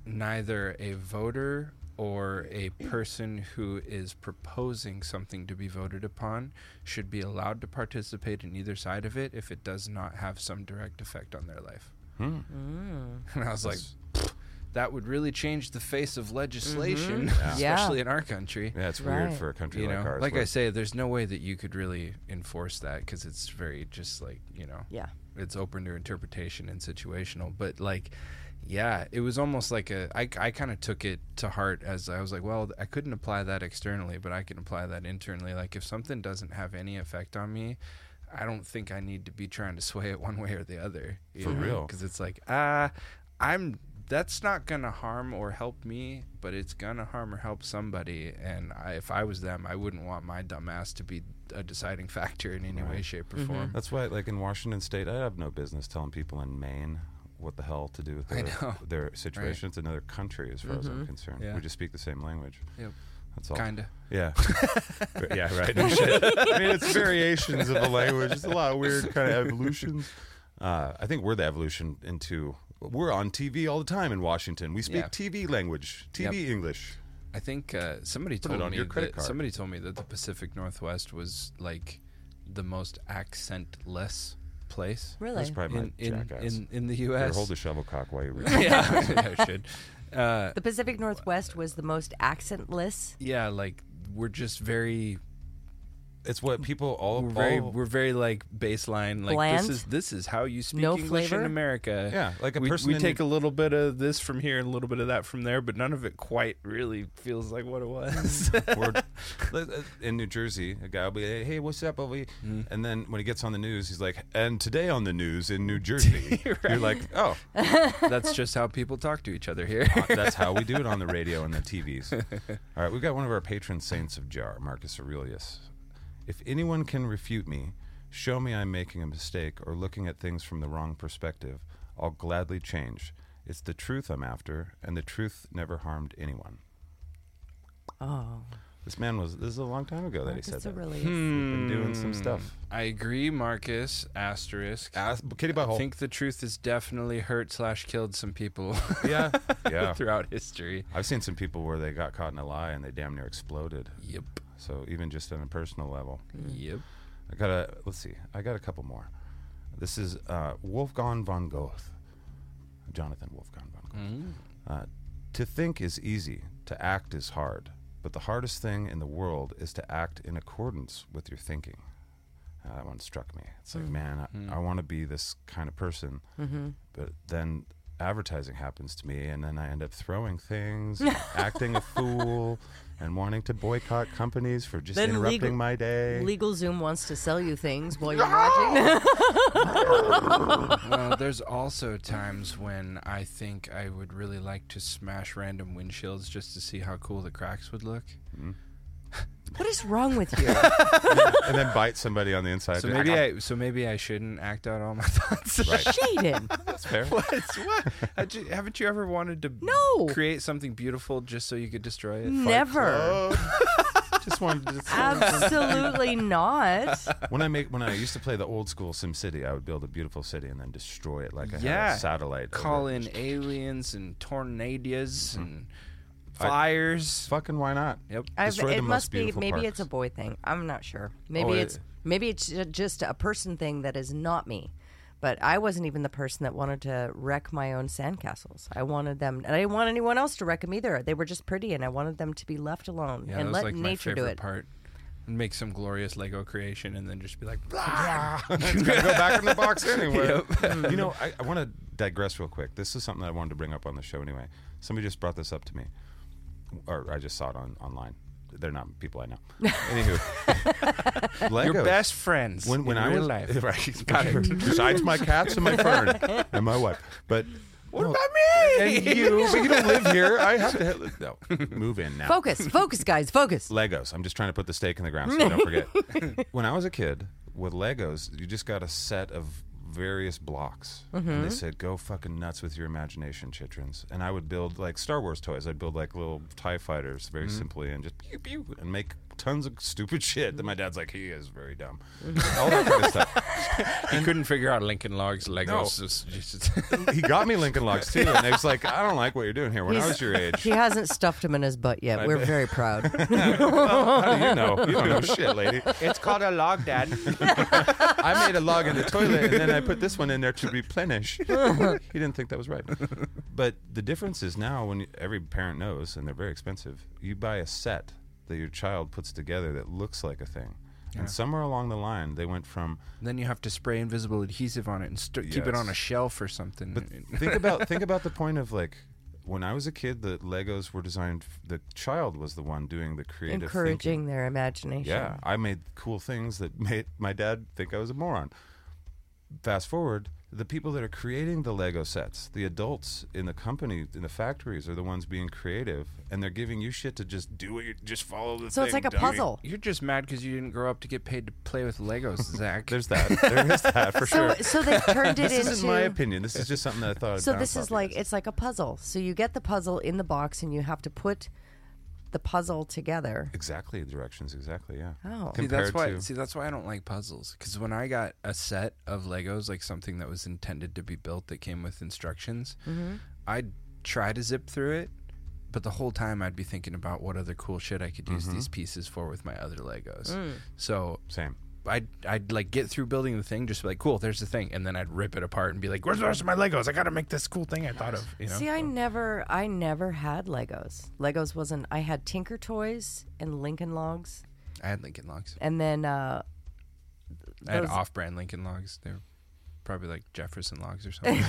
S3: neither a voter or a person who is proposing something to be voted upon should be allowed to participate in either side of it if it does not have some direct effect on their life. And I was like, "Pfft, that would really change the face of legislation,
S4: Yeah.
S3: especially in our country
S2: Yeah, it's
S4: Right.
S2: weird for a country
S3: you
S2: like
S3: know,
S2: ours.
S3: like
S2: where-
S3: I say, there's no way that you could really enforce that because it's very just like you know,
S4: Yeah.
S3: it's open to interpretation and situational. But like, yeah, it was almost like a I I kind of took it to heart as I was like, well, I couldn't apply that externally, but I can apply that internally. Like if something doesn't have any effect on me. I don't think I need to be trying to sway it one way or the other.
S2: For real.
S3: because it's like ah, I'm that's not gonna harm or help me, but it's gonna harm or help somebody. And I, if I was them, I wouldn't want my dumbass to be a deciding factor in any way, shape, or form.
S2: Mm-hmm. That's why, like in Washington State, I have no business telling people in Maine what the hell to do with their,
S3: know.
S2: their situation. It's another country, as far as I'm concerned.
S3: Yeah.
S2: We just speak the same language.
S3: Yep.
S2: That's all.
S3: Kinda.
S2: Yeah. yeah, right. No shit. I mean, it's variations of the language. It's a lot of weird kind of evolutions. Uh, I think we're the evolution into. We're on TV all the time in Washington. We speak
S3: Yeah.
S2: TV language, TV English.
S3: I think uh, somebody
S2: it
S3: told
S2: on
S3: me
S2: your credit
S3: that,
S2: card.
S3: somebody told me that the Pacific Northwest was like the most accentless place
S2: That's
S4: Really?
S2: probably
S3: in
S2: my
S3: in,
S2: jackass.
S3: in in the
S2: Here,
S3: U.S.
S2: hold the shovel cock while you read.
S3: yeah, I should.
S4: The Pacific Northwest was the most accentless.
S3: Yeah, like we're just very
S2: It's what people all
S3: we're very
S2: all-
S3: we're very like baseline like
S4: Bland?
S3: this is this is how you speak
S4: No
S3: English in
S4: flavor?
S3: America.
S2: Yeah, like a
S3: we,
S2: person
S3: we
S2: in-
S3: take a little bit of this from here and a little bit of that from there, but none of it quite really feels like what it was.
S2: Or uh, in New Jersey, a guy will be, hey, what's up over here? And then when he gets on the news, he's like, and today on the news in New Jersey, you're like, oh, uh,
S3: That's just how people talk to each other here.
S2: that's how we do it on the radio and the TVs. All right, we've got one of our patron saints of Jar, Marcus Aurelius. If anyone can refute me, show me I'm making a mistake or looking at things from the wrong perspective, I'll gladly change. It's the truth I'm after, and the truth never harmed anyone.
S4: Oh,
S2: This man was, this is a long time ago that he said
S4: it's a
S2: that.
S4: really
S2: Been doing
S3: Hmm.
S2: some stuff.
S3: I agree, Marcus. Asterisk.
S2: Ass, kitty
S3: I
S2: butthole.
S3: think the truth has definitely hurt slash killed some people
S2: yeah, yeah.
S3: throughout history.
S2: I've seen some people where they got caught in a lie and they damn near exploded.
S3: Yep.
S2: So even just on a personal level,
S3: Yep.
S2: I got a let's see, I got a couple more. This is uh, Wolfgang von Goethe, Jonathan Wolfgang von Goethe.
S3: Mm.
S2: Uh, to think is easy, to act is hard, but the hardest thing in the world is to act in accordance with your thinking. Uh, that one struck me. It's
S3: Mm.
S2: like, man, I,
S3: Mm-hmm.
S2: I want to be this kind of person,
S4: Mm-hmm.
S2: but then advertising happens to me, and then I end up throwing things, and acting a fool, and wanting to boycott companies for just
S4: Then
S2: interrupting
S4: legal-
S2: my day.
S4: Legal Zoom wants to sell you things while you're watching.
S3: well, there's also times when I think I would really like to smash random windshields just to see how cool the cracks would look.
S4: What is wrong with you?
S2: and then bite somebody on the inside.
S3: So maybe I so maybe I shouldn't act out all my thoughts.
S2: Right.
S4: Shaden.
S2: That's fair.
S3: what? What? I ju- haven't you ever wanted to
S4: No.
S3: create something beautiful just so you could destroy it?
S4: Never.
S2: Just wanted to.
S4: Absolutely not.
S2: when I make when I used to play the old school Sim City, I would build a beautiful city and then destroy it like I had
S3: Yeah.
S2: a satellite. over
S3: Call
S2: it.
S3: in aliens and tornadoes
S2: Mm-hmm.
S3: and fires.
S2: Fucking why not?
S3: Yep.
S4: I've,
S2: Destroy the
S4: it
S2: most
S4: must be.
S2: beautiful
S4: Maybe
S2: parks. Oh,
S4: it's a boy thing. I'm not sure. Maybe
S2: it-
S4: it's maybe it's ju- just a person thing that is not me. But I wasn't even the person that wanted to wreck my own sandcastles. I wanted them, and I didn't want anyone else to wreck them either. They were just pretty, and I wanted them to be left alone
S3: Yeah, that
S4: and
S3: was
S4: let
S3: like my favorite
S4: nature do it.
S3: part. Make some glorious Lego creation and then just be like,
S2: Ah. Gotta go back in the box anyway.
S3: Yep.
S2: you know, I, I want to digress real quick. This is something that I wanted to bring up on the show anyway. Somebody just brought this up to me, or I just saw it on online. They're not people I know. Anywho,
S3: your
S2: Legos.
S3: best friends
S2: when when
S3: in
S2: I
S3: real
S2: was
S3: life.
S2: right,
S3: Got it.
S2: besides my cats and my fern and my wife, but what about
S3: me?
S2: And you, but you don't live here. I have to no move in now.
S4: Focus, focus, guys, focus.
S2: Legos. I'm just trying to put the stake in the ground so I don't forget. when I was a kid, with Legos, you just got a set of various blocks. And they said, go fucking nuts with your imagination, Chitrins. And I would build like Star Wars toys. I'd build like little TIE fighters very simply and just pew pew and make tons of stupid shit that my dad's like, he is very dumb. All that kind of stuff.
S3: you couldn't figure out Lincoln Logs Legos.
S2: No.
S3: It's just-
S2: He got me Lincoln Logs too. And he was like, I don't like what you're doing here. When I
S4: He's-
S2: was your age,
S4: He hasn't stuffed him in his butt yet. We're very proud.
S2: how do you know? You don't know shit, lady.
S3: it's called a log, Dad.
S2: I made a log in the toilet and then I put this one in there to replenish. he didn't think that was right. But the difference is now when you- every parent knows, and they're very expensive, you buy a set that your child puts together that looks like a thing. And somewhere along the line, they went from
S3: then you have to spray invisible adhesive on it and st- keep it
S2: Yes.
S3: on a shelf or something.
S2: think about think about the point of like when I was a kid, the Legos were designed. f- The child was the one doing the creative, thinking.
S4: Encouraging their imagination.
S2: Yeah, I made cool things that made my dad think I was a moron. Fast forward, the people that are creating the Lego sets, the adults in the company, in the factories, are the ones being creative, and they're giving you shit to just do it, just follow the.
S4: So it's
S2: thing,
S4: like a
S2: dummy.
S4: puzzle.
S3: You're just mad because you didn't grow up to get paid to play with Legos, Zach.
S2: There's that. There is that for
S4: So,
S2: sure.
S4: so they turned it
S2: This
S4: into.
S2: is my opinion. This is just something that I thought. I'd
S4: So
S2: bounce
S4: this
S2: off
S4: is
S2: you
S4: like
S2: guys.
S4: it's like a puzzle. So you get the puzzle in the box and you have to put the puzzle together.
S2: exactly the directions. Exactly, yeah.
S4: Oh.
S3: See, that's
S2: Compared
S3: why.
S2: to-
S3: See, that's why I don't like puzzles. Because when I got a set of Legos, like something that was intended to be built that came with instructions, I'd try to zip through it, but the whole time I'd be thinking about what other cool shit I could use these pieces for with my other Legos. So
S2: same.
S3: I'd I'd like get through building the thing, just be like, cool, there's the thing, and then I'd rip it apart and be like, where's the rest of my Legos? I got to make this cool thing I thought of. You know?
S4: See, I never I never had Legos. Legos wasn't I had Tinker Toys and Lincoln Logs
S3: I had Lincoln Logs.
S4: and then uh
S3: I had
S4: Those-
S3: off-brand Lincoln Logs. They're probably like Jefferson Logs or something.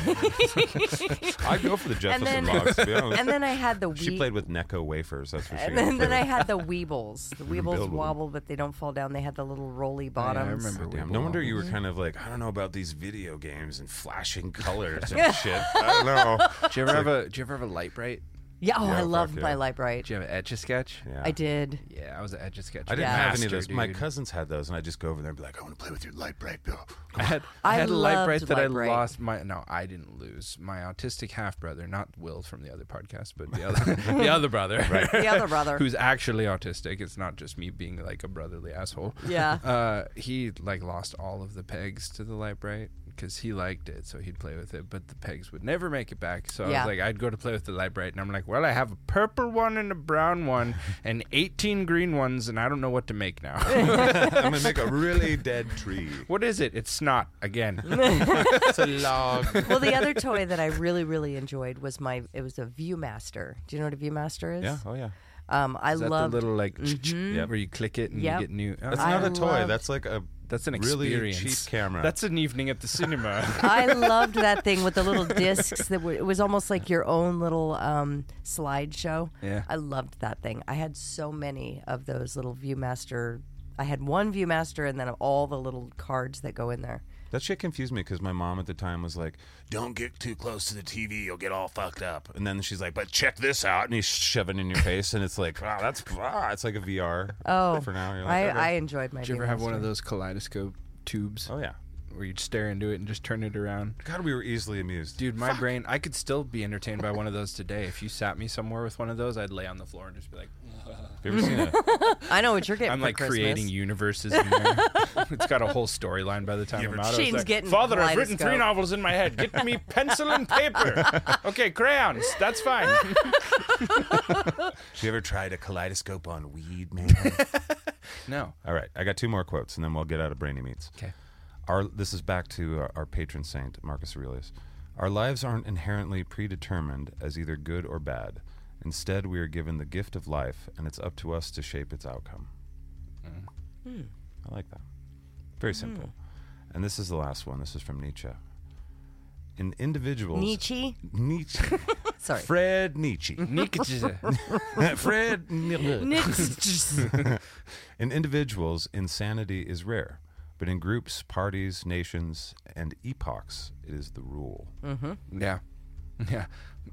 S2: I'd go for the Jefferson
S4: then-
S2: logs. To be honest.
S4: and then I had the
S2: she
S4: Wee-
S2: played with Necco wafers. That's what she.
S4: and
S2: did
S4: then,
S2: for-
S4: then I had the Weebles. The Weebles
S2: build one.
S4: wobble, but they don't fall down. They had the little roly bottoms.
S3: remember
S2: Damn, no wonder you were kind of like, I don't know about these video games and flashing colors and shit. I don't know.
S3: Do you ever have a Do you ever have a light bright?
S4: Yeah, oh,
S2: Yeah,
S4: I
S2: fuck
S4: loved
S2: yeah.
S4: my light bright.
S3: Do you have an etch a sketch?
S2: Yeah.
S4: I did.
S3: Yeah, I was an etch a sketch.
S2: I didn't have any of
S3: master,
S2: those. My
S3: dude.
S2: cousins had those, and I'd just go over there and be like, I want to play with your light bright bill.
S3: I had,
S4: I
S3: I had a light
S4: loved
S3: bright that
S4: Light
S3: I
S4: Bright.
S3: lost. My no, I didn't lose. My autistic half brother, not Will from the other podcast, but the other the other brother,
S4: The other brother.
S3: who's actually autistic. It's not just me being like a brotherly asshole.
S4: Yeah.
S3: Uh, he like lost all of the pegs to the light bright because he liked it, so he'd play with it. But the pegs would never make it back. So I
S4: Yeah.
S3: was like, I'd go to play with the light bright, and I'm like, well, I have a purple one and a brown one and 18 green ones, and I don't know what to make now.
S2: I'm gonna make a really dead tree.
S3: what is it? It's snot again.
S2: It's a log.
S4: well, the other toy that I really, really enjoyed was my. It was a ViewMaster. Do you know what a ViewMaster is?
S2: Yeah. Oh yeah.
S4: Um, I
S3: Is that
S4: loved.
S3: the little like
S2: Yep.
S3: where you click it and
S4: Mm-hmm. Yep.
S3: you get new? Oh,
S2: That's
S4: I
S2: not a toy.
S4: loved-
S2: That's like a.
S3: that's an
S2: really
S3: experience.
S2: cheap camera.
S3: That's an evening at the cinema.
S4: I loved that thing with the little discs that were, it was almost like your own little um, slideshow.
S3: Yeah.
S4: I loved that thing. I had so many of those little ViewMaster. I had one ViewMaster and then all the little cards that go in there.
S2: That shit confused me because my mom at the time was like,
S5: Don't get too close to the TV, you'll get all fucked up.
S2: and then she's like, but check this out, and he's shoving in your face, and it's like, wow, that's ah, it's like a VR.
S4: Oh,
S2: For now, you're like,
S4: I,
S2: okay.
S4: I enjoyed my.
S3: Did you ever have one of those kaleidoscope tubes?
S2: Oh yeah.
S3: where you'd stare into it and just turn it around.
S2: God, we were easily amused.
S3: Dude, my brain, I could still be entertained by one of those today. If you sat me somewhere with one of those, I'd lay on the floor and just be like,
S2: Have you ever seen a
S4: I know what you're getting.
S3: I'm
S4: for
S3: like
S4: Christmas.
S3: creating universes in there. it's got a whole storyline by the time I'm out. I was
S4: Shane's
S3: like,
S4: getting
S3: Father, I've written three
S4: kaleidoscope."
S3: novels in my head. Get me pencil and paper. Okay, crayons. That's fine.
S2: Have you ever tried a kaleidoscope on weed, man?
S3: No.
S2: All right, I got two more quotes, and then we'll get out of brainy meats.
S3: Okay.
S2: Our this is back to our, our patron saint Marcus Aurelius. Our lives aren't inherently predetermined as either good or bad. Instead, we are given the gift of life, and it's up to us to shape its outcome.
S4: Hmm.
S2: I like that. Very simple. And this is the last one. This is from Nietzsche. In individuals,
S4: Nietzsche.
S2: Nietzsche,
S4: Sorry.
S2: Fred Nietzsche, Fred Nietzsche.
S4: Nietzsche.
S2: In individuals, insanity is rare, but in groups, parties, nations, and epochs, it is the rule.
S3: Mm. yeah. Yeah.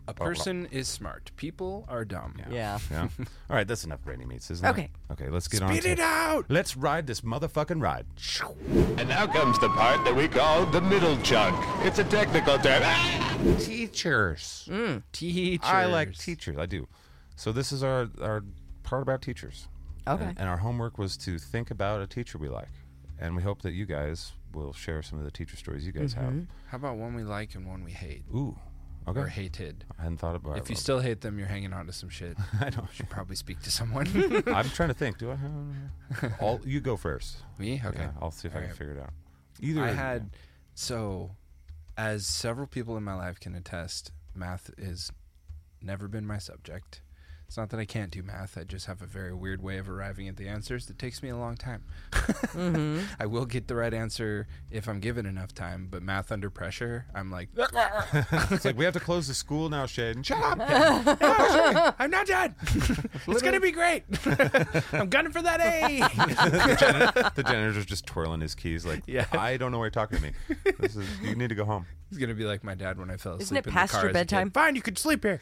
S3: A person is smart. People are dumb.
S4: yeah.
S2: Yeah. All right, that's enough brainy meats, isn't
S4: Okay.
S2: it? Okay. Okay, let's get on.
S3: Spit
S2: to-
S3: it out!
S2: Let's ride this motherfucking ride.
S5: And now comes the part that we call the middle chunk. It's a technical term.
S2: Teachers.
S4: Mm.
S3: Teachers.
S2: I like teachers. I do. So this is our our part about teachers.
S4: Okay.
S2: And, and our homework was to think about a teacher we like, and we hope that you guys will share some of the teacher stories you
S4: Mm-hmm.
S2: guys
S3: How about one we like and one we hate
S2: have. Ooh. Okay.
S3: or hated?
S2: I hadn't thought about it.
S3: If you still hate them, you're hanging on to some shit.
S2: I don't.
S3: Should probably speak to someone.
S2: I'm trying to think. Do I have? All you go first.
S3: Me? Okay.
S2: Yeah, I'll see if I can
S3: Alright.
S2: figure it out. Either
S3: I
S2: of you.
S3: had so as several people in my life can attest, math is never been my subject. It's not that I can't do math. I just have a very weird way of arriving at the answers that takes me a long time.
S4: Mm-hmm.
S3: I will get the right answer if I'm given enough time, but math under pressure, I'm like, "Oh,
S2: It's like we have to close the school now, Shaden. Shut up.
S3: I'm not done. it's gonna be great. I'm gunning for that A.
S2: the janitor's just twirling his keys, like,
S3: Yeah.
S2: I don't know why you're talking to me. This is you need to go home.
S3: He's gonna be like my dad when I fell asleep.
S4: Isn't it
S3: in
S4: past
S3: the car
S4: your
S3: as a kid.
S4: bedtime?
S3: Fine, you can sleep here.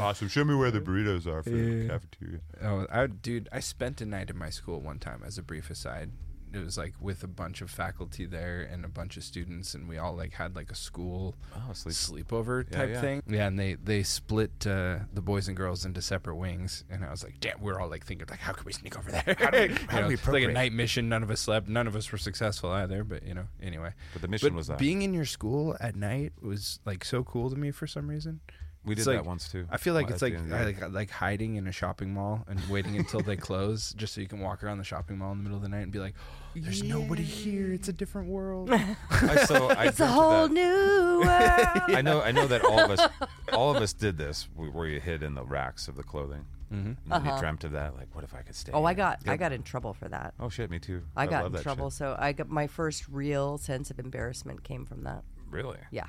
S2: Awesome. Show me where the burritos are for the cafeteria.
S3: Oh, I dude, I spent a night at my school one time as a brief aside. It was like with a bunch of faculty there and a bunch of students, and we all like had like a school
S2: Oh, sleep.
S3: sleepover type
S2: yeah.
S3: thing. Yeah, and they they split uh, the boys and girls into separate wings, and I was like, damn, we're all like thinking like, how can we sneak over there? How do we,
S2: how do we
S3: like a
S2: appropriate?
S3: night mission. None of us slept. None of us were successful either. But you know, anyway.
S2: But the mission was uh, that.
S3: being in your school at night was like so cool to me for some reason.
S2: We
S3: It's
S2: did that
S3: like-
S2: once, too.
S3: I feel like
S2: Well,
S3: it's like
S2: at the end of the
S3: I
S2: day.
S3: like, like hiding in a shopping mall and waiting until they close, just so you can walk around the shopping mall in the middle of the night and be like, "Oh, "There's nobody here. It's a different world."
S2: I, so I dreamt
S4: It's a
S2: of
S4: whole
S2: that.
S4: new world.
S2: I know. I know that all of us, all of us did this. We, where you hid in the racks of the clothing. Mm-hmm. And then You dreamt of that. Like, what if I could stay?
S4: Uh-huh. Oh, I
S2: here?
S4: got I got in trouble for that.
S2: Oh shit, me too.
S4: I got
S2: love
S4: in
S2: that shit.
S4: trouble, so I got my first real sense of embarrassment came from that.
S2: Really?
S4: Yeah.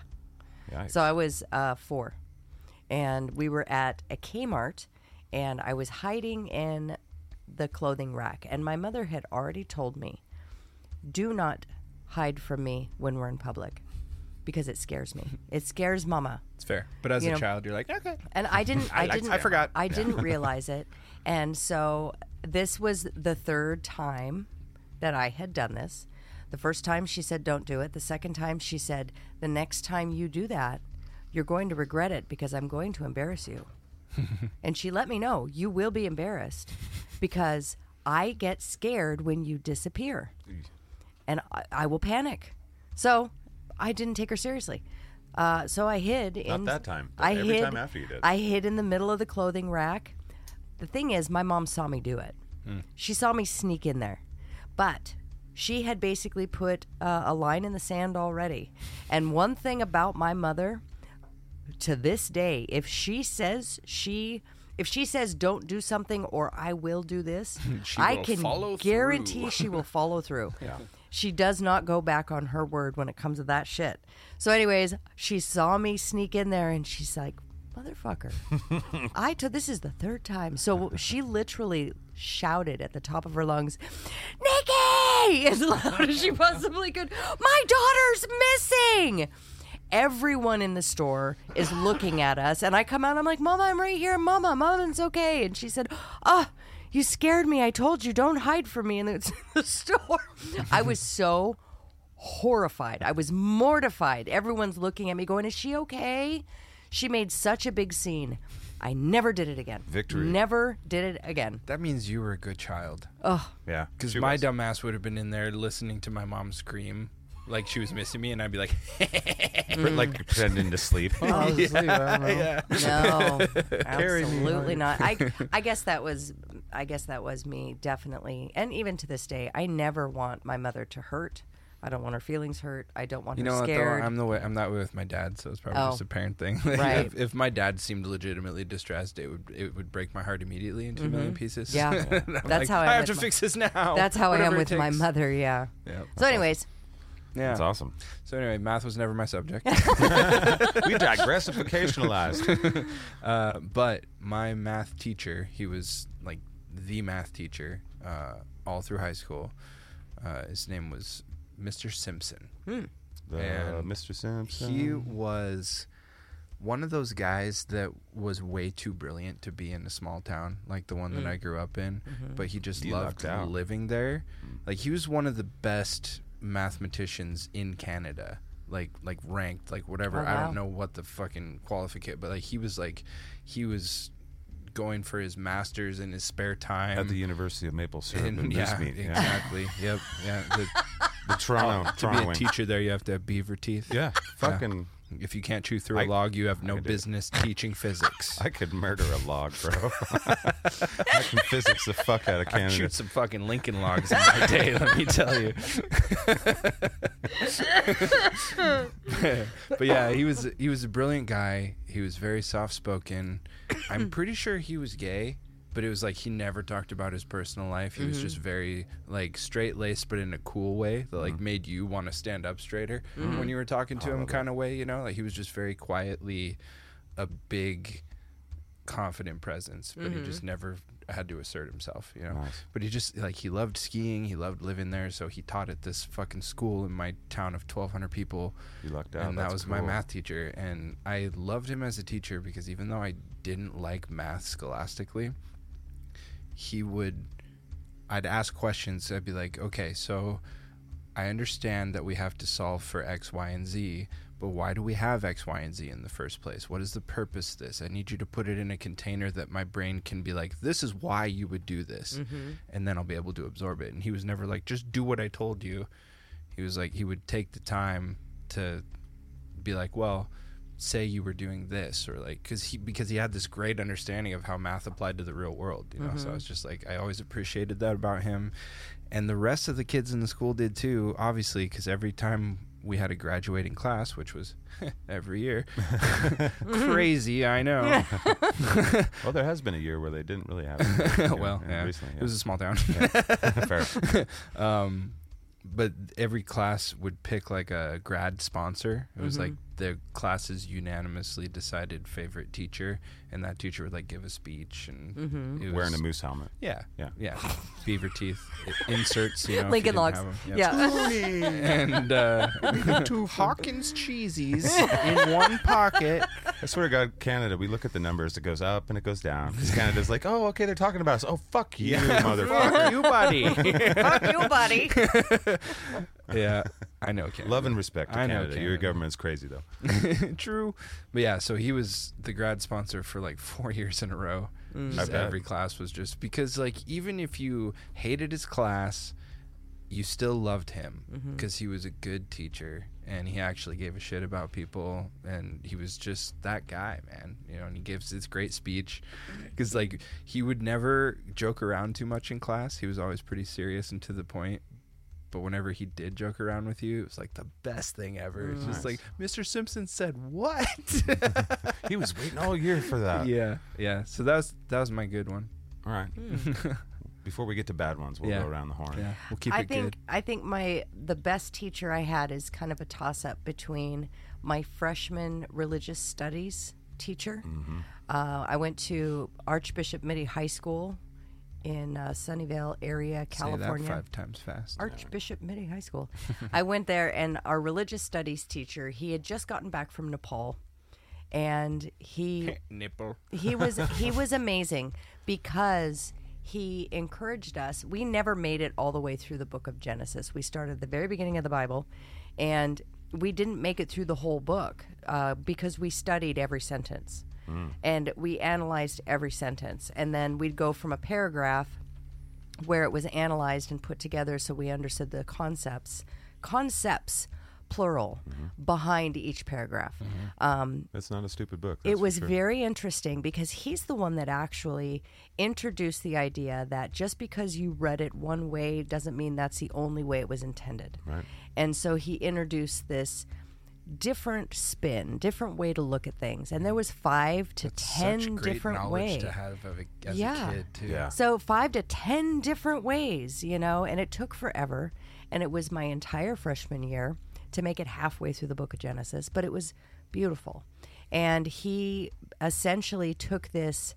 S2: Yikes.
S4: So I was uh, four, and we were at a Kmart, and I was hiding in the clothing rack, and my mother had already told me, "Do not hide from me when we're in public." Because it scares me. It scares Mama.
S3: it's fair, but as
S4: You
S3: a
S4: know-
S3: child, you're like, "Okay."
S4: and I didn't. I,
S3: liked
S4: didn't.
S3: it. I forgot.
S4: I didn't realize it, and so this was the third time that I had done this. The first time she said, "Don't do it." The second time she said, "The next time you do that, you're going to regret it because I'm going to embarrass you." and she let me know you will be embarrassed because I get scared when you disappear, and I, I will panic. So I didn't take her seriously. Uh, so I hid.
S2: Not
S4: in,
S2: that time.
S4: I
S2: Every
S4: hid,
S2: time after you did.
S4: I hid in the middle of the clothing rack. The thing is, my mom saw me do it. She saw me sneak in there, but she had basically put uh, a line in the sand already. And one thing about my mother, to this day, if she says she. If she says don't do something or I will do this,
S3: She
S4: I
S3: will
S4: can
S3: follow
S4: guarantee
S3: through.
S4: she will follow through. She does not go back on her word when it comes to that shit. So, anyways, she saw me sneak in there and she's like, motherfucker. I took this is the third time. So she literally shouted at the top of her lungs, Nikki! as loud as she possibly could, My daughter's missing! Everyone in the store is looking at us, and I come out. I'm like, "Mama, I'm right here, Mama, Mama, it's okay." And she said, "Ah, You scared me. I told you, don't hide from me in the, the store. I was so horrified. I was mortified. Everyone's looking at me going, Is she okay? She made such a big scene. I never did it again.
S2: Victory.
S4: Never did it again.
S3: That means you were a good child.
S4: Oh.
S2: Yeah.
S3: Because
S2: she
S3: my
S2: was.
S3: dumbass would have been in there listening to my mom scream like she was missing me, and I'd be like,
S2: like pretending to sleep.
S4: No,
S2: Carry me,
S4: absolutely not. I, I guess that was, I guess that was me definitely. And even to this day, I never want my mother to hurt. I don't want her feelings hurt. I don't want
S3: You
S4: her
S3: know what though?
S4: scared.
S3: I'm the way I'm that way with my dad, so it's probably
S4: Oh.
S3: just a parent thing. Like,
S4: Right.
S3: if, if my dad seemed legitimately distressed, it would it would break my heart immediately into a million pieces.
S4: Mm-hmm. Yeah.
S3: And I'm
S4: That's how I am
S3: I have to
S4: with my-
S3: fix this now.
S4: That's how I am
S3: whatever it
S4: with my
S3: takes."
S4: mother. Yeah.
S3: Yeah.
S4: So, anyways,
S3: Yeah.
S2: That's awesome.
S3: So anyway, math was never my subject.
S2: We digressificationalized.
S3: Uh, but my math teacher, he was like the math teacher uh, all through high school. Uh, his name was Mr. Simpson.
S2: The,
S3: And
S2: Mr. Simpson.
S3: He was one of those guys that was way too brilliant to be in a small town like the one
S4: Mm.
S3: that I grew up in,
S4: Mm-hmm.
S3: but he just
S2: You
S3: loved
S2: lucked out. Mm.
S3: living there. Like he was one of the best mathematicians in Canada. Like like ranked like whatever
S4: Oh,
S3: I
S4: wow.
S3: don't know what the fucking qualificate but like he was like he was going for his masters in his spare time
S2: at the University of Maple Syrup
S3: and,
S2: in
S3: yeah,
S2: Newsmeet. Yeah.
S3: exactly yep yeah the,
S2: The Toronto,
S3: to
S2: Toronto
S3: be a
S2: wing.
S3: teacher there you have to have beaver teeth
S2: Yeah, fucking.
S3: if you can't chew through a
S2: I-
S3: log, you have no
S2: could do it.
S3: business teaching physics.
S2: I could murder a log, bro. I can physics the fuck out of
S3: I
S2: Canada.
S3: shoot some fucking Lincoln logs in my day, let me tell you. but yeah, he was he was a brilliant guy. He was very soft spoken. I'm pretty sure he was gay, but it was like he never talked about his personal life. He was just very like straight laced, but in a cool way that
S2: Mm-hmm.
S3: like made you want to stand up straighter when you were talking to him, kind of way. You know, like he was just very quietly a big confident presence, but he just never had to assert himself, you know.
S2: Nice.
S3: But he just like he loved skiing, he loved living there, so he taught at this fucking school in my town of 1200 people.
S2: You lucked out.
S3: And that
S2: That's
S3: was my
S2: cool.
S3: math teacher and I loved him as a teacher because even though I didn't like math scholastically, he would I'd ask questions. I'd be like, "Okay, so I understand that we have to solve for X, Y, and Z, but why do we have X, Y, and Z in the first place? What is the purpose of this? I need you to put it in a container that my brain can be like, this is why you would do this. And then I'll be able to absorb it. And he was never like, just do what I told you. He was like, he would take the time to be like, well, say you were doing this or like because he because he had this great understanding of how math applied to the real world you know so i was just like i always appreciated that about him and the rest of the kids in the school did too obviously because every time we had a graduating class which was every year crazy i know
S2: Well, there has been a year where they didn't really have. it. Yeah,
S3: well
S2: yeah,
S3: yeah,
S2: recently.
S3: it was a small town
S2: yeah. Fair.
S3: um, but every class would pick like a grad sponsor. It was like
S4: Mm-hmm.
S3: the classes unanimously decided favorite teacher, and that teacher would like give a speech and
S4: Mm-hmm.
S3: it was,
S2: Wearing a moose helmet.
S3: Yeah,
S2: Yeah.
S3: yeah. Beaver teeth i- inserts. You know, if you didn't
S4: Lincoln Logs.
S3: have 'em. Yep.
S4: Yeah.
S3: and uh, two Hawkins cheesies in one pocket.
S2: I swear to God, Canada, we look at the numbers, it goes up and it goes down. Because Canada's like, oh, okay, they're talking about us. Oh, fuck you, motherfucker.
S3: Fuck you, buddy.
S4: Fuck you, buddy.
S3: yeah, I know. Ken.
S2: Love and respect to
S3: I know
S2: Canada. Your
S3: Canada.
S2: government's crazy, though.
S3: True. But yeah, so he was the grad sponsor for like four years in a row. Just
S2: I bet.
S3: every class was just because like even if you hated his class, you still loved him because he was a good teacher and he actually gave a shit about people and he was just that guy, man. You know, and he gives this great speech because like he would never joke around too much in class. He was always pretty serious and to the point. But whenever he did joke around with you, it was like the best thing ever. It's just like Mr. Simpson said, "What?"
S2: He was waiting all year for that.
S3: yeah, yeah. So that was that was my good one.
S2: All right. Before we get to bad ones, we'll
S3: Yeah.
S2: go around the horn.
S3: Yeah, we'll keep
S4: I
S3: it
S4: think
S3: good.
S4: I think my the best teacher I had is kind of a toss up between my freshman religious studies teacher.
S3: Mm-hmm.
S4: Uh, I went to Archbishop Mitty High School in uh, Sunnyvale area,
S3: Say
S4: California.
S3: that five times fast.
S4: Archbishop Mitty High School. I went there, and our religious studies teacher he had just gotten back from Nepal, and he
S3: Nipple.
S4: he was he was amazing because he encouraged us. We never made it all the way through the book of Genesis. We started at the very beginning of the Bible, and we didn't make it through the whole book uh, because we studied every sentence and we analyzed every sentence. And then we'd go from a paragraph where it was analyzed and put together so we understood the concepts concepts plural behind each paragraph um,
S2: That's not a stupid book. that's
S4: it
S2: for
S4: was
S2: sure.
S4: very interesting because he's the one that actually introduced the idea that just because you read it one way doesn't mean that's the only way it was intended
S2: Right.
S4: and so he introduced this different spin different way to look at things and there was five to ten
S3: Such great
S4: different
S3: knowledge
S4: ways
S3: to have of a, as
S4: Yeah.
S3: a kid too.
S2: Yeah.
S4: so five to ten different ways, you know, and it took forever. And it was my entire freshman year to make it halfway through the book of Genesis, but it was beautiful. And he essentially took this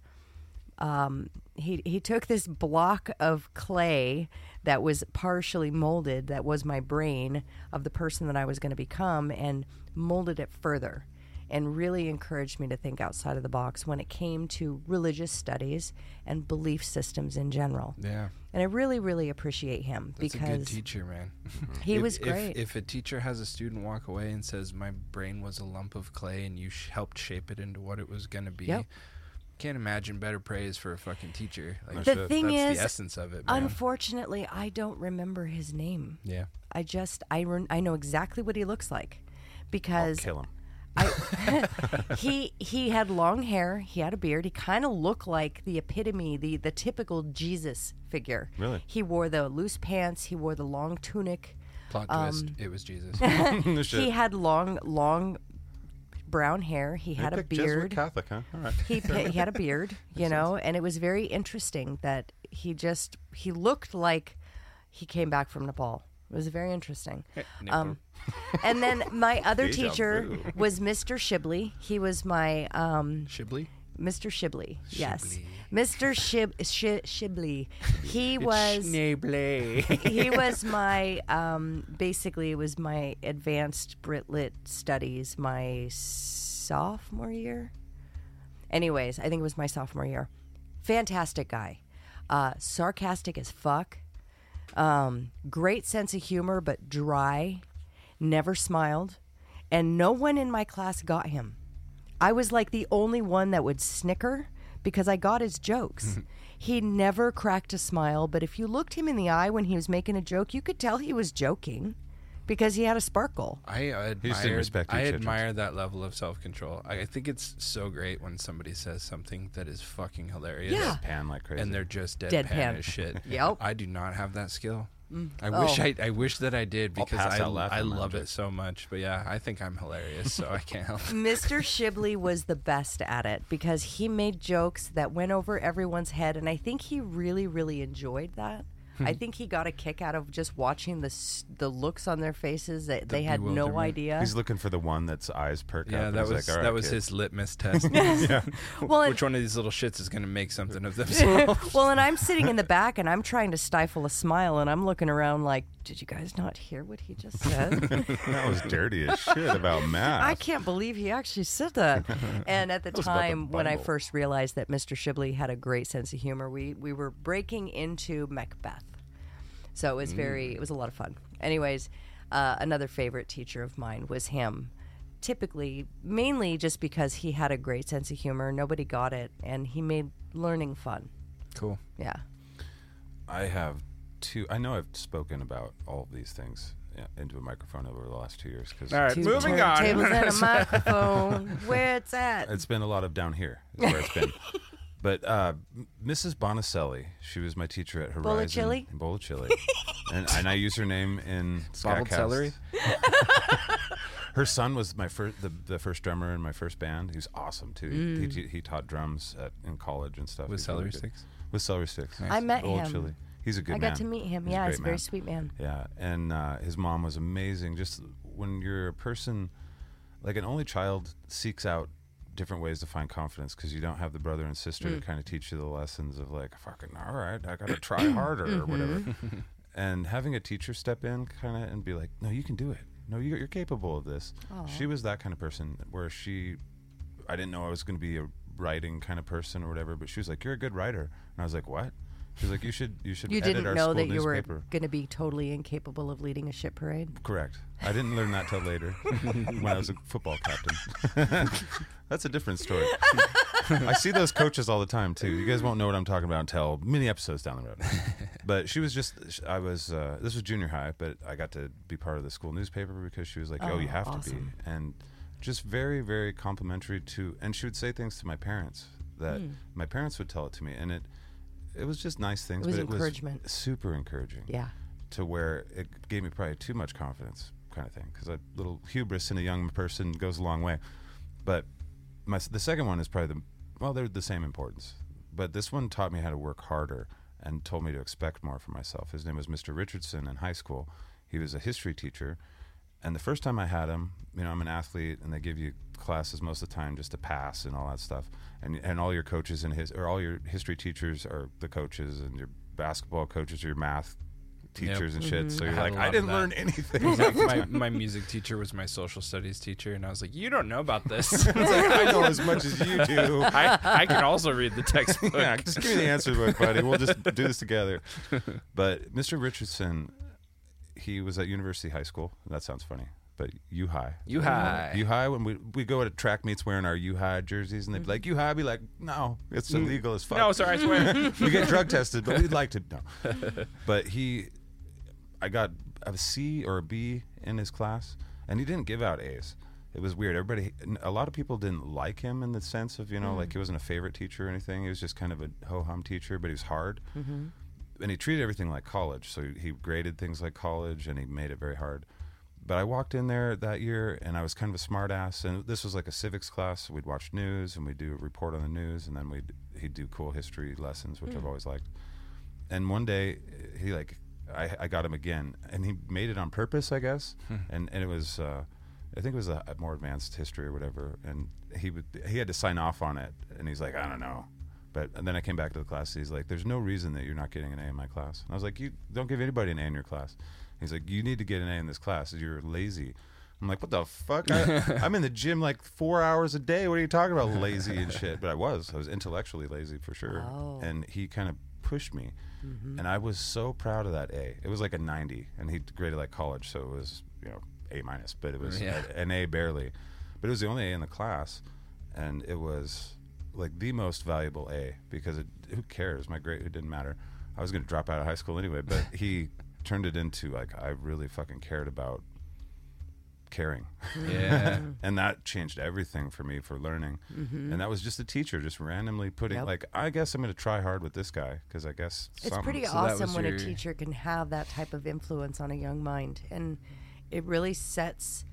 S4: he he took this block of clay that was partially molded that was my brain of the person that I was going to become and molded it further and really encouraged me to think outside of the box when it came to religious studies and belief systems in general.
S3: Yeah.
S4: And I really really appreciate him
S3: That's a good
S4: because
S3: teacher, man.
S4: he
S3: If-
S4: was
S3: if-
S4: great.
S3: If, a teacher has a student walk away and says, "My brain was a lump of clay, and you sh- helped shape it into what it was going to be,"
S4: Yep.
S3: can't imagine better praise for a fucking teacher. Like,
S4: The thing
S3: that's
S4: is,
S3: the essence of it, man.
S4: Unfortunately, I don't remember his name.
S3: yeah.
S4: I just I run I know exactly what he looks like because
S2: Kill him.
S4: I, he he had long hair. He had a beard. He kind of looked like the epitome, the the typical Jesus figure.
S2: Really?
S4: He wore the loose pants. He wore the long tunic.
S3: Plot twist:
S4: Um,
S3: It was Jesus.
S2: No
S4: He
S2: shit.
S4: had long long brown hair. He
S2: They
S4: had a
S2: picked Jesuit
S4: beard.
S2: Catholic, huh? All right.
S4: He pi- he had a beard, you know, and it was very interesting that he just he looked like he came back from Nepal. It was very interesting. Um, and then my other
S2: Deja
S4: teacher
S2: vu.
S4: was Mr. Shibley. He was my um,
S3: Shibley.
S4: Mr. Shibley. Yes. Mr. Shib- Shi Shibley. He was
S3: Shibley.
S4: he was my um, basically it was my advanced Brit Lit studies my sophomore year. Anyways, I think it was my sophomore year. Fantastic guy, uh, sarcastic as fuck, um, great sense of humor but dry, never smiled, and no one in my class got him. I was like the only one that would snicker because I got his jokes. he never cracked a smile, but if you looked him in the eye when he was making a joke, you could tell he was joking because he had a sparkle.
S3: I
S2: didn't
S3: admire.
S2: respect
S3: I
S2: your judgment.
S3: admire that level of self control. I, I think it's so great when somebody says something that is fucking hilarious.
S4: Yeah.
S2: Pan like crazy.
S3: and they're just deadpan,
S4: Deadpan.
S3: as shit.
S4: Yep.
S3: I do not have that skill. I wish
S4: Oh.
S3: I, I wish that I did because
S2: pass
S3: I,
S2: out laughing,
S3: I
S2: man.
S3: love it so much. But yeah, I think I'm hilarious, so I can't help. it.
S4: Mr. Shibley was the best at it because he made jokes that went over everyone's head, and I think he really, really enjoyed that. I think he got a kick out of just watching the s- the looks on their faces that they had no
S3: bewilderment.
S4: idea.
S2: He's looking for the one that's eyes perk
S3: Yeah,
S2: up.
S3: that
S2: He's
S3: was
S2: like, "All right,
S3: that was
S2: kid."
S3: his litmus test.
S4: well, and-
S3: Which one of these little shits is going to make something of themselves?
S4: well, and I'm sitting in the back and I'm trying to stifle a smile and I'm looking around like, did you guys not hear what he just said?
S2: that was dirty as shit about math.
S4: I can't believe he actually said that. And at the
S2: was about the
S4: time when I
S2: Bible.
S4: first realized that Mr. Shibley had a great sense of humor, we, we were breaking into Macbeth. So it was very,
S2: Mm.
S4: it was a lot of fun. Anyways, uh, another favorite teacher of mine was him. Typically, mainly just because he had a great sense of humor. Nobody got it, and he made learning fun.
S3: cool.
S4: Yeah.
S2: I have two. I know I've spoken about all of these things yeah, into a microphone over the last two years because
S3: All right,
S4: Two
S3: moving on.
S4: Tables and a microphone. Where it's at.
S2: it's been a lot of down here. Is where it's been. But uh, M- Mrs. Bonicelli, she was my teacher at Horizon.
S4: Bowl of chili?
S2: Bowl of chili. and, and I use her name in
S3: Bottled
S2: Skycast.
S3: celery?
S2: her son was my first, the, the first drummer in my first band. He was awesome too. He-
S4: Mm.
S2: He, he, taught drums at, in college and stuff.
S3: With
S2: He's really
S3: celery
S2: good.
S3: sticks?
S2: With celery sticks.
S4: I met
S2: Bowl of
S4: him.
S2: chili. He's a good
S4: I
S2: man.
S4: got to meet him.
S2: He's a
S4: yeah,
S2: great
S4: he's a very
S2: man.
S4: sweet man.
S2: Yeah, and uh, his mom was amazing. Just when you're a person, like an only child, seeks out different ways to find confidence because you don't have the brother and sister
S4: Mm.
S2: to kind of teach you the lessons of like, fucking, all right, I gotta try harder or whatever.
S4: Mm-hmm.
S2: and having a teacher step in, kind of, and be like, no, you can do it. No, you're, you're capable of this. She was that kind of person where she I didn't know I was going to be a writing kind of person or whatever, but she was like, "You're a good writer," and I was like, "What?" She's like, you should, you should.
S4: You
S2: edit
S4: didn't
S2: our
S4: know
S2: school
S4: that you were
S2: newspaper.
S4: going to be totally incapable of leading a shit parade.
S2: Correct. I didn't learn that till later when I was a football captain. That's a different story. I see those coaches all the time too. You guys won't know what I'm talking about until many episodes down the road. But she was just I was uh, this was junior high, but I got to be part of the school newspaper because she was like, "Oh,
S4: Oh,
S2: you have to be."
S4: awesome.
S2: And just very very complimentary to and she would say things to my parents that
S4: Hmm.
S2: my parents would tell it to me and it it was just nice things,
S4: was
S2: but it
S4: encouragement.
S2: was super encouraging
S4: Yeah.
S2: to where it gave me probably too much confidence, kind of thing. Because a little hubris in a young person goes a long way. But my the second one is probably the well, they're the same importance. But this one taught me how to work harder and told me to expect more from myself. His name was Mr. Richardson in high school. He was a history teacher, and the first time I had him, you know, I'm an athlete, and they give you classes most of the time just to pass and all that stuff. And and all your coaches and his or all your history teachers are the coaches, and your basketball coaches are your math teachers and shit. So you're
S3: Mm-hmm. had
S2: like,
S3: a lot
S2: I
S3: of
S2: didn't
S3: that.
S2: learn anything.
S3: Like, my, my music teacher was my social studies teacher, and I was like, "You don't know about this." It's like, I,
S2: know as much as you do.
S3: I, I can also read the textbook.
S2: yeah, just give me the answer book, buddy. We'll just do this together. But Mr. Richardson, he was at University High School. That sounds funny, but U High.
S3: You high?
S2: U High. When we we go to track meets wearing our U High jerseys, and they'd be like, "U High," I'd be like, "No, it's illegal as fuck."
S3: no, sorry, I swear.
S2: we get drug tested, but we'd like to know. But he, I got a C or a B in his class, and he didn't give out A's. It was weird. Everybody, a lot of people didn't like him in the sense of you know, like he wasn't a favorite teacher or anything. He was just kind of a ho hum teacher, but he was hard, and he treated everything like college. So he graded things like college, and he made it very hard. But I walked in there that year, and I was kind of a smartass. And this was like a civics class. We'd watch news, and we'd do a report on the news, and then we'd he'd do cool history lessons, which I've always liked and one day uh, he like I, I got him again and he made it on purpose i guess and and it was uh i think it was a, a more advanced history or whatever and he would he had to sign off on it and he's like i don't know but and then i came back to the class he's like there's no reason that you're not getting an a in my class and i was like you don't give anybody an a in your class he's like you need to get an a in this class you're lazy I'm like, what the fuck? I, I'm in the gym like four hours a day. What are you talking about, lazy and shit? But I was, I was intellectually lazy for sure.
S4: Oh.
S2: And he kind of pushed me, and I was so proud of that A. It was like a 90, and he graded like college, so it was you know A minus, but it was
S3: Yeah.
S2: a- an A barely. But it was the only A in the class, and it was like the most valuable A because it, who cares? My grade it didn't matter. I was going to drop out of high school anyway, but he turned it into like I really fucking cared about caring.
S3: yeah,
S4: Mm-hmm.
S2: and that changed everything for me for learning. And that was just a teacher just randomly putting
S4: Yep.
S2: like, I guess I'm going to try hard with this guy because I guess
S4: It's
S2: some-
S4: pretty
S3: So that
S4: awesome
S3: was
S4: when
S3: your-
S4: a teacher can have that type of influence on a young mind, and it really sets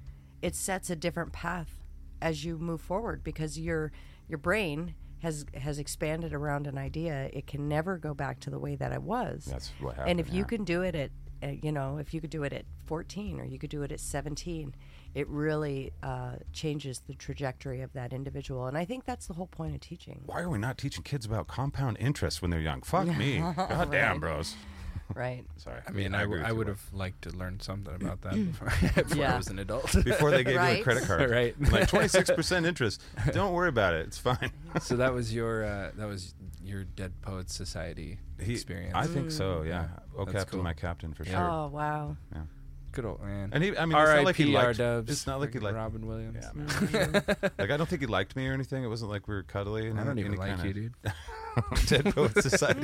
S4: it sets a different path as you move forward because your your brain has has expanded around an idea. It can never go back to the way that it was.
S2: That's what
S4: And
S2: happened,
S4: if you
S2: yeah.
S4: can do it at uh, you know if you could do it at 14 or you could do it at 17 it really uh, changes the trajectory of that individual and i think that's the whole point of teaching
S2: Why are we not teaching kids about compound interest when they're young? Fuck me. God damn, bros.
S4: right
S2: Sorry.
S3: I mean, I, w-
S2: agree with
S3: I
S2: you,
S3: would
S2: Will.
S3: have liked to learn something about that before, before
S4: Yeah.
S3: I was an adult.
S2: Before they gave you
S4: Right?
S2: a credit card.
S3: Right.
S2: Like 26% interest. Don't worry about it. It's fine.
S3: so that was your uh, that was your Dead Poets Society
S2: He-
S3: experience. Mm.
S2: I think so, yeah. Oh,
S3: That's
S2: Captain,
S3: cool.
S2: my captain for sure.
S4: oh wow
S3: Good old man.
S2: And he, I mean, it's not like he
S3: R.I.P. R
S2: liked.
S3: Dubs.
S2: It's not like he liked.
S3: Robin Williams.
S2: Yeah, man. like I don't think he liked me or anything. It wasn't like we were cuddly. And
S3: I don't
S2: any
S3: even like
S2: kinda-
S3: you, dude.
S2: Dead Poets Society.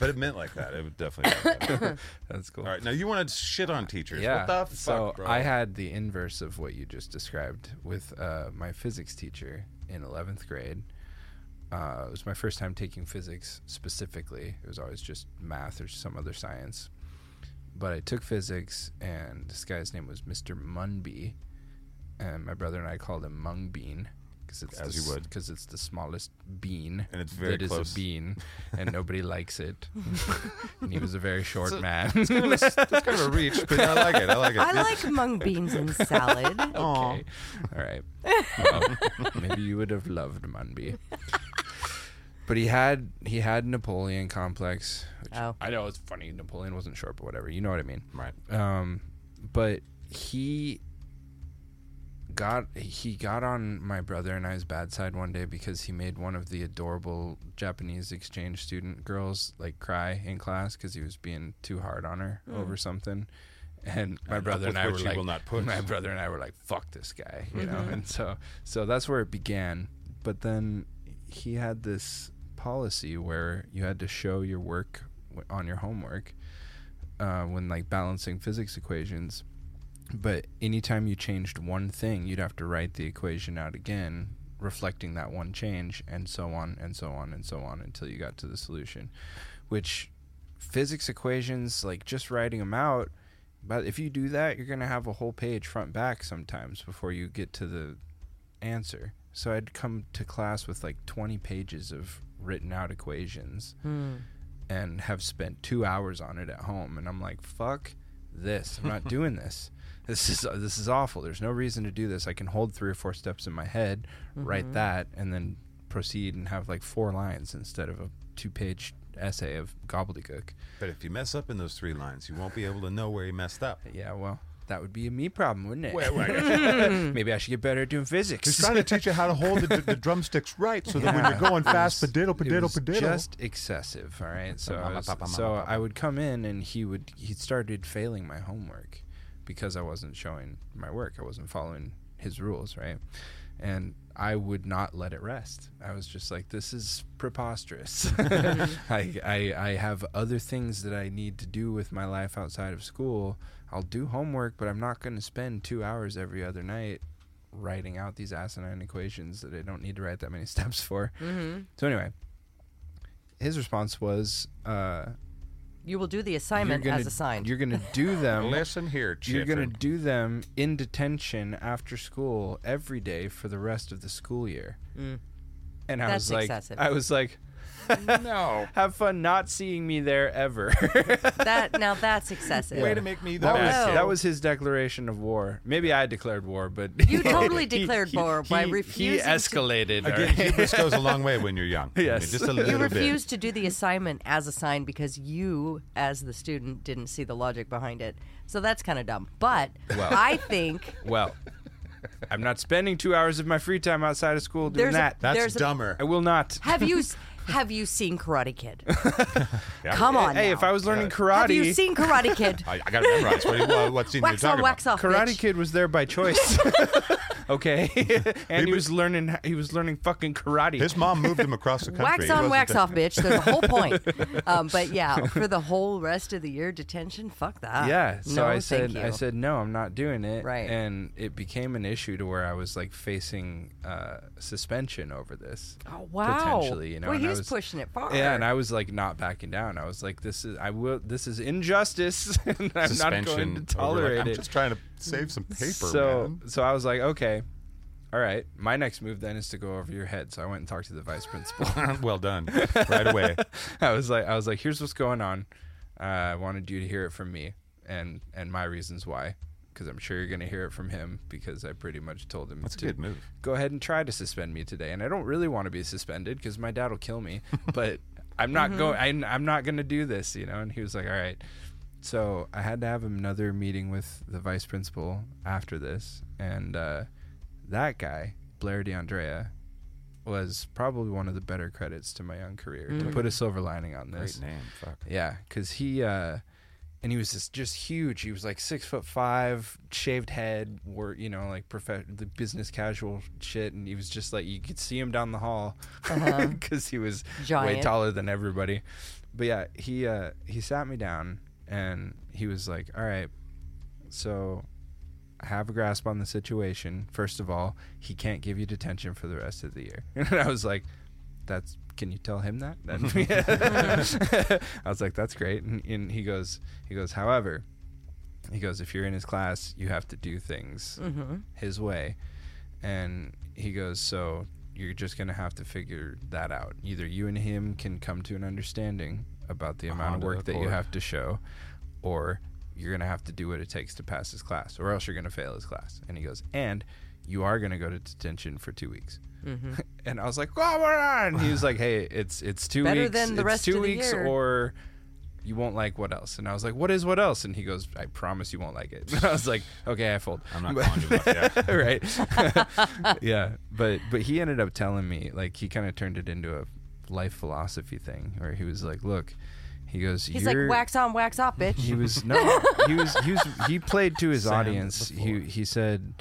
S2: but it meant like that. It would definitely. meant like that.
S3: That's cool.
S2: All right, now you want to shit on teachers?
S3: Yeah.
S2: What the fuck,
S3: so
S2: bro?
S3: I had the inverse of what you just described with uh, my physics teacher in 11th grade. Uh, it was my first time taking physics specifically. It was always just math or some other science. But I took physics, and this guy's name was Mr. Munby. And my brother and I called him Mung Bean because it's, the
S2: As you
S3: s-
S2: would.
S3: 'cause it's the smallest bean.
S2: And it's very
S3: that is
S2: close.
S3: a bean, and nobody likes it. and he was a very short
S2: So-
S3: man.
S2: That's kind of a reach, but I like it. I like it.
S4: I like mung beans and salad.
S2: Aw.
S3: Okay. All right. Well, maybe you would have loved Munby. But he had he had Napoleon complex. Which
S4: Oh.
S3: I know it's funny. Napoleon wasn't short, Um, but whatever. You know what I mean.
S2: Right.
S3: Um, but he got he got on my brother and I's bad side one day because he made one of the adorable Japanese exchange student girls like cry in class because he was being too hard on her over something. And my brother
S2: with
S3: and I were
S2: which you
S3: like,
S2: will not push.
S3: my brother and I were like, fuck this guy, you know. And so, so that's where it began. But then he had this policy where you had to show your work w- on your homework uh, when like balancing physics equations but anytime you changed one thing, you'd have to write the equation out again, reflecting that one change, and so on and so on and so on until you got to the solution. Which physics equations, like just writing them out, but if you do that, you're going to have a whole page front back sometimes before you get to the answer. So I'd come to class with like 20 pages of written out equations and have spent two hours on it at home. And I'm like, fuck this. I'm not doing this. This is this is awful. There's no reason to do this. I can hold three or four steps in my head, write that, and then proceed and have like four lines instead of a two-page essay of gobbledygook.
S2: But if you mess up in those three lines, you won't be able to know where you messed up.
S3: Yeah, well, that would be a me problem, wouldn't it? Maybe I should get better at doing physics.
S6: He's trying to teach you how to hold the, the drumsticks right so that when
S3: Yeah.
S6: you're going
S3: It
S6: fast,
S3: was-
S6: padiddle,
S3: it
S6: padiddle,
S3: was
S6: padiddle.
S3: Just excessive, all right. So, I was- so I would come in and he would he started failing my homework because I wasn't showing my work. I wasn't following his rules, right? And I would not let it rest. I was just like, this is preposterous. I, I I have other things that I need to do with my life outside of school. I'll do homework, but I'm not going to spend two hours every other night writing out these asinine equations that I don't need to write that many steps for.
S4: Mm-hmm.
S3: So anyway, his response was, uh,
S4: You will do the assignment
S3: you're gonna,
S4: as assigned.
S3: You're gonna do them.
S2: Listen here, Chief.
S3: You're gonna do them in detention after school every day for the rest of the school year. And I
S4: Mm. That's
S3: was like,
S4: excessive.
S3: I was like, no. Have fun not seeing me there ever.
S4: that now that's excessive.
S2: way to make me the
S3: That was,
S2: bad
S4: Wow.
S2: kid.
S3: that was his declaration of war. Maybe I declared war, but
S4: You totally
S3: He-
S4: declared
S3: he-
S4: war by
S3: he- He
S4: refusing to-
S3: escalated. all
S2: Again,
S3: right?
S2: hubris goes a long way when you're young. I mean,
S3: Yes.
S2: just a
S4: you
S2: little bit.
S4: refused to do the assignment as assigned because you, as the student, didn't see the logic behind it. So that's kind of dumb. But
S3: Well.
S4: I think
S3: Well, I'm not spending two hours of my free time outside of school doing
S4: There's a-
S3: that.
S4: that-
S2: That's
S4: There's a-
S2: dumber.
S3: I will not.
S4: have you s- have you seen Karate Kid?
S2: Yeah.
S4: Come on.
S3: Hey,
S4: now.
S3: if I was learning
S4: have you
S3: karate,
S4: seen Karate Kid?
S2: I, I got to memorize what, what, what scene
S4: wax
S2: you're
S4: on,
S2: talking
S4: wax
S2: about.
S4: off.
S3: Karate
S4: bitch.
S3: Kid was there by choice. okay, and he was learning. He was learning fucking karate.
S2: His mom moved him across the country.
S4: Wax
S2: He
S4: on,
S2: wasn't
S4: wax
S2: the-
S4: off, bitch. There's a whole point. Um, but yeah, for the whole rest of the year, detention. Fuck that.
S3: yeah. So
S4: Uh, no,
S3: I
S4: thank
S3: said,
S4: you.
S3: I said, no, I'm not doing it.
S4: Right.
S3: And it became an issue to where I was like facing uh, suspension over this.
S4: oh, wow.
S3: Potentially, you know.
S4: well,
S3: and
S4: he
S3: I
S4: was, pushing it far.
S3: Yeah, and I was like not backing down. I was like, "This is I will. This is injustice, and I'm not going
S2: Suspension
S3: to
S2: over, like,
S3: tolerate
S2: I'm
S3: it."
S2: just trying to save some paper,
S3: so
S2: man.
S3: so I was like, okay, all right. My next move then is to go over your head. So I went and talked to the vice principal.
S2: well done. Right away.
S3: I was like, I was like, here's what's going on. Uh, I wanted you to hear it from me and and my reasons why, because I'm sure you're gonna hear it from him because I pretty much told him
S2: That's a
S3: to
S2: good move.
S3: go ahead and try to suspend me today. And I don't really want to be suspended because my dad will kill me. But I'm not going. I'm, I'm not going to do this, you know. And he was like, "All right." So I had to have another meeting with the vice principal after this, and uh, that guy Blair DeAndrea was probably one of the better credits to my young career to put a silver lining on this.
S2: Great name. Fuck.
S3: Yeah, because he uh, and he was just just huge. He was like six foot five, shaved head, wore you know like prof- the business casual shit, and he was just like you could see him down the hall because he was way
S4: Giant.
S3: taller than everybody. But yeah, he uh, he sat me down and he was like, "All right, so." I Have a grasp on the situation. First of all, he can't give you detention for the rest of the year. And I was like, that's can you tell him that That- i was like that's great and, and he goes he goes however he goes if you're in his class you have to do things his way and he goes so you're just going to have to figure that out either you and him can come to an understanding about the amount of
S2: Onto
S3: work
S2: the
S3: that you
S2: court.
S3: have to show or you're going to have to do what it takes to pass his class or else you're going to fail his class and he goes and you are going to go to detention for two weeks and I "Oh, was like, "Come on!" He was like, "Hey, it's it's two
S4: Better
S3: weeks.
S4: than the
S3: it's
S4: rest
S3: two
S4: of the
S3: weeks,
S4: year."
S3: or you won't like what else. And I was like, what is what else? And he goes, I promise you won't like it. I was like, okay, I fold.
S2: I'm not calling you up. Yeah.
S3: right yeah but but he ended up telling me like he kind of turned it into a life philosophy thing where he was like look he goes
S4: He's
S3: you're,
S4: like wax on, wax off, bitch.
S3: he was no he was he was he played to his audience he he said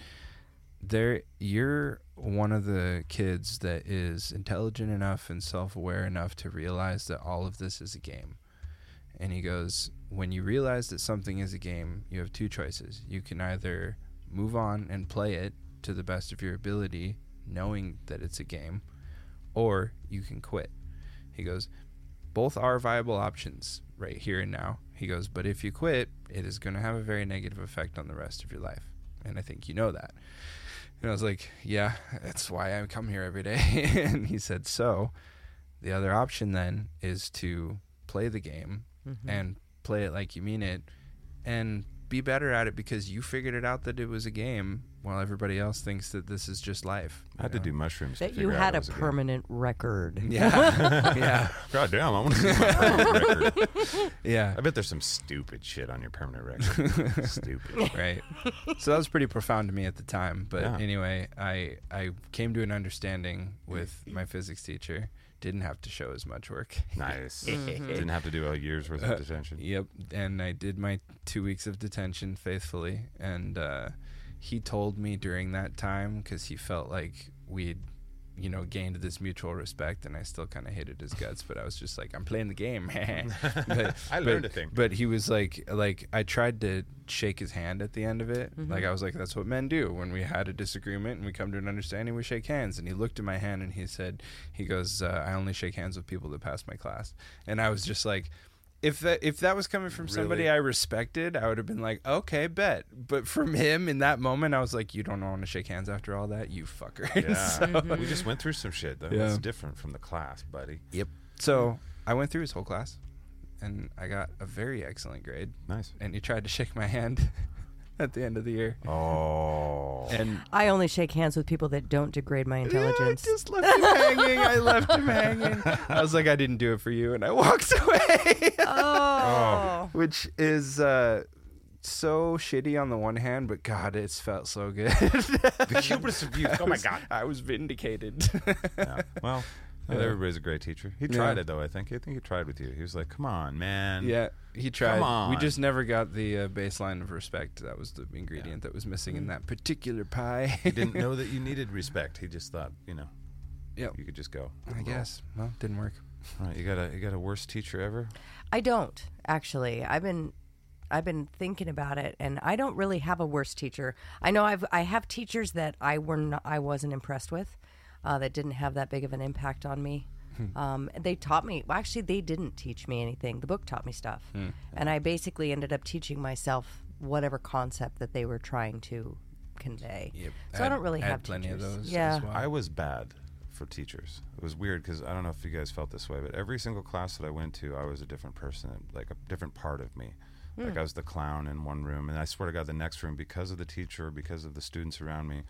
S3: there you're one of the kids that is intelligent enough and self-aware enough to realize that all of this is a game and he goes when you realize that something is a game you have two choices you can either move on and play it to the best of your ability knowing that it's a game or you can quit he goes both are viable options right here and now he goes but if you quit it is going to have a very negative effect on the rest of your life and i think you know that and i was like yeah that's why i come here every day and he said so the other option then is to play the game and play it like you mean it and be better at it because you figured it out that it was a game while everybody else thinks that this is just life.
S2: I had to do mushrooms. to
S4: that you
S2: figure out
S4: had
S2: it
S4: a
S2: was game.
S4: permanent record.
S3: Yeah. yeah.
S2: God damn, I want to see my permanent record.
S3: Yeah.
S2: I bet there's some stupid shit on your permanent record. stupid.
S3: right so that was pretty profound to me at the time but
S2: Yeah.
S3: anyway i i came to an understanding with my physics teacher didn't have to show as much work
S2: Nice.
S4: Mhm.
S2: Didn't have to do a year's worth
S3: Uh,
S2: of detention.
S3: yep and i did my two weeks of detention faithfully and uh, he told me during that time because he felt like we'd you know gained this mutual respect and i still kind of hated his guts but i was just like i'm playing the game but,
S2: I
S3: but-
S2: learned a thing.
S3: but he was like like i tried to shake his hand at the end of it like i was like that's what men do when we had a disagreement and we come to an understanding we shake hands and he looked at my hand and he said he goes uh, i only shake hands with people that pass my class and i was just like if that if that was coming from somebody I respected, I would have been like, okay, bet. But from him in that moment, I was like, you don't want to shake hands after all that, you fucker.
S2: Yeah.
S3: So-
S2: Uh,
S4: Mm-hmm.
S2: We just went through some shit, though.
S3: Yeah.
S2: That's different from the class, buddy.
S3: Yep. So I went through his whole class, and I got a very excellent grade.
S2: Nice.
S3: And he tried to shake my hand at the end of the year,
S2: Oh.
S3: and
S4: I only shake hands with people that don't degrade my intelligence.
S3: I just left him hanging. I left him hanging. I was like, I didn't do it for you, and I walked away.
S4: oh.
S3: Which is. Uh, so shitty on the one hand, but God, it's felt so good.
S2: the hubris of youth. Oh, my God.
S3: I was vindicated.
S2: Yeah. Well, not everybody's a great teacher. He tried
S3: Yeah.
S2: it, though, I think. I think he tried with you. He was like, come on, man.
S3: yeah, he tried.
S2: on.
S3: We just never got the uh, baseline of respect. That was the ingredient that was missing in that particular pie.
S2: He didn't know that you needed respect. He just thought, you know,
S3: Yep.
S2: you could just go.
S3: I guess. Well, didn't work.
S2: All right, you got a you got a worst teacher ever?
S4: I don't actually. I've been I've been thinking about it and I don't really have a worse teacher. I know I've I have teachers that I were not, I wasn't impressed with uh, that didn't have that big of an impact on me. Um, they taught me well, actually they didn't teach me anything. The book taught me stuff. And I basically ended up teaching myself whatever concept that they were trying to convey. So I,
S3: had-
S4: don't really
S3: I
S4: have
S3: had plenty of
S4: teachers.
S3: those as
S4: Yeah.
S3: well.
S2: I was bad for teachers. It was weird because I don't know if you guys felt this way, but every single class that I went to, I was a different person, like a different part of me.
S3: Hmm.
S2: Like I was the clown in one room, and I swear to God, the next room, because of the teacher, because of the students around me,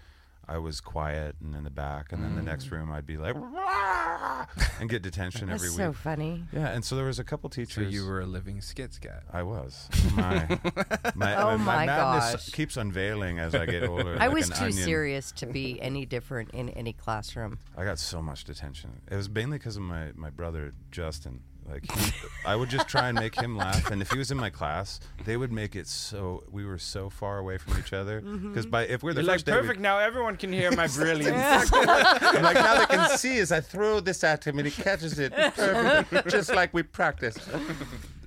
S2: I was quiet and in the back, and then the
S3: Mm.
S2: next room, I'd be like, "Rah!" and get detention
S4: That's
S2: every
S4: so
S2: week.
S4: funny.
S2: Yeah, and so there was a couple
S3: So
S2: teachers.
S3: you were a living skits cat.
S2: I was. My, my,
S4: Oh
S2: my
S4: my
S2: madness
S4: gosh.
S2: keeps unveiling as I get older.
S4: I
S2: like
S4: was
S2: an
S4: too
S2: onion.
S4: serious to be any different in any classroom.
S2: I got so much detention. It was mainly because of my, my brother Justin. Like he, I would just try and make him laugh, and if he was in my class, they would make it so we were so far away from each other.
S4: Mm-hmm.
S2: Because by if we're the first day, we-
S3: now. Everyone can hear my brilliance.
S2: I'm like now they can see as I throw this at him and he catches it perfectly, just like we practiced.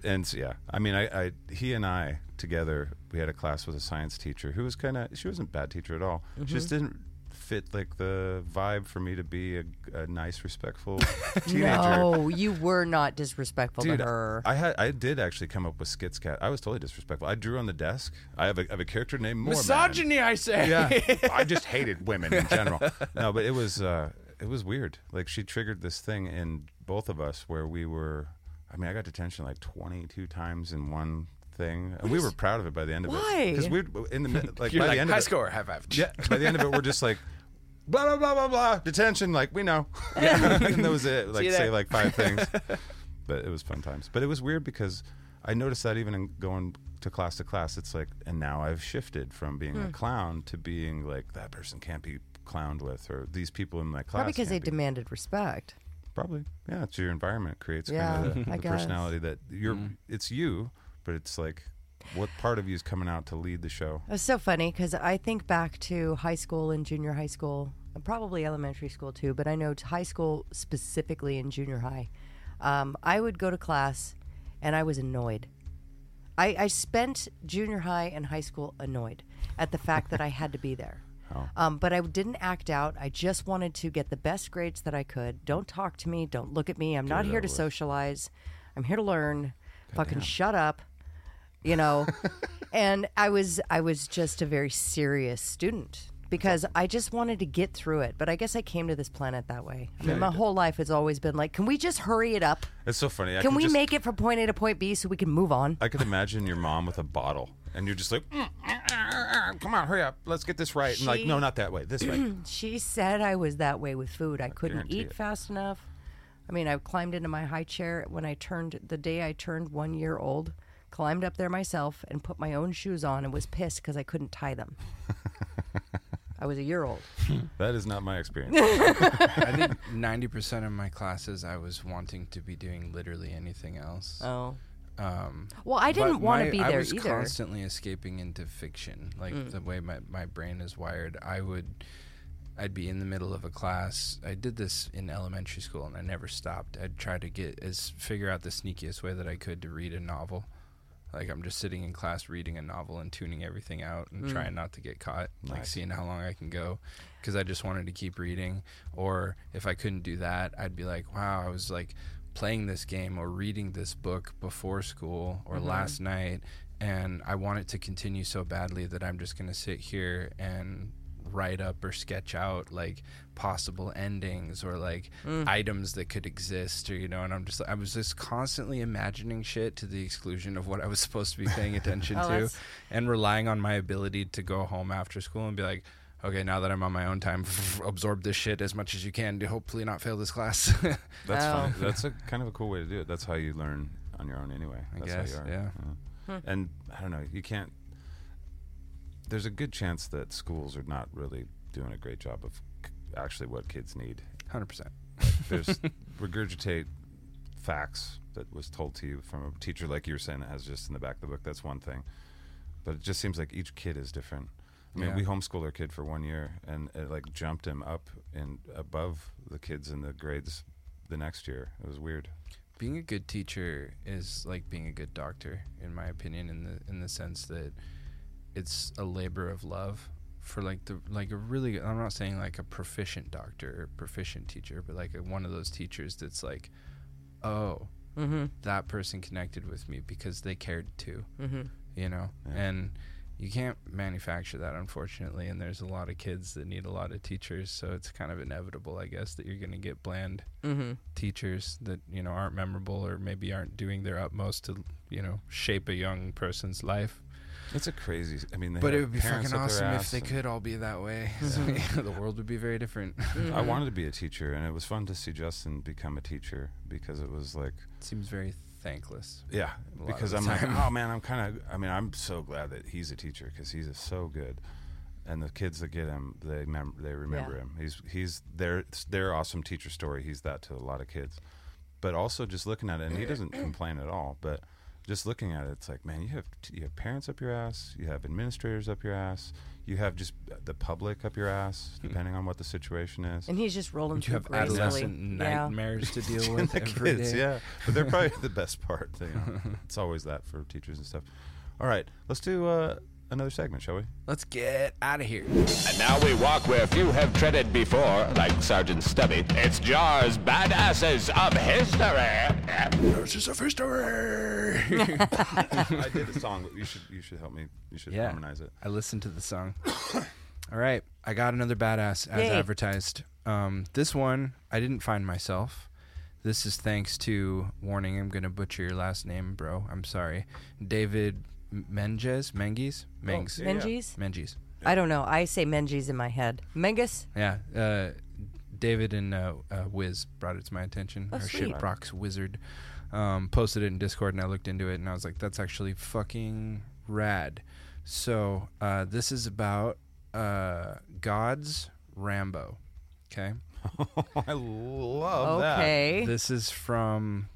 S2: And so, yeah, I mean, I, I, he and I together, we had a class with a science teacher who was kind of, she wasn't a bad teacher at all. She just didn't fit like the vibe for me to be a, a nice, respectful teenager.
S4: No, you were not disrespectful
S2: Dude,
S4: to her.
S2: I had I did actually come up with Skits Cat. I was totally disrespectful. I drew on the desk. I have a, I have a character named Moorman.
S3: I say.
S2: Yeah, I just hated women in general. No, but it was uh, it was weird. Like she triggered this thing in both of us where we were. I mean, I got detention like 22 times in one thing, and we were proud of it by the end of
S4: Why?
S2: it. Because we in the mid- like by the end of it,
S3: high five.
S2: Yeah, by the end of it, we're just like. Blah blah blah blah blah. Detention, like we know. and that was it. Like
S3: you
S2: say
S3: there.
S2: like five things, but it was fun times. But it was weird because I noticed that even in going to class to class, it's like, and now I've shifted from being
S4: Hmm.
S2: a clown to being like that person can't be clowned with, or these people in my class.
S4: Probably because they
S2: can't be-
S4: demanded respect.
S2: Probably, yeah. It's your environment creates
S4: Yeah,
S2: kind of the,
S4: I
S2: the
S4: guess.
S2: personality that you're. It's you, but it's like, what part of you is coming out to lead the show?
S4: It's so funny because I think back to high school and junior high school, and probably elementary school too, but I know to high school specifically in junior high. Um, I would go to class and I was annoyed. I, I spent junior high and high school annoyed at the fact that I had to be there. Um, but I didn't act out. I just wanted to get the best grades that I could. Don't talk to me. Don't look at me. I'm not here to socialize. I'm here to learn. Fucking shut up you know and i was i was just a very serious student because i just wanted to get through it but i guess i came to this planet that way i mean my whole life has always been like can we just hurry it up
S2: It's so funny. I
S4: can we
S2: just-
S4: make it from point a to point b so we can move on
S2: I could imagine your mom with a bottle, and you're just like, "Mm, mm, mm, mm, "Come on, hurry up, let's get this right." And like,
S4: She-
S2: no, not that way, this way.
S4: she said i was that way with food i, couldn't
S2: guarantee
S4: eat
S2: it.
S4: fast enough i mean i climbed into my high chair when i turned the day i turned one year old climbed up there myself and put my own shoes on and was pissed because i couldn't tie them i was a year old
S2: that is not my experience.
S3: Oh. I think ninety percent of my classes I was wanting to be doing literally anything else.
S4: Oh. well, I didn't
S3: But
S4: want
S3: my-
S4: to be
S3: I
S4: there
S3: was
S4: either.
S3: constantly escaping into fiction, like the way my, my brain is wired. I would, I'd be in the middle of a class. I did this in elementary school, and I never stopped. I'd try to get as figure out the sneakiest way that I could to read a novel. Like I'm just sitting in class reading a novel and tuning everything out and trying not to get caught, like seeing how long I can go, because I just wanted to keep reading. Or if I couldn't do that, I'd be like, wow, I was like playing this game or reading this book before school or last night, and I want it to continue so badly that I'm just gonna sit here and write up or sketch out like possible endings or like
S4: Mm.
S3: items that could exist or you know and i'm just i was just constantly imagining shit to the exclusion of what i was supposed to be paying attention
S4: Oh,
S3: to
S4: that's-
S3: and relying on my ability to go home after school and be like okay now that i'm on my own time absorb this shit as much as you can to hopefully not fail this class
S2: That's funny.
S4: Oh.
S2: That's a kind of a cool way to do it. That's how you learn on your own, anyway.
S3: I
S2: That's
S3: guess,
S2: how you
S3: yeah. Hmm.
S2: are. And I don't know. You can't. There's a good chance that schools are not really doing a great job of c- actually what kids need.
S3: 100%
S2: There's regurgitate facts that was told to you from a teacher like you were saying that has just in the back of the book. That's one thing. But it just seems like each kid is different. I mean,
S3: Yeah.
S2: we homeschooled our kid for one year and it like jumped him up and above the kids in the grades the next year. It was weird.
S3: being a good teacher is like being a good doctor in my opinion in the in the sense that it's a labor of love for like the like a really I'm not saying like a proficient doctor or proficient teacher but like a, one of those teachers that's like oh that person connected with me because they cared too you know and you can't manufacture that unfortunately and there's a lot of kids that need a lot of teachers so it's kind of inevitable i guess that you're going to get bland teachers that you know aren't memorable or maybe aren't doing their utmost to you know shape a young person's life
S2: It's a crazy. I mean, they
S3: but
S2: had
S3: it would be
S2: parents
S3: fucking
S2: up their
S3: awesome if
S2: ass
S3: they
S2: and-
S3: could all be that way the world would be very different
S2: I wanted to be a teacher, and it was fun to see Justin become a teacher because it was like,
S3: seems very thankless
S2: yeah,
S3: lot
S2: because
S3: of
S2: I'm
S3: the
S2: like,
S3: time.
S2: oh man, I'm kind of. I mean, I'm so glad that he's a teacher because he's so good, and the kids that get him, they mem- they remember
S4: Yeah.
S2: him. He's he's their it's their awesome teacher story. He's that to a lot of kids, but also just looking at it, and he doesn't complain at all, but. Just looking at it, it's like, man, you have t- you have parents up your ass, you have administrators up your ass, you have just the public up your ass,
S3: Hmm.
S2: depending on what the situation is.
S4: and he's just rolling
S3: you
S4: through
S3: have
S4: gracefully.
S3: adolescent
S4: yeah.
S3: nightmares to deal with
S2: the
S3: every
S2: kids,
S3: day.
S2: yeah. But they're probably the best part. You know. It's always that for teachers and stuff. All right, let's do uh, another segment, shall we?
S3: Let's get out of here.
S5: And now we walk where few have treaded before, like Sergeant Stubby. It's Jar's Badasses of History.
S3: Versus of history.
S2: I did a song, but you should you should help me. You should
S3: Yeah.
S2: harmonize it.
S3: I listened to the song. All right, I got another badass as
S4: Yay.
S3: advertised. Um, this one I didn't find myself. This is thanks to warning. I'm gonna butcher your last name, bro. I'm sorry, David Menges, Menges, Mengs,
S2: yeah.
S4: Menges?
S3: Menges.
S4: I don't know. I say Menges in my head. Mengus?
S3: Yeah, uh, David and uh, uh, Wiz brought it to my attention. or
S4: Oh, sweet.
S3: Shiprock's Wizard. um, posted it in Discord, and I looked into it, and I was like, that's actually fucking rad. So uh, this is about uh, God's Rambo. Okay,
S2: I love that.
S4: Okay.
S3: this is from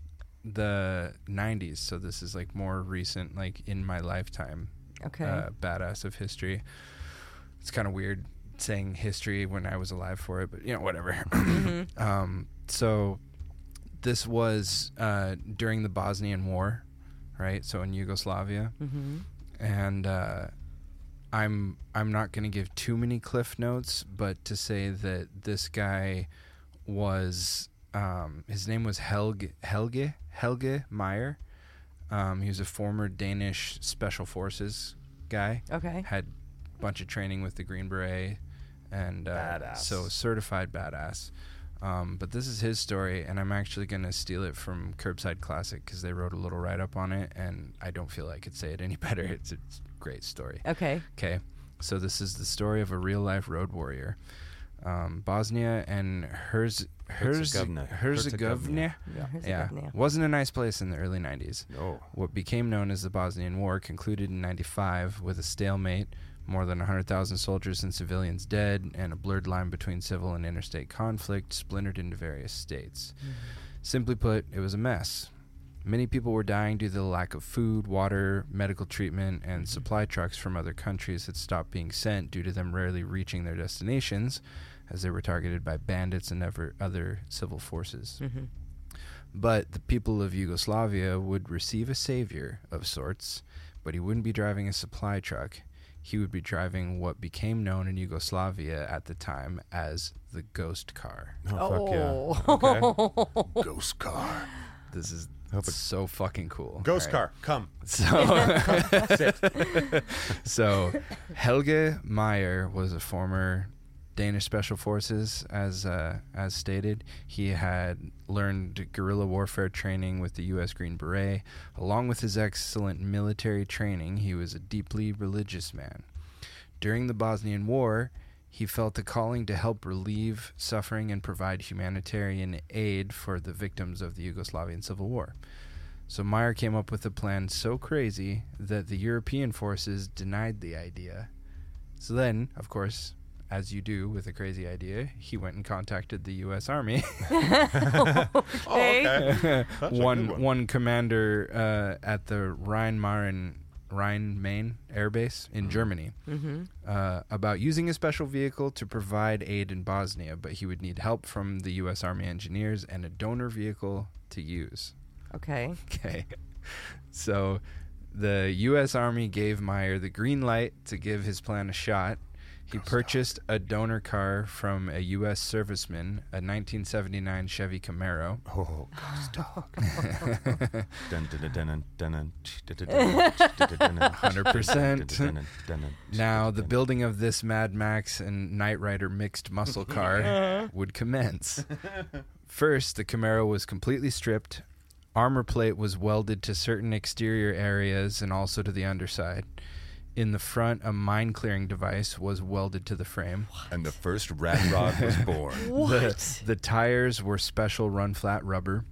S3: the 90s, so this is like more recent, like in my lifetime
S4: Okay.
S3: uh, badass of history. It's kind of weird saying history when I was alive for it, but you know, whatever. um, so this was uh, during the Bosnian War, right? So in Yugoslavia, and uh, I'm I'm not going to give too many cliff notes, but to say that this guy was um, his name was Helge Helge Helge Meyer. Um, he was a former Danish special forces guy.
S4: Okay.
S3: Had a bunch of training with the Green Beret and uh,
S2: Badass.
S3: so certified badass. Um, but this is his story, and I'm actually going to steal it from Curbside Classic because they wrote a little write up on it, and I don't feel I could say it any better. It's, it's a great story.
S4: okay.
S3: Okay, so this is the story of a real life road warrior. Um, Bosnia and Herz- Herz-
S2: Herzegovina.
S3: Herzegovina.
S2: Herzegovina.
S3: Yeah.
S4: Herzegovina.
S3: Wasn't a nice place in the early 90s.
S2: No.
S3: What became known as the Bosnian War concluded in 95 with a stalemate, more than 100,000 soldiers and civilians dead, and a blurred line between civil and interstate conflict splintered into various states. Simply put, it was a mess. Many people were dying due to the lack of food, water, medical treatment, and supply trucks from other countries had stopped being sent due to them rarely reaching their destinations as they were targeted by bandits and ever- other civil forces. But the people of Yugoslavia would receive a savior of sorts, but he wouldn't be driving a supply truck. He would be driving what became known in Yugoslavia at the time as the ghost car.
S2: Oh, fuck yeah. Okay.
S6: Ghost car.
S3: This is
S2: Hope it-
S3: so fucking cool.
S2: Ghost
S3: All right.
S2: car, come.
S3: So, so Helge Meyer was a former Danish Special Forces, as uh, as stated. He had learned guerrilla warfare training with the U.S. Green Beret. Along with his excellent military training, he was a deeply religious man. During the Bosnian War, he felt a calling to help relieve suffering and provide humanitarian aid for the victims of the Yugoslavian Civil War. So Meyer came up with a plan so crazy that the European forces denied the idea. So then, of course, as you do with a crazy idea, he went and contacted the U.S. Army.
S2: Oh,
S4: Hey.
S2: good one.
S3: one one commander uh, at the Rhine Main Rhine Main Air Base
S2: Mm-hmm.
S3: in Germany uh, about using a special vehicle to provide aid in Bosnia, but he would need help from the U.S. Army engineers and a donor vehicle to use.
S4: Okay.
S3: Okay. So the U.S. Army gave Meyer the green light to give his plan a shot. He purchased a donor car from a U.S. serviceman, a 1979 Chevy Camaro.
S2: Oh, ghost dog. Dun, dun, dun, dun, dun, dun, ch- dun, dun, dun, ch- dun, dun, dun, dun, ch-
S3: 100%.
S2: dun, dun, dun, dun, ch-
S3: Now, the building of this Mad Max and Knight Rider mixed muscle car would commence. First, the Camaro was completely stripped. Armor plate was welded to certain exterior areas and also to the underside. In the front, a mine clearing device was welded to the frame.
S2: And the first rat rod was born.
S4: What?
S3: The tires were special run flat rubber.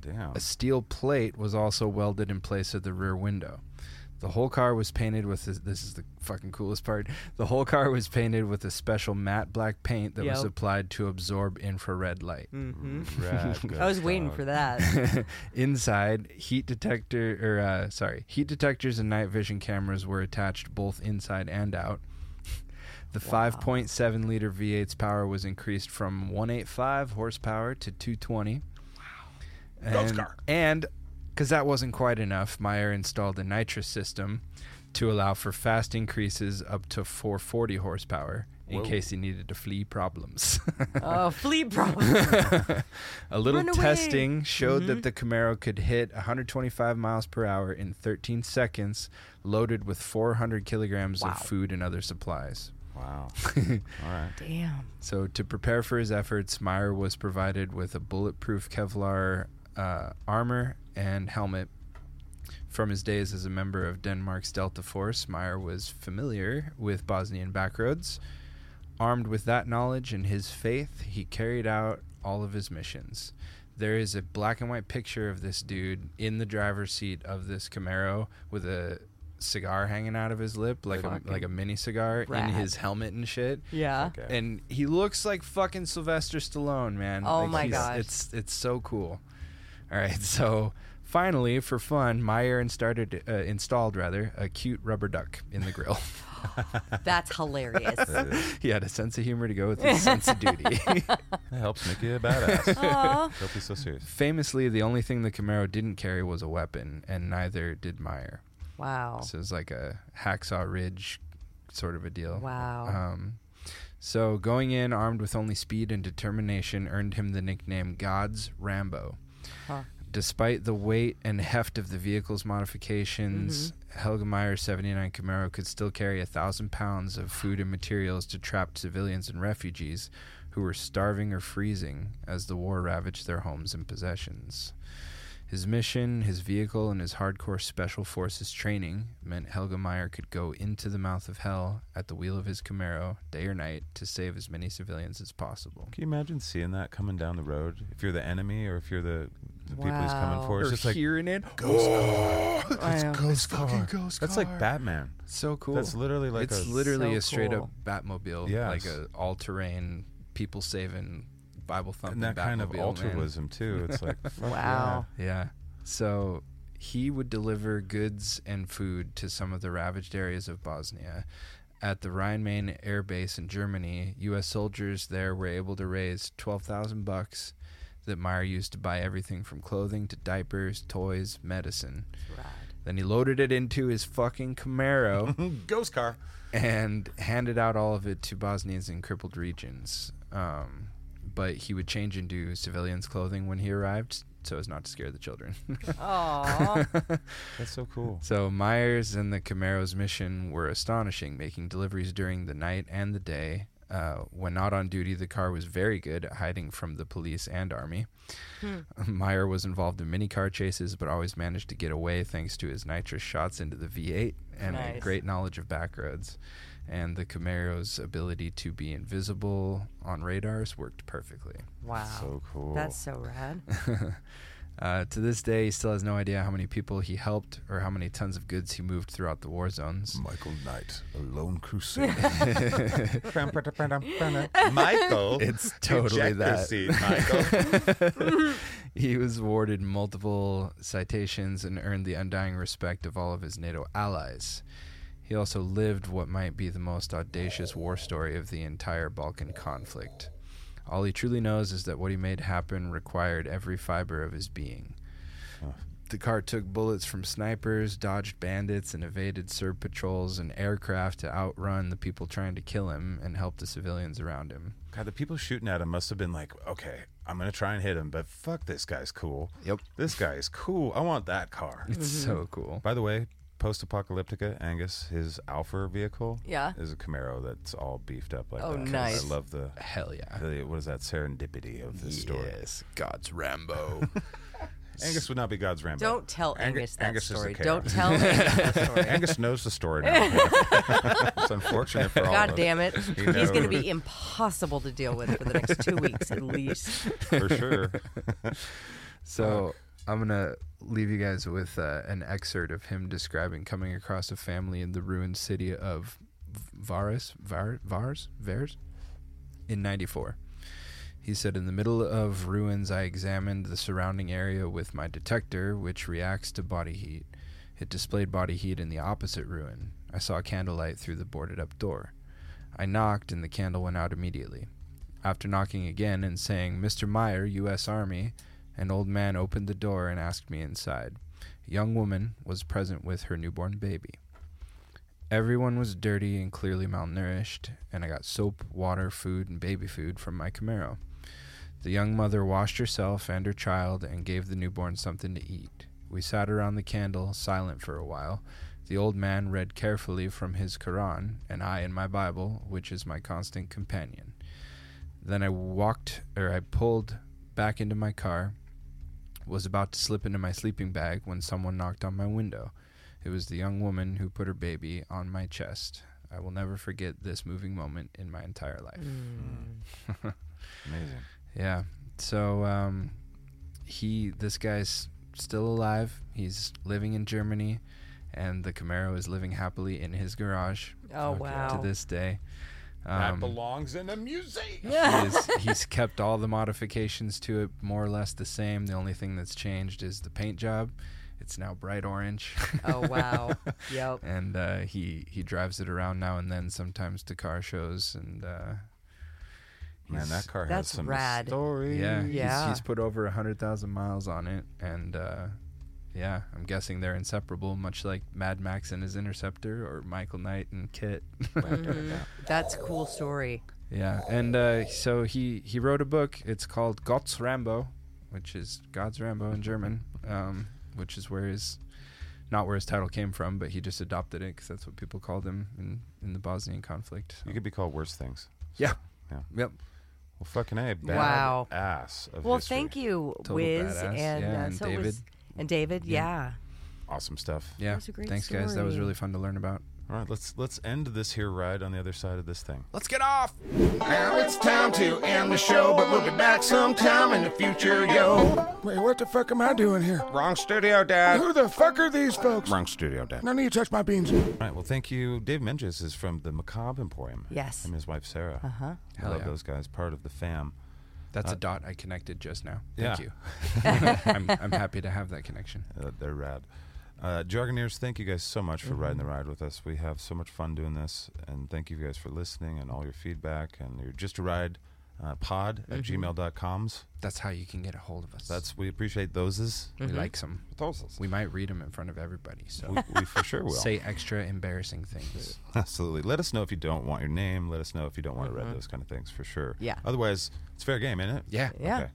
S2: damn.
S3: A steel plate was also welded in place of the rear window. The whole car was painted with this, this is the fucking coolest part. The whole car was painted with a special matte black paint that was
S4: Yep.
S3: applied to absorb infrared light.
S2: Rat
S4: I was
S2: ghost
S4: waiting
S2: dog.
S4: for that.
S3: Inside, heat detector or uh, sorry, heat detectors and night vision cameras were attached both inside and out. The 5.7 liter V8's power was increased from 185 horsepower to 220. Wow. And,
S2: car.
S3: And because that wasn't quite enough, Meyer installed a nitrous system to allow for fast increases up to 440 horsepower in case he needed to flee problems.
S4: Oh, flea problem.
S3: A little
S4: Run away. Mm-hmm.
S3: testing showed that the Camaro could hit 125 miles per hour in 13 seconds, loaded with 400 kilograms
S4: Wow.
S3: of food and other supplies.
S2: Wow. All right.
S4: Damn.
S3: So, to prepare for his efforts, Meyer was provided with a bulletproof Kevlar uh, armor and helmet. From his days as a member of Denmark's Delta Force, Meyer was familiar with Bosnian backroads. Armed with that knowledge and his faith, he carried out all of his missions. There is a black and white picture of this dude in the driver's seat of this Camaro with a cigar hanging out of his lip, like a,
S4: Fucking
S3: like a mini cigar
S4: rad.
S3: in his helmet and shit.
S4: Yeah.
S2: Okay.
S3: And he looks like fucking Sylvester Stallone, man.
S4: Oh
S3: Like,
S4: my
S3: he's-
S4: gosh.
S3: It's it's so cool. All right, so finally, for fun, Meyer and started uh, installed rather a cute rubber duck in the grill.
S4: That's hilarious.
S3: he had a sense of humor to go with his sense of duty.
S2: That helps make you a badass. Don't be so serious.
S3: Famously, the only thing the Camaro didn't carry was a weapon, and neither did Meyer.
S4: wow.
S3: So it was like a hacksaw ridge sort of a deal.
S4: Wow.
S3: Um, so going in armed with only speed and determination earned him the nickname God's Rambo.
S4: Huh.
S3: Despite the weight and heft of the vehicle's modifications, Helga Meyer's 79 Camaro could still carry a thousand pounds of food and materials to trapped civilians and refugees who were starving or freezing as the war ravaged their homes and possessions. His mission, his vehicle, and his hardcore special forces training meant Helga Meyer could go into the mouth of hell at the wheel of his Camaro day or night to save as many civilians as possible.
S2: Can you imagine seeing that coming down the road? If you're the enemy or if you're the, the people he's coming
S4: Wow.
S2: for, it's just like
S3: hearing it,
S4: Wow.
S2: ghost car.
S3: ghost
S2: That's
S3: car.
S2: like Batman.
S3: so cool.
S2: That's literally like
S3: it's
S2: a-
S3: literally
S4: So
S3: a straight
S4: cool.
S3: up Batmobile,
S2: Yes.
S3: like a all terrain, people saving, Bible thumping
S2: And that kind of
S3: Batmobile, man.
S2: altruism too. It's like fuck
S4: Wow.
S3: Yeah. So he would deliver goods and food to some of the ravaged areas of Bosnia. At the Rhine Main Air Base in Germany, U.S. soldiers there were able to raise twelve thousand bucks that Meyer used to buy everything from clothing to diapers, toys, medicine. Then he loaded it into his fucking Camaro
S2: yeah. Ghost car.
S3: and handed out all of it to Bosnians in crippled regions. Um, but he would change into civilians' clothing when he arrived, so as not to scare the children.
S4: Aw.
S2: That's so cool.
S3: so Myers and the Camaro's mission were astonishing, making deliveries during the night and the day. Uh, when not on duty, the car was very good at hiding from the police and army. Meyer was involved in many car chases, but always managed to get away thanks to his nitrous shots into the V8 and a
S4: Nice.
S3: great knowledge of back roads. And the Camaro's ability to be invisible on radars worked perfectly.
S4: Wow.
S2: So cool.
S4: That's so rad.
S3: Uh, to this day, he still has no idea how many people he helped or how many tons of goods he moved throughout the war zones.
S1: Michael Knight, a lone crusader.
S2: Michael.
S3: It's totally
S2: eject the
S3: that.
S2: seat, Michael.
S3: He was awarded multiple citations and earned the undying respect of all of his NATO allies. He also lived what might be the most audacious war story of the entire Balkan conflict. All he truly knows is that what he made happen required every fiber of his being. The car took bullets from snipers, dodged bandits, and evaded Serb patrols and aircraft to outrun the people trying to kill him and help the civilians around him.
S2: God, the people shooting at him must have been like, okay, I'm gonna try and hit him, but fuck, this guy's cool.
S3: Yep.
S2: This guy is cool. I want that car.
S3: It's so cool.
S2: By the way, post apocalyptica, Angus, his Alpha vehicle,
S4: Yeah.
S2: is a Camaro that's all beefed up like
S4: Oh,
S2: that.
S4: nice.
S2: I love the,
S3: Hell yeah.
S2: the what is that serendipity of this story.
S3: Yes, God's Rambo.
S2: Angus would not be God's Rambo.
S4: Don't tell
S2: Ang-
S4: Angus that
S2: Angus is the
S4: story.
S2: chaos.
S4: Don't tell Angus that story.
S2: Angus knows the story now. it's unfortunate for all of
S4: God
S2: us.
S4: damn it. He's
S2: knows.
S4: going to be impossible to deal with for the next two weeks at least.
S2: For sure.
S3: so I'm gonna leave you guys with uh, an excerpt of him describing coming across a family in the ruined city of V- Varus, Var, Vars, Vers, in '94. He said, In the middle of ruins, I examined the surrounding area with my detector, which reacts to body heat. It displayed body heat in the opposite ruin. I saw candlelight through the boarded up door. I knocked, and the candle went out immediately. After knocking again and saying, Mr. Meyer, U.S. Army, an old man opened the door and asked me inside. A young woman was present with her newborn baby. Everyone was dirty and clearly malnourished, and I got soap, water, food, and baby food from my Camaro. The young mother washed herself and her child and gave the newborn something to eat. We sat around the candle, silent for a while. The old man read carefully from his Koran, and I in my Bible, which is my constant companion. Then I walked, or I pulled back into my car, was about to slip into my sleeping bag when someone knocked on my window. It was the young woman who put her baby on my chest. I will never forget this moving moment in my entire life.
S2: Mm. Amazing.
S3: Yeah. So um, he this guy's still alive. He's living in Germany, and the Camaro is living happily in his garage.
S4: Oh, wow.
S3: To this day,
S2: That
S3: Um,
S2: belongs in a museum.
S3: he is, he's kept all the modifications to it more or less the same. The only thing that's changed is the paint job. It's now bright orange.
S4: Oh wow. yep.
S3: and uh, he he drives it around now and then, sometimes to car shows, and uh,
S2: Man, that car has
S4: That's
S2: some
S4: rad.
S2: story.
S3: yeah, he's-
S4: Yeah.
S3: He's, put over hundred thousand miles on it, and uh, yeah, I'm guessing they're inseparable, much like Mad Max and his Interceptor, or Michael Knight and Kit.
S4: Mm-hmm. That's a cool story.
S3: Yeah, and uh, so he he wrote a book. It's called Gott's Rambo, which is God's Rambo in German, um, which is where his not where his title came from, but he just adopted it because that's what people called him in in the Bosnian conflict.
S2: You could be called worse things.
S3: yeah.
S2: Yeah.
S3: Yep.
S2: Well, fucking a bad
S4: Wow.
S2: ass. Of
S4: Well,
S2: history.
S4: thank you,
S3: Total
S4: Wiz,
S3: badass.
S4: and,
S3: Yeah,
S4: uh,
S3: and
S4: so it was,
S3: David.
S4: and David. Yeah.
S2: Awesome stuff.
S3: Yeah.
S4: was a great
S3: Thanks, guys. That was
S4: story.
S3: really fun to learn about.
S2: All right, let's let's end this here ride on the other side of this thing.
S3: Let's get off.
S1: Now it's time to end the show, but we'll be back sometime in the future, yo.
S7: Wait, what the fuck am I doing here?
S5: Wrong studio, Dad.
S7: Who the fuck are these folks?
S5: Wrong studio, Dad.
S7: None of you touch my beans.
S2: All right, well, thank you. Dave Menges is from the Macabre Emporium.
S4: Yes.
S2: Him And his wife, Sarah. Uh huh. I
S3: Hell
S2: love
S3: yeah.
S2: those guys, part of the fam.
S3: That's a
S2: Uh,
S3: dot I connected just now.
S2: yeah.
S3: Thank you. I'm, I'm happy to have that connection.
S2: Uh, they're rad. Uh, Jargoneers, thank you guys so much for riding the ride with us. We have so much fun doing this, and thank you guys for listening and all your feedback and your just a ride uh, pod at gmail.coms.
S3: That's how you can get a hold of us.
S2: That's we appreciate those.
S3: we
S4: Mm-hmm.
S3: like some.
S2: Thoses.
S3: We might read them in front of everybody. So
S2: We, we for sure will.
S3: say extra embarrassing things.
S2: Absolutely. Let us know if you don't want your name. Let us know if you don't want to read those kind of things for sure.
S4: Mm-hmm. Yeah.
S2: Otherwise, it's fair game, isn't it?
S3: Yeah.
S4: Yeah.
S2: Okay.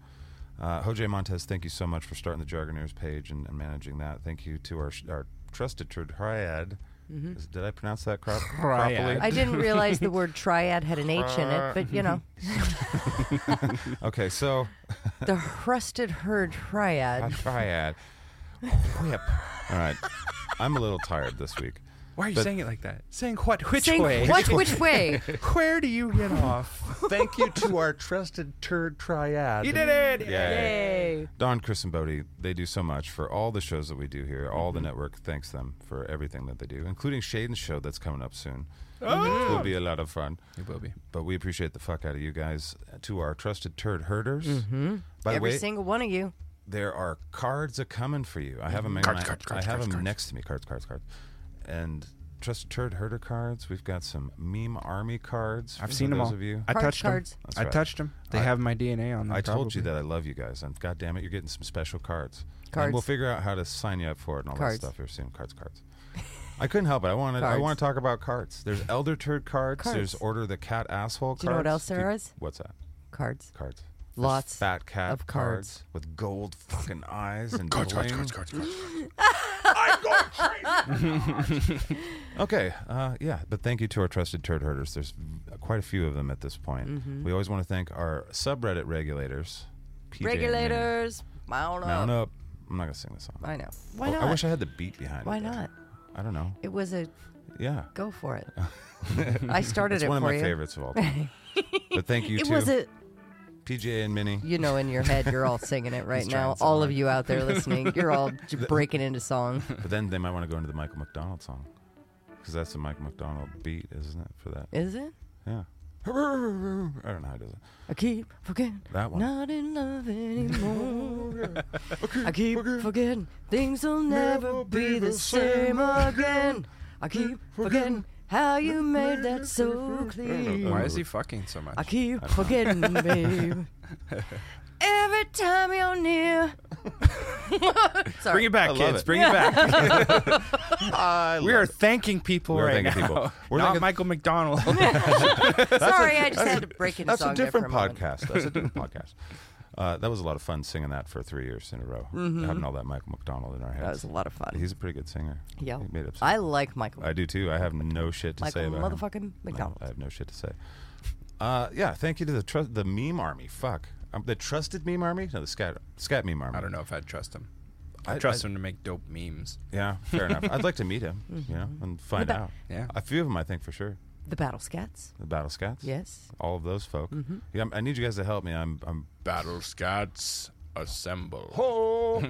S2: Uh, Jose Montez, thank you so much for starting the Jargoneers page and, and managing that. Thank you to our sh- our trusted tri- triad. Is- did I pronounce that crop- properly?
S3: Triad.
S4: Mm-hmm. I didn't realize the word triad had an H in it, but you know,
S2: okay, so
S4: the crusted herd
S2: a
S4: triad.
S2: triad. Whip. All right. I'm a little tired this week.
S3: Why are you
S2: But-
S3: saying it like that? Saying what? Which
S4: Think
S3: way?
S4: what? Which way?
S3: Where do you get off?
S6: Thank you to our trusted turd triad.
S3: you did it.
S2: Yay.
S4: Hey.
S2: Don, Chris, and Bodie, they do so much for all the shows that we do here. All the network thanks them for everything that they do, including Shaden's show that's coming up soon. Which will be a lot of fun.
S3: It will be.
S2: But we appreciate the fuck out of you guys. To our trusted turd herders. Mm-hmm. By the
S4: Every
S2: way,
S4: single one of you.
S2: there are cards a coming for you. I have them. In
S7: Cards,
S2: my-
S7: cards,
S2: I
S7: cards,
S2: have
S7: cards,
S2: them
S7: cards.
S2: next to me. Cards, cards, cards. And trusted turd herder cards. We've got some meme army cards.
S3: I've
S2: for
S3: seen them
S2: those
S3: all.
S2: Of you.
S3: I
S4: Cards,
S3: touched
S4: cards.
S3: them.
S2: That's
S3: I
S2: right.
S3: touched them. They have my DNA on them.
S2: I told you
S3: probably.
S2: that I love you guys, and God damn it, you're getting some special cards.
S4: Cards.
S2: And we'll figure out how to sign you up for it and all
S4: Cards.
S2: that stuff here soon. Cards, cards. I couldn't help it. I wanted. I
S4: Cards.
S2: want to talk about cards. There's elder turd cards. There's
S4: Cards.
S2: order the cat asshole.
S4: Do you know what
S2: cards.
S4: else there is?
S2: What's that?
S4: Cards.
S2: Cards. There's
S4: Lots
S2: fat cat
S4: of cards.
S2: with gold fucking eyes and
S7: Cards, cards,
S2: bling.
S7: cards, cards, cards.
S2: Okay, uh, yeah, but thank you to our trusted turd herders. There's quite a few of them at this point.
S4: Mm-hmm.
S2: We always want to thank our subreddit regulators. PJ and Mimi.
S4: Regulators. Mount up.
S2: Mount up. I'm not gonna sing this song.
S4: I know. Why
S2: Oh,
S4: not?
S2: I wish I had the beat behind
S4: Why
S2: it. though.
S4: not?
S2: I don't know.
S4: It was a
S2: Yeah.
S4: go for it. I started
S2: It's
S4: it
S2: one of
S4: for
S2: my
S4: you.
S2: favorites of all time. but thank you
S4: It
S2: to
S4: was a
S2: PJ and Minnie.
S4: you know, in your head, you're all singing it right
S3: He's trying
S4: now.
S3: so
S4: All of
S3: hard.
S4: you out there listening, you're all j- breaking into song.
S2: But then they might want to go into the Michael McDonald song. Because that's the Michael McDonald beat, isn't it? For that.
S4: Is it?
S2: Yeah. I don't know how it does it.
S4: I keep forgetting.
S2: That one.
S4: Not in love anymore. I keep forgetting things will never be the same again. I keep forgetting how you made that so
S3: Why
S4: clear.
S3: is he fucking so much?
S4: I keep forgetting, babe. Every time you're near. Sorry.
S3: Bring it back,
S2: I love
S3: kids.
S2: it.
S3: Bring it back. we
S2: love
S3: are thanking people
S2: We are
S3: right
S2: thanking
S3: now.
S2: people. We're
S3: Not
S2: thanking-
S3: Michael McDonald.
S4: Sorry, I just had to break into
S2: That's
S4: song.
S2: a
S4: there for
S2: different
S4: moment.
S2: podcast. That's a different podcast. Uh, that was a lot of fun singing that for three years in a row. Having all that Michael McDonald in our heads.
S4: Mm-hmm. That was a lot of fun.
S2: He's a pretty good singer.
S4: Yeah.
S2: He made up some-
S4: I like Michael.
S2: I do too. I have no shit to say
S4: Michael
S2: about him.
S4: motherfucking McDonald.
S2: I have no shit to say. Uh, yeah, thank you to the trust the meme army. Fuck, um, the trusted meme army. No, the scat scat meme army.
S3: I don't know if I'd trust him. I
S2: I-
S3: trust
S2: I-
S3: him to make dope memes.
S2: Yeah, fair enough. I'd like to meet him, you know, and find out.
S3: Yeah.
S2: a few of them I think for sure.
S4: The Battle Scats.
S2: The battle scats.
S4: Yes.
S2: Mm-hmm. all of those folk. Yeah, I'm- I need you guys to help me. I'm I'm
S7: Battle scouts.
S3: Assemble.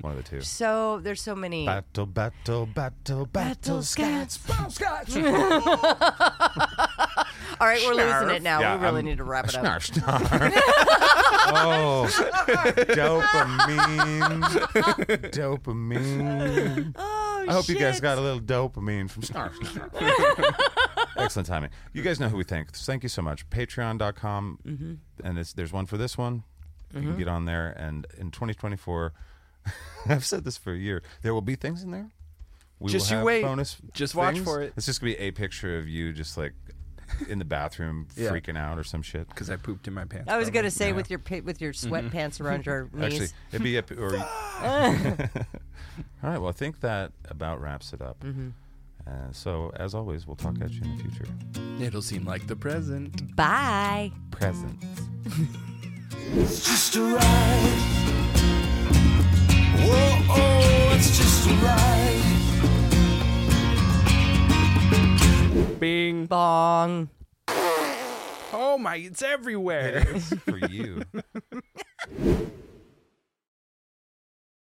S2: One of the two.
S4: So there's so many.
S2: Battle, battle, battle, battle.
S4: scats. All right, we're losing it now.
S2: Yeah,
S4: we really
S2: I'm-
S4: need to wrap it up.
S2: Snarf, snarf. oh, dopamine, dopamine.
S4: Oh,
S2: I hope you guys
S4: shit.
S2: got a little dopamine from Snarf. Excellent timing. You guys know who we thank. Thank you so much. Patreon.com.
S3: Mm-hmm.
S2: And it's, there's one for this one. You can get on there. And in 2024, I've said this for a year, there will be things in there. We
S3: Just
S2: will
S3: you
S2: have
S3: wait.
S2: bonus
S3: Just watch
S2: things.
S3: for it.
S2: It's just going to be a picture of you just like in the bathroom
S3: Yeah.
S2: freaking out or some shit.
S3: Because I pooped in my pants.
S4: I was
S3: probably.
S4: gonna say with your pa- with your sweatpants around your knees.
S2: Mm-hmm. Actually, it'd be a, or. All right. Well, I think that about wraps it up. Uh, so, as always, we'll talk at you in the future.
S3: It'll seem like the present.
S4: Bye.
S2: Presents.
S8: It's just a ride. Whoa, oh, it's just a ride.
S3: Bing.
S4: Bong.
S3: Oh my! It's everywhere.
S2: for you.